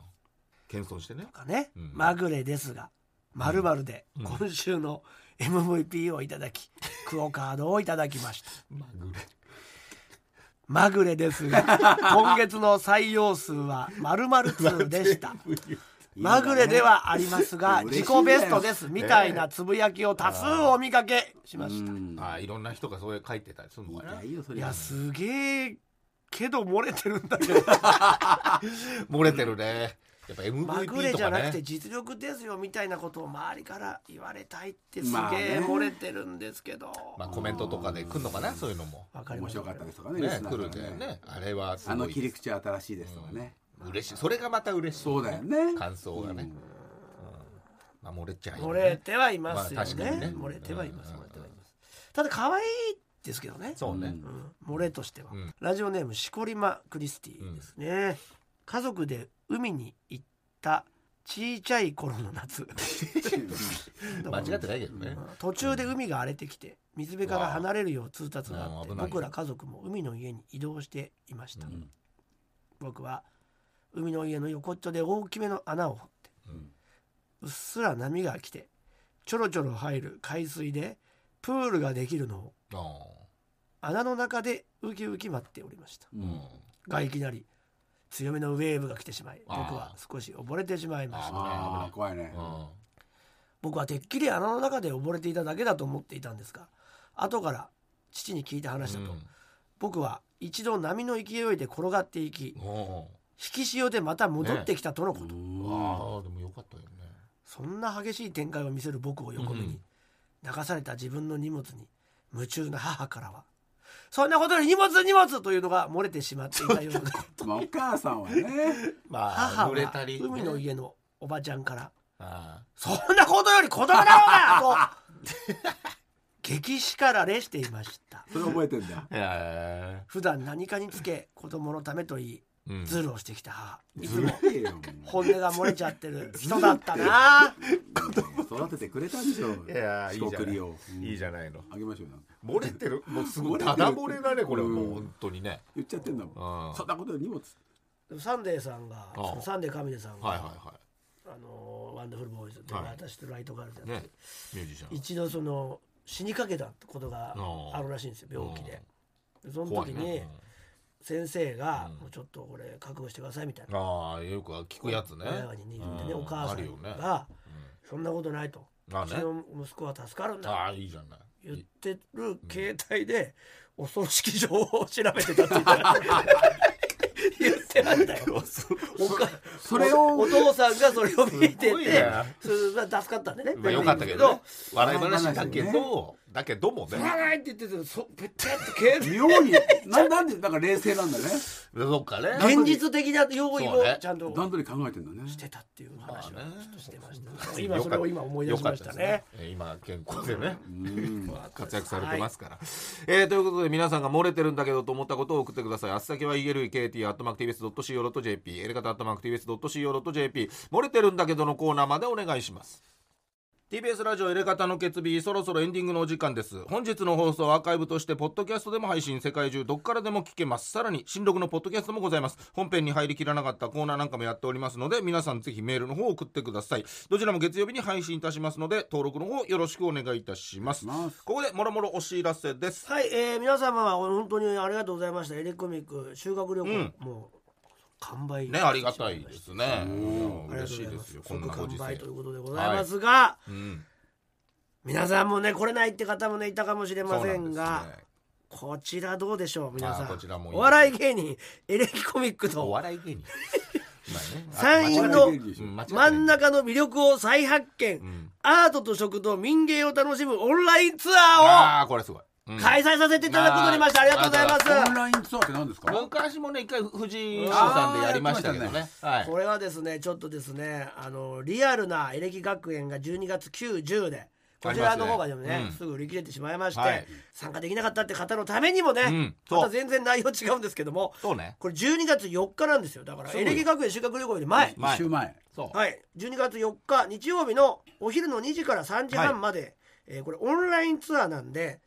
[SPEAKER 2] 謙遜してね
[SPEAKER 1] かね、
[SPEAKER 2] うん
[SPEAKER 1] まぐれですが〇〇で
[SPEAKER 2] ん
[SPEAKER 1] 今週の MVP をいただき、クオカードをいただきま した
[SPEAKER 2] マグレ
[SPEAKER 1] まぐれですが今月の採用数は〇〇通でしたまぐれではありますが
[SPEAKER 3] 嬉しい
[SPEAKER 1] 自
[SPEAKER 3] ね
[SPEAKER 1] 己ベストですみたいなつぶやきを多数お見かけしました
[SPEAKER 3] うん
[SPEAKER 2] ああいろんな人がそういう書いてたりするのかない
[SPEAKER 3] いよそ
[SPEAKER 1] い
[SPEAKER 3] れ
[SPEAKER 1] やすげえけど漏れてるんだけど
[SPEAKER 2] 漏れてるねやっぱ
[SPEAKER 1] まぐれ
[SPEAKER 2] MVP と
[SPEAKER 1] じゃ
[SPEAKER 2] か
[SPEAKER 1] なくて
[SPEAKER 2] ね
[SPEAKER 1] 実力ですよみたいなことを周りから言われたいってすげ
[SPEAKER 3] まあ
[SPEAKER 1] え
[SPEAKER 3] ね
[SPEAKER 1] 漏れてるんですけど、
[SPEAKER 2] まあコメントとかで来んのかなそういうのも
[SPEAKER 1] わかり
[SPEAKER 3] 面
[SPEAKER 1] まし
[SPEAKER 3] 白
[SPEAKER 1] た
[SPEAKER 3] かったですとかねリ
[SPEAKER 2] ね
[SPEAKER 3] スナ
[SPEAKER 2] 来
[SPEAKER 3] ーから
[SPEAKER 2] るんだよねあれはす
[SPEAKER 3] あ
[SPEAKER 2] ご
[SPEAKER 3] の切り
[SPEAKER 2] い
[SPEAKER 3] 口新しいですとかね、
[SPEAKER 2] 嬉しいそれがまた嬉しい
[SPEAKER 3] そうだよね
[SPEAKER 2] 感想がねうんまあ漏れちゃい
[SPEAKER 1] 漏れてはいますよ
[SPEAKER 2] まあ確かに
[SPEAKER 1] ね,、
[SPEAKER 2] ね
[SPEAKER 1] 漏れてはいます
[SPEAKER 2] うん
[SPEAKER 1] 漏れてはいますただ可愛いですけどね
[SPEAKER 2] そうね
[SPEAKER 1] うん漏れとしては、
[SPEAKER 2] うん
[SPEAKER 1] ラジオネームしこりまクリスティですね、家族で海に行ったちいちゃい頃の夏
[SPEAKER 2] 間違ってないけどね
[SPEAKER 1] うん途中で海が荒れてきて水辺から離れるよう通達があって、
[SPEAKER 2] うん危ない
[SPEAKER 1] 僕ら家族も海の家に移動していました、
[SPEAKER 3] ん
[SPEAKER 1] 僕は海の家の横っちょで大きめの穴を掘って、う
[SPEAKER 2] うん
[SPEAKER 1] っすら波が来てちょろちょろ入る海水でプールができるのを
[SPEAKER 2] あ
[SPEAKER 1] 穴の中でウキウキ待っておりました
[SPEAKER 3] うん
[SPEAKER 2] ーうん
[SPEAKER 1] がいきなり強めのウェーブが来てしまい
[SPEAKER 2] あー
[SPEAKER 1] 僕は少し溺れてしまいました
[SPEAKER 3] ああ怖いね、
[SPEAKER 2] うん
[SPEAKER 1] 僕はてっきり穴の中で溺れていただけだと思っていたんですが後から父に聞いた話だと、僕は一度波の勢いで転がっていき引
[SPEAKER 2] うん
[SPEAKER 1] き潮でまた戻ってきたとのこと、
[SPEAKER 2] うんああでもよかったよね
[SPEAKER 1] そんな激しい展開を見せる僕を横目に、流された自分の荷物に夢中な母からは「そんなことより荷物荷物!」というのが漏れてしまっていたようで
[SPEAKER 3] まあお母さ んはね
[SPEAKER 2] まあ
[SPEAKER 1] 母
[SPEAKER 2] 濡れた
[SPEAKER 1] は
[SPEAKER 2] りね
[SPEAKER 1] 海の家のおばちゃんから
[SPEAKER 2] あ
[SPEAKER 1] 「そんなことより子供だろうが!」と激叱られしていました
[SPEAKER 3] それ覚えてんだ
[SPEAKER 2] あへ
[SPEAKER 1] 普段何かにつけ子供のためと言い
[SPEAKER 2] えうん
[SPEAKER 1] ズルをしてきた母いつ
[SPEAKER 3] ずる
[SPEAKER 1] も
[SPEAKER 3] いよも
[SPEAKER 1] 本音が漏れちゃってる人だったな
[SPEAKER 3] う育ててくれたでしょ
[SPEAKER 2] いやーいい
[SPEAKER 3] 四
[SPEAKER 2] じゃ
[SPEAKER 3] 国
[SPEAKER 2] ない
[SPEAKER 3] 利を
[SPEAKER 2] いいじゃないの
[SPEAKER 3] あげましょうよ
[SPEAKER 2] 漏れてるもうすごい
[SPEAKER 3] 漏れて
[SPEAKER 2] た
[SPEAKER 3] る
[SPEAKER 2] だ漏れだねこれはもう
[SPEAKER 3] うん
[SPEAKER 2] 本当にね
[SPEAKER 3] 言っちゃってんだ
[SPEAKER 2] う
[SPEAKER 3] もん
[SPEAKER 2] ん
[SPEAKER 3] そんなことより荷物
[SPEAKER 1] でもサンデーさんがそのサンデー神田さんが、
[SPEAKER 2] はいはいは
[SPEAKER 1] あのワンダフルボーイズで、
[SPEAKER 2] はい
[SPEAKER 1] 私とライトガールズやっ
[SPEAKER 2] い
[SPEAKER 1] て、
[SPEAKER 2] ねミュージシャン
[SPEAKER 1] 一度その死にかけたことがあるらしいんですよ病気で。でその
[SPEAKER 2] 怖い
[SPEAKER 1] 時
[SPEAKER 2] ね
[SPEAKER 1] に先生が
[SPEAKER 2] う
[SPEAKER 1] 「
[SPEAKER 2] ん
[SPEAKER 1] もうちょっとこれ覚悟してください」みたい
[SPEAKER 2] うん
[SPEAKER 1] な
[SPEAKER 2] ああよく聞くやつね
[SPEAKER 1] 親がにるんでね
[SPEAKER 2] う
[SPEAKER 1] お母さ
[SPEAKER 2] ある
[SPEAKER 1] ん
[SPEAKER 2] よね
[SPEAKER 1] が
[SPEAKER 2] う
[SPEAKER 1] 「そんなことない」と「
[SPEAKER 2] んあ
[SPEAKER 1] うち
[SPEAKER 2] ね
[SPEAKER 1] の息子は助かるんだ」
[SPEAKER 2] ああいいじゃない
[SPEAKER 1] 言ってる携帯で恐ろしき情報を調べてたって言っ てた言ってましたよ。おか
[SPEAKER 3] それを
[SPEAKER 1] おお父さんがそれを見て
[SPEAKER 2] すごい
[SPEAKER 1] て
[SPEAKER 2] ね
[SPEAKER 1] それが助かったんでね。
[SPEAKER 2] まあよかったけどね笑い話だけ
[SPEAKER 3] 笑い話
[SPEAKER 2] どだけども
[SPEAKER 1] 知ら
[SPEAKER 2] ね
[SPEAKER 1] ないって言っててそペタッと携帯
[SPEAKER 3] 妙にななんでだから冷静なんだね
[SPEAKER 2] そっかね
[SPEAKER 1] 現実的な用意
[SPEAKER 2] そう
[SPEAKER 1] を
[SPEAKER 2] ね
[SPEAKER 1] ちゃんと
[SPEAKER 3] 段取り考えてんだね
[SPEAKER 1] してたっていう話を
[SPEAKER 2] まあね
[SPEAKER 1] ちょっとしてました、今それを今思い出しましたね
[SPEAKER 2] よかったですね今健康でね
[SPEAKER 3] うん
[SPEAKER 2] 活躍されてますから、えーということで皆さんが漏れてるんだけどと思ったことを送ってくださいあっ先は elkt.mactvs.co.jp エレカタ .mactvs.co.jp 漏れてるんだけどのコーナーまでお願いします TBS ラジオエレカタの決日そろそろエンディングのお時間です本日の放送はアーカイブとしてポッドキャストでも配信世界中どっからでも聞けますさらに新録のポッドキャストもございます本編に入りきらなかったコーナーなんかもやっておりますので皆さんぜひメールの方を送ってくださいどちらも月曜日に配信いたしますので登録の方よろしくお願いいたします
[SPEAKER 3] まあ
[SPEAKER 2] ここでもろもろお知らせです。
[SPEAKER 1] はい、えー皆様は本当にありがとうございましたエレコミック修学旅行、
[SPEAKER 2] うん
[SPEAKER 1] もう完売
[SPEAKER 2] ね、ありがたいですね。
[SPEAKER 1] ありが
[SPEAKER 2] 嬉
[SPEAKER 1] とうござい
[SPEAKER 2] しいで
[SPEAKER 1] ますす
[SPEAKER 2] よ。こんなご
[SPEAKER 1] 即
[SPEAKER 2] 時
[SPEAKER 1] 完売と
[SPEAKER 2] 世
[SPEAKER 1] い。うことでございますが、
[SPEAKER 2] うん、
[SPEAKER 1] 皆さんもね来れないって方もねいたかもしれま
[SPEAKER 2] そうな
[SPEAKER 1] せん
[SPEAKER 2] んです
[SPEAKER 1] が
[SPEAKER 2] ね。
[SPEAKER 1] こちらどうでしょう皆さん
[SPEAKER 2] あーこちらもいい
[SPEAKER 1] お笑い芸人エレキコミック
[SPEAKER 2] お
[SPEAKER 1] と
[SPEAKER 2] 笑い 芸人。ま
[SPEAKER 1] 山
[SPEAKER 2] あね
[SPEAKER 1] 陰
[SPEAKER 2] あ
[SPEAKER 1] の
[SPEAKER 3] 間違いないでしょ
[SPEAKER 2] 間違ってな
[SPEAKER 1] 真
[SPEAKER 2] い
[SPEAKER 1] ん中の魅力を再発見、
[SPEAKER 2] ん
[SPEAKER 1] アートと食と民芸を楽しむオンラインツア
[SPEAKER 2] ああ、これすごい。うん
[SPEAKER 1] ーを開催させていただくことになりました、
[SPEAKER 2] うん
[SPEAKER 1] ありがとうございます
[SPEAKER 3] オンラインツアーって何ですか
[SPEAKER 2] 昔もね、一回藤井さんでやりましたけどね。はい
[SPEAKER 1] こ。れはですねちょっとですねあのリアルなエレキ学園が12月90でこちらの方がでもね
[SPEAKER 2] ありますね
[SPEAKER 1] す
[SPEAKER 2] うん
[SPEAKER 1] ぐ売り切れてしまいまして、
[SPEAKER 2] はい
[SPEAKER 1] 参加できなかったって方のためにもね、
[SPEAKER 2] うんそう
[SPEAKER 1] また全然内容違うんですけども
[SPEAKER 2] そうね。
[SPEAKER 1] これ12月4日なんですよだからエレキ学園修学旅行より前、
[SPEAKER 2] 前
[SPEAKER 3] 一週前
[SPEAKER 2] そう。
[SPEAKER 1] はい、12月4日日曜日のお昼の2時から3時半まで、えーこれオンラインツアーなんで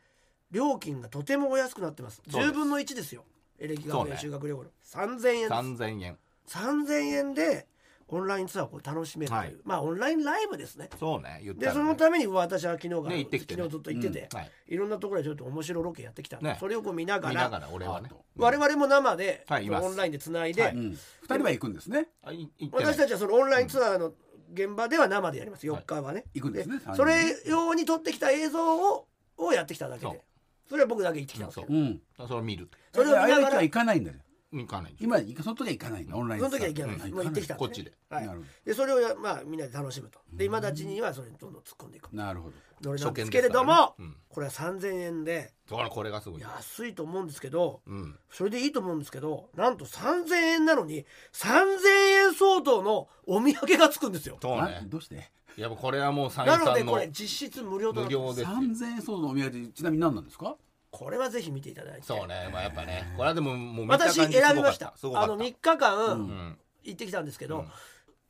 [SPEAKER 1] 料金がとてもお安くなってます
[SPEAKER 2] そうです
[SPEAKER 1] 10分の1ですよエレキ
[SPEAKER 2] そう
[SPEAKER 1] 学
[SPEAKER 2] ね
[SPEAKER 1] 園修学旅行の3000円です
[SPEAKER 2] 三千円。
[SPEAKER 1] 3000円でオンラインツアーをこう楽しめるという、
[SPEAKER 2] はい
[SPEAKER 1] まあオンラインライブですね
[SPEAKER 2] そうね。言った
[SPEAKER 1] で
[SPEAKER 2] らね
[SPEAKER 1] そのために私は昨日が、
[SPEAKER 2] ね行ってきてね
[SPEAKER 1] 昨日ずっと行ってて、、
[SPEAKER 2] うんはい
[SPEAKER 1] ろんなところでちょっと面白いロケやってきたんで、
[SPEAKER 2] ね
[SPEAKER 1] それをこう見ながら
[SPEAKER 2] 見ながら俺はね。
[SPEAKER 1] 我々も生で、
[SPEAKER 2] はいいます
[SPEAKER 1] オンラインでつないで、
[SPEAKER 2] はい
[SPEAKER 3] うん二人は行くんですね
[SPEAKER 2] あい行ってない
[SPEAKER 1] 私たちはそのオンラインツアーの現場では生でやります4日はね、
[SPEAKER 3] 行くんですね三人
[SPEAKER 1] それ用に撮ってきた映像ををやってきただけ
[SPEAKER 2] そう
[SPEAKER 1] でそれは僕だけ行ってきたんですけど
[SPEAKER 3] うん
[SPEAKER 2] それを見る。
[SPEAKER 1] それを見ながら
[SPEAKER 3] あやきは行かないんだよ
[SPEAKER 2] 行かないんでしょ
[SPEAKER 3] 今その時は行かないんだオンライン
[SPEAKER 1] その時は行けない
[SPEAKER 3] うん
[SPEAKER 1] もう行ってきたん
[SPEAKER 2] こっちで
[SPEAKER 1] はい
[SPEAKER 3] なるほど、
[SPEAKER 1] でそれをやまあみんなで楽しむとで今立ちにはそれにどんどん突っ込んでいく
[SPEAKER 3] なるほど
[SPEAKER 1] どれなんです
[SPEAKER 2] 初見ですから
[SPEAKER 1] け
[SPEAKER 2] ね
[SPEAKER 1] れども、
[SPEAKER 2] うん
[SPEAKER 1] これは3000円で
[SPEAKER 2] だからこれがすごい
[SPEAKER 1] 安いと思うんですけど
[SPEAKER 2] うん
[SPEAKER 1] それでいいと思うんですけどなんと3000円なのに3000円相当のお土産がつくんですよ
[SPEAKER 2] そう
[SPEAKER 3] な
[SPEAKER 2] ね
[SPEAKER 3] どうして
[SPEAKER 2] いやもうこれはもう三
[SPEAKER 1] な
[SPEAKER 2] 井
[SPEAKER 1] の
[SPEAKER 2] さ
[SPEAKER 1] で
[SPEAKER 2] ん
[SPEAKER 1] こ
[SPEAKER 2] の
[SPEAKER 1] れ実質無料となっ
[SPEAKER 2] 無
[SPEAKER 1] てま
[SPEAKER 2] 料
[SPEAKER 1] す
[SPEAKER 2] ですよ
[SPEAKER 3] 3000円相当のお土産ってちなみに何なんですか
[SPEAKER 1] これはぜひ見ていただいて
[SPEAKER 2] そうねまあやっぱねこれはでももう見た感
[SPEAKER 1] 私
[SPEAKER 2] じ
[SPEAKER 1] 選びました
[SPEAKER 2] すごかっ
[SPEAKER 1] あ
[SPEAKER 2] すご
[SPEAKER 1] の
[SPEAKER 2] かっ
[SPEAKER 1] 3日間、
[SPEAKER 3] う
[SPEAKER 2] た
[SPEAKER 3] ん
[SPEAKER 2] うん
[SPEAKER 1] 行ってきたんですけ
[SPEAKER 2] う
[SPEAKER 1] ど、
[SPEAKER 2] ん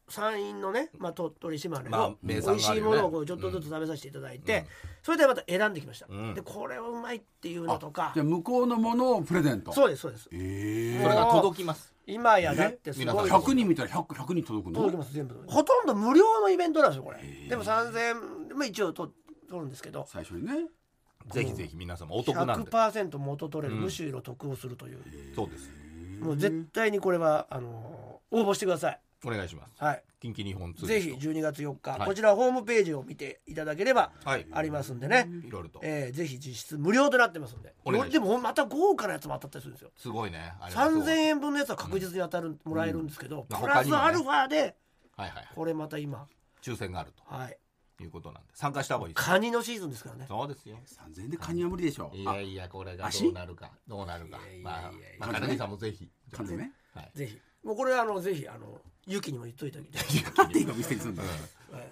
[SPEAKER 1] 山陰のね、まあ、鳥取島根
[SPEAKER 2] まあ
[SPEAKER 1] の美
[SPEAKER 2] 名産
[SPEAKER 1] 味
[SPEAKER 2] があ
[SPEAKER 1] し
[SPEAKER 2] る
[SPEAKER 1] い
[SPEAKER 2] よね
[SPEAKER 1] ものをこうちょっとずつ食べさせていただいて、それでまた選んできました、
[SPEAKER 2] うん
[SPEAKER 1] でこれはうまいっていうのとか
[SPEAKER 3] じゃあ向こうのものをプレゼント
[SPEAKER 1] そううですそうです
[SPEAKER 3] ええ
[SPEAKER 2] それが届きます
[SPEAKER 1] 今やだってすごい
[SPEAKER 2] 皆さん
[SPEAKER 3] 100人見たら 100, 100人届くの
[SPEAKER 1] 届きます全部ほとんど無料のイベントなんですよこれでも3000円も一応取取るんですけど
[SPEAKER 3] 最初にね
[SPEAKER 2] ぜひぜひ皆様お得なんで
[SPEAKER 1] 100%元取れる、
[SPEAKER 2] うん
[SPEAKER 1] むしろ得をするという、
[SPEAKER 2] そうです
[SPEAKER 1] もう絶対にこれはあのー応募してください
[SPEAKER 2] お願いします
[SPEAKER 1] はい
[SPEAKER 2] 近畿日本ツー
[SPEAKER 1] ぜ
[SPEAKER 2] リ
[SPEAKER 1] ひ
[SPEAKER 2] スト
[SPEAKER 1] 12月4日、
[SPEAKER 2] はい
[SPEAKER 1] こちらホームページを見ていただければ
[SPEAKER 2] はい
[SPEAKER 1] ありますんでね、
[SPEAKER 2] いろいろと
[SPEAKER 1] えー、ぜひ実質無料となってますんで
[SPEAKER 2] お願いし
[SPEAKER 1] でもまた豪華なやつも当たったりするんですよ
[SPEAKER 2] すごいねあれはすごい
[SPEAKER 1] 3000円分のやつは確実に当たる、もらえるんですけど、
[SPEAKER 2] まあ
[SPEAKER 1] プラ
[SPEAKER 2] 他に
[SPEAKER 1] ス
[SPEAKER 2] もね
[SPEAKER 1] アルファで
[SPEAKER 2] はいはい
[SPEAKER 1] これまた今
[SPEAKER 2] 抽選がある
[SPEAKER 1] はい
[SPEAKER 2] ということなんで参加した方がいいです
[SPEAKER 1] カニのシーズンですからね
[SPEAKER 2] そうですよ
[SPEAKER 3] 3000円でカニは無理でしょ
[SPEAKER 2] い
[SPEAKER 3] あ
[SPEAKER 2] やいやこれが
[SPEAKER 3] 足
[SPEAKER 2] どうなるかどうなるか
[SPEAKER 1] いやいやいや
[SPEAKER 2] まあまあ
[SPEAKER 3] 完全ね
[SPEAKER 2] 金井さんもぜひ
[SPEAKER 3] 完全ね
[SPEAKER 2] はい
[SPEAKER 1] ぜひもうこれはあのぜひあのユキにも言っといてあげて
[SPEAKER 3] なんで今店にするんだよ
[SPEAKER 1] はい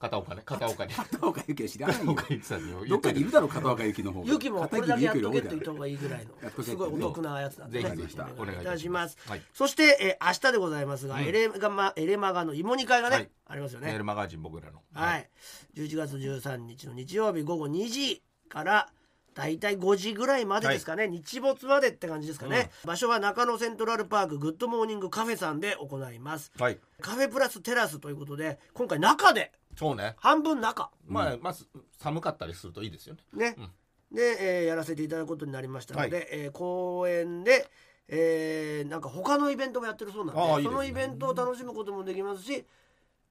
[SPEAKER 2] 片岡ね片岡に
[SPEAKER 3] 片岡ゆきは知らない
[SPEAKER 2] 片
[SPEAKER 3] よ
[SPEAKER 2] 岡言ってたんよ
[SPEAKER 3] どっかにいるだろう片岡ゆきの方が
[SPEAKER 1] ユキもこれだけやっとけって言った
[SPEAKER 3] 片
[SPEAKER 1] 方がいいぐらい
[SPEAKER 3] やっとけ
[SPEAKER 1] の
[SPEAKER 3] って
[SPEAKER 1] すごいお得なやつなんで、
[SPEAKER 2] ぜ
[SPEAKER 1] ね、
[SPEAKER 2] ひぜひ
[SPEAKER 1] お
[SPEAKER 2] お
[SPEAKER 1] 願
[SPEAKER 2] 願
[SPEAKER 1] い
[SPEAKER 2] い
[SPEAKER 1] い
[SPEAKER 2] い
[SPEAKER 1] た
[SPEAKER 2] た
[SPEAKER 1] し
[SPEAKER 2] し
[SPEAKER 1] ま
[SPEAKER 2] ますすはい
[SPEAKER 1] そして、えー、明日でございますが、
[SPEAKER 2] うん
[SPEAKER 1] エレガマエレマガの芋煮会がね、
[SPEAKER 2] はい
[SPEAKER 1] ありますよね
[SPEAKER 2] メールマガジン僕らの
[SPEAKER 1] はい、11月13日の日曜日午後2時からだいたい5時ぐらいまでですかね、日没までって感じですかね、場所は中野セントラルパークグッドモーニングカフェさんで行います
[SPEAKER 2] はい
[SPEAKER 1] カフェプラステラスということで今回中で
[SPEAKER 2] そうね
[SPEAKER 1] 半分中
[SPEAKER 2] まあまず寒かったりするといいですよね
[SPEAKER 1] ね、で、えーやらせていただくことになりましたので、
[SPEAKER 2] は
[SPEAKER 1] えー公演で、えーなんか他のイベントもやってるそうなんで
[SPEAKER 2] ああいいです
[SPEAKER 1] そ
[SPEAKER 2] ね
[SPEAKER 1] のイベントを楽しむこともできますしで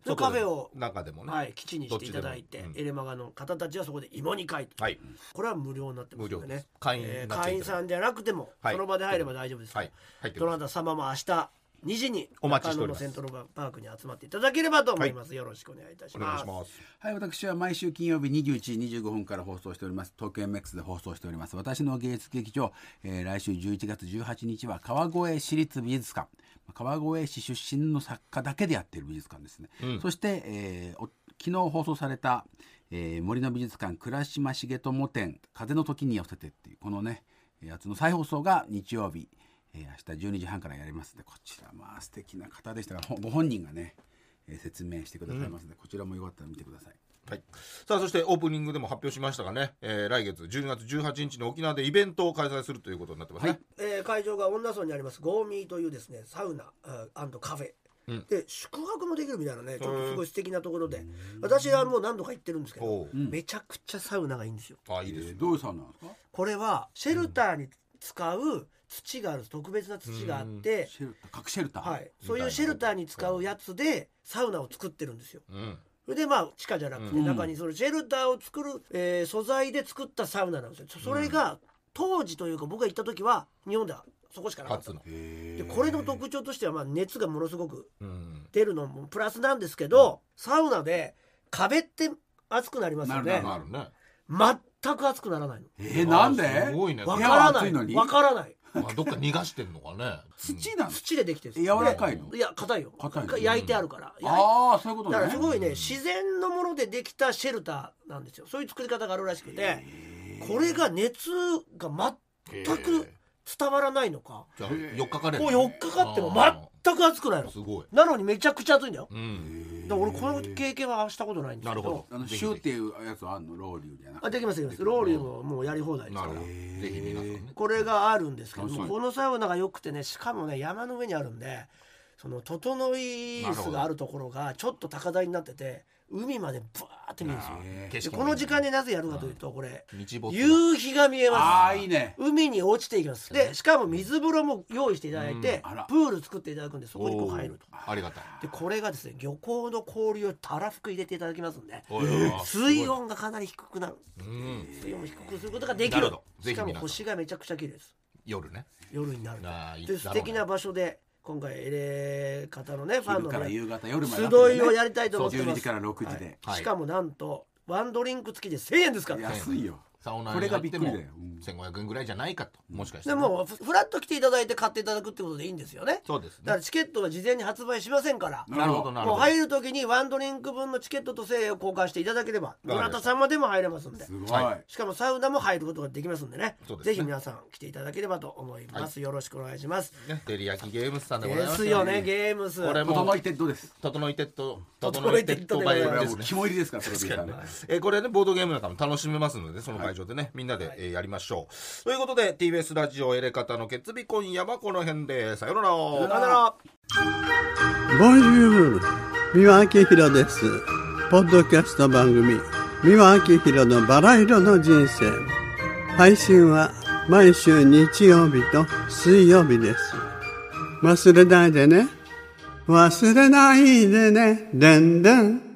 [SPEAKER 2] 外
[SPEAKER 1] カ
[SPEAKER 2] で
[SPEAKER 1] フェを、
[SPEAKER 2] 中でもね
[SPEAKER 1] はい、基地にしていただいて、
[SPEAKER 2] どっちでもうん
[SPEAKER 1] エレマガの方たちはそこで芋煮会と
[SPEAKER 2] はい
[SPEAKER 1] これは無料になってますので
[SPEAKER 2] 無料で
[SPEAKER 1] ね
[SPEAKER 2] す会員
[SPEAKER 1] えー
[SPEAKER 2] になっていただいて
[SPEAKER 1] 会員さんじゃなくても、
[SPEAKER 2] はい
[SPEAKER 1] その場で入れば大丈夫です、
[SPEAKER 2] はい入ってく
[SPEAKER 1] ど
[SPEAKER 2] だ
[SPEAKER 1] な
[SPEAKER 2] さい
[SPEAKER 1] た様も明日2時に
[SPEAKER 2] お待ちしており
[SPEAKER 1] の
[SPEAKER 2] ます
[SPEAKER 1] セントラルパークに集まっていただければと思います、よろしくお願いいたし
[SPEAKER 2] お願
[SPEAKER 1] ま
[SPEAKER 2] い
[SPEAKER 1] す
[SPEAKER 2] します
[SPEAKER 3] はい、私は毎週金曜日21時25分から放送しております。東京 MX で放送しております。私の芸術劇場、えー来週11月18日は川越市立美術館。川越市出身の作家だけでやってる美術館ですね。そして、えーお昨日放送された、えー森の美術館倉島重友展「風の時に寄せて」っていうこのねやつの再放送が日曜日、えー明日12時半からやりますのでこちらまあ素敵な方でしたがほご本人がね、えー説明してくださいますので、こちらもよかったら見てください。
[SPEAKER 2] はい、さあそしてオープニングでも発表しましたがね、えー来月12月18日の沖縄でイベントを開催するということになってますね、
[SPEAKER 3] はい
[SPEAKER 1] えー会場が恩納村にありますゴーミーというですねサウナあーカフェ、
[SPEAKER 2] うん
[SPEAKER 1] で宿泊もできるみたいなねちょっとすごい素敵なところで私はもう何度か行ってるんですけど
[SPEAKER 2] おう
[SPEAKER 1] めちゃくちゃサウナがいいんですよ
[SPEAKER 2] あいいです
[SPEAKER 3] えー
[SPEAKER 2] ね、
[SPEAKER 3] どういうサウナなんですか
[SPEAKER 1] これはシェルターに使う土がある特別な土があって、
[SPEAKER 3] シェルター核シェルター、
[SPEAKER 1] はい、そういうシェルターに使うやつでサウナを作ってるんですよ
[SPEAKER 2] うん、
[SPEAKER 1] それでまあ地下じゃなくて
[SPEAKER 3] うん
[SPEAKER 1] 中にそのシェルターを作る、えー素材で作ったサウナなんですよそそれが当時というか僕が行った時は日本ではそこしかなかった
[SPEAKER 2] 初の、
[SPEAKER 3] へ
[SPEAKER 1] で
[SPEAKER 3] ー
[SPEAKER 1] これの特徴としてはまあ熱がものすごく
[SPEAKER 2] うん、
[SPEAKER 1] 出るのもプラスなんですけど、サウナで壁って熱くなりますよ
[SPEAKER 3] な
[SPEAKER 1] ね
[SPEAKER 3] る
[SPEAKER 2] あるね
[SPEAKER 1] 全く熱くならないの
[SPEAKER 3] えーなんで
[SPEAKER 2] あすごいね
[SPEAKER 1] わ
[SPEAKER 2] 分
[SPEAKER 1] か
[SPEAKER 3] いや
[SPEAKER 1] ら
[SPEAKER 3] 熱いの
[SPEAKER 1] ない
[SPEAKER 3] に
[SPEAKER 1] わからない
[SPEAKER 2] まあ、どっか逃がしてんのかね
[SPEAKER 3] 土なの、
[SPEAKER 1] 土でできてるんです
[SPEAKER 3] 柔らかいの
[SPEAKER 1] いや硬いよ
[SPEAKER 3] 硬いの
[SPEAKER 1] 焼いてあるから、焼い
[SPEAKER 3] ああそういうこと
[SPEAKER 1] だからす
[SPEAKER 3] ね
[SPEAKER 1] ごいね自然のものでできたシェルターなんですよそういう作り方があるらしくてこれが熱が全く伝わらないのか
[SPEAKER 2] じゃあ4日かれ
[SPEAKER 1] こう4日かかっても全く熱くないの
[SPEAKER 2] すごい、
[SPEAKER 1] なのにめちゃくちゃ熱いんだよ
[SPEAKER 2] うん、
[SPEAKER 1] だから俺この経験はしたことないんです
[SPEAKER 2] な
[SPEAKER 1] け
[SPEAKER 2] る
[SPEAKER 1] ど
[SPEAKER 2] ほど
[SPEAKER 3] あのシューっていうやつはあんのロウリュじゃなくて
[SPEAKER 1] あできますできますローリュももうやり放題です
[SPEAKER 2] な
[SPEAKER 1] か
[SPEAKER 2] る
[SPEAKER 1] ら
[SPEAKER 2] ほどぜひ皆さんね
[SPEAKER 1] これがあるんですけど
[SPEAKER 3] 楽しそ
[SPEAKER 1] も
[SPEAKER 3] う
[SPEAKER 1] このサウナが良くてねしかもね山の上にあるんでその整い椅子があるところがちょっと高台になってて海までブワーって見えるんですよ
[SPEAKER 3] へー
[SPEAKER 2] 景
[SPEAKER 1] で
[SPEAKER 2] 色
[SPEAKER 1] こ
[SPEAKER 2] も
[SPEAKER 1] の時間になぜやるかというとこれ
[SPEAKER 2] 日没
[SPEAKER 1] 夕日が見え
[SPEAKER 3] ああ
[SPEAKER 1] ま
[SPEAKER 3] いいね
[SPEAKER 1] す海に落ちていきますでしかも水風呂も用意していただいて
[SPEAKER 3] うんあら
[SPEAKER 1] プール作っていただくんでそこにこう
[SPEAKER 2] おー
[SPEAKER 1] 入ると
[SPEAKER 2] ありがたい
[SPEAKER 1] でこれがですね漁港の氷をたらふく入れていただきますんで
[SPEAKER 2] おいおいおい
[SPEAKER 1] 水温がかなり低くなる
[SPEAKER 2] うん
[SPEAKER 1] 水温を低くすることができ
[SPEAKER 2] な
[SPEAKER 1] る
[SPEAKER 2] るほどぜひ
[SPEAKER 1] しかも
[SPEAKER 2] 皆さん
[SPEAKER 1] 星がめちゃくちゃ綺麗です
[SPEAKER 2] 夜ね
[SPEAKER 1] 夜になる
[SPEAKER 2] あーいい
[SPEAKER 1] とで
[SPEAKER 2] だろ
[SPEAKER 1] 素
[SPEAKER 2] うね
[SPEAKER 1] 敵な場所で今回エレ方のねファン
[SPEAKER 3] 昼
[SPEAKER 1] の
[SPEAKER 3] から
[SPEAKER 1] ね
[SPEAKER 3] 夕方夜まで
[SPEAKER 1] 集
[SPEAKER 3] あったよね
[SPEAKER 1] いをやりたいと思ってます
[SPEAKER 3] そう12時から6時で、
[SPEAKER 1] しかもなんとワンドリンク付きで1000円ですから
[SPEAKER 3] 安いよ
[SPEAKER 2] サウナ
[SPEAKER 3] こ
[SPEAKER 2] に
[SPEAKER 3] れが
[SPEAKER 2] 入っ
[SPEAKER 3] びっ
[SPEAKER 2] て
[SPEAKER 3] くり
[SPEAKER 2] も
[SPEAKER 3] だよ、うん
[SPEAKER 2] 1500円ぐらいじゃないかともしかして
[SPEAKER 1] で
[SPEAKER 2] ね
[SPEAKER 1] もふフラッと来ていただいて買っていただくってことでいいんですよね
[SPEAKER 2] そうですね
[SPEAKER 1] だからチケットは事前に発売しませんから
[SPEAKER 2] なるほどなる
[SPEAKER 1] もう
[SPEAKER 2] ほど
[SPEAKER 1] 入る時にワンドリンク分のチケットと1000円を交換していただければ
[SPEAKER 2] わかりました
[SPEAKER 1] 村田様でも入れますんです
[SPEAKER 3] ごい、
[SPEAKER 2] は
[SPEAKER 1] しかもサウナも入ることができますんでね
[SPEAKER 2] そうですね
[SPEAKER 1] ぜひ皆さん来ていただければと思います、よろしくお願いします
[SPEAKER 2] ねデリヤキゲームスさんでござい
[SPEAKER 1] で
[SPEAKER 2] ます
[SPEAKER 1] すよねゲームス
[SPEAKER 2] これも
[SPEAKER 3] 整いてどうです
[SPEAKER 2] 整いてっと
[SPEAKER 1] 整いてっとでございます
[SPEAKER 2] 整いてっと
[SPEAKER 3] これはもう肝入りですからそれ
[SPEAKER 2] 確かにえーこれねボードゲームなんかも楽しめますのでその会場でね、みんなで、えーやりましょうということで TBS ラジオエレカタの決日今夜はこの辺でさようなら
[SPEAKER 1] さよなら
[SPEAKER 5] Bonjour! 三輪明宏です。ポッドキャスト番組、三輪明宏のバラ色の人生。配信は毎週日曜日と水曜日です。忘れないでね。忘れないでね。でんでん。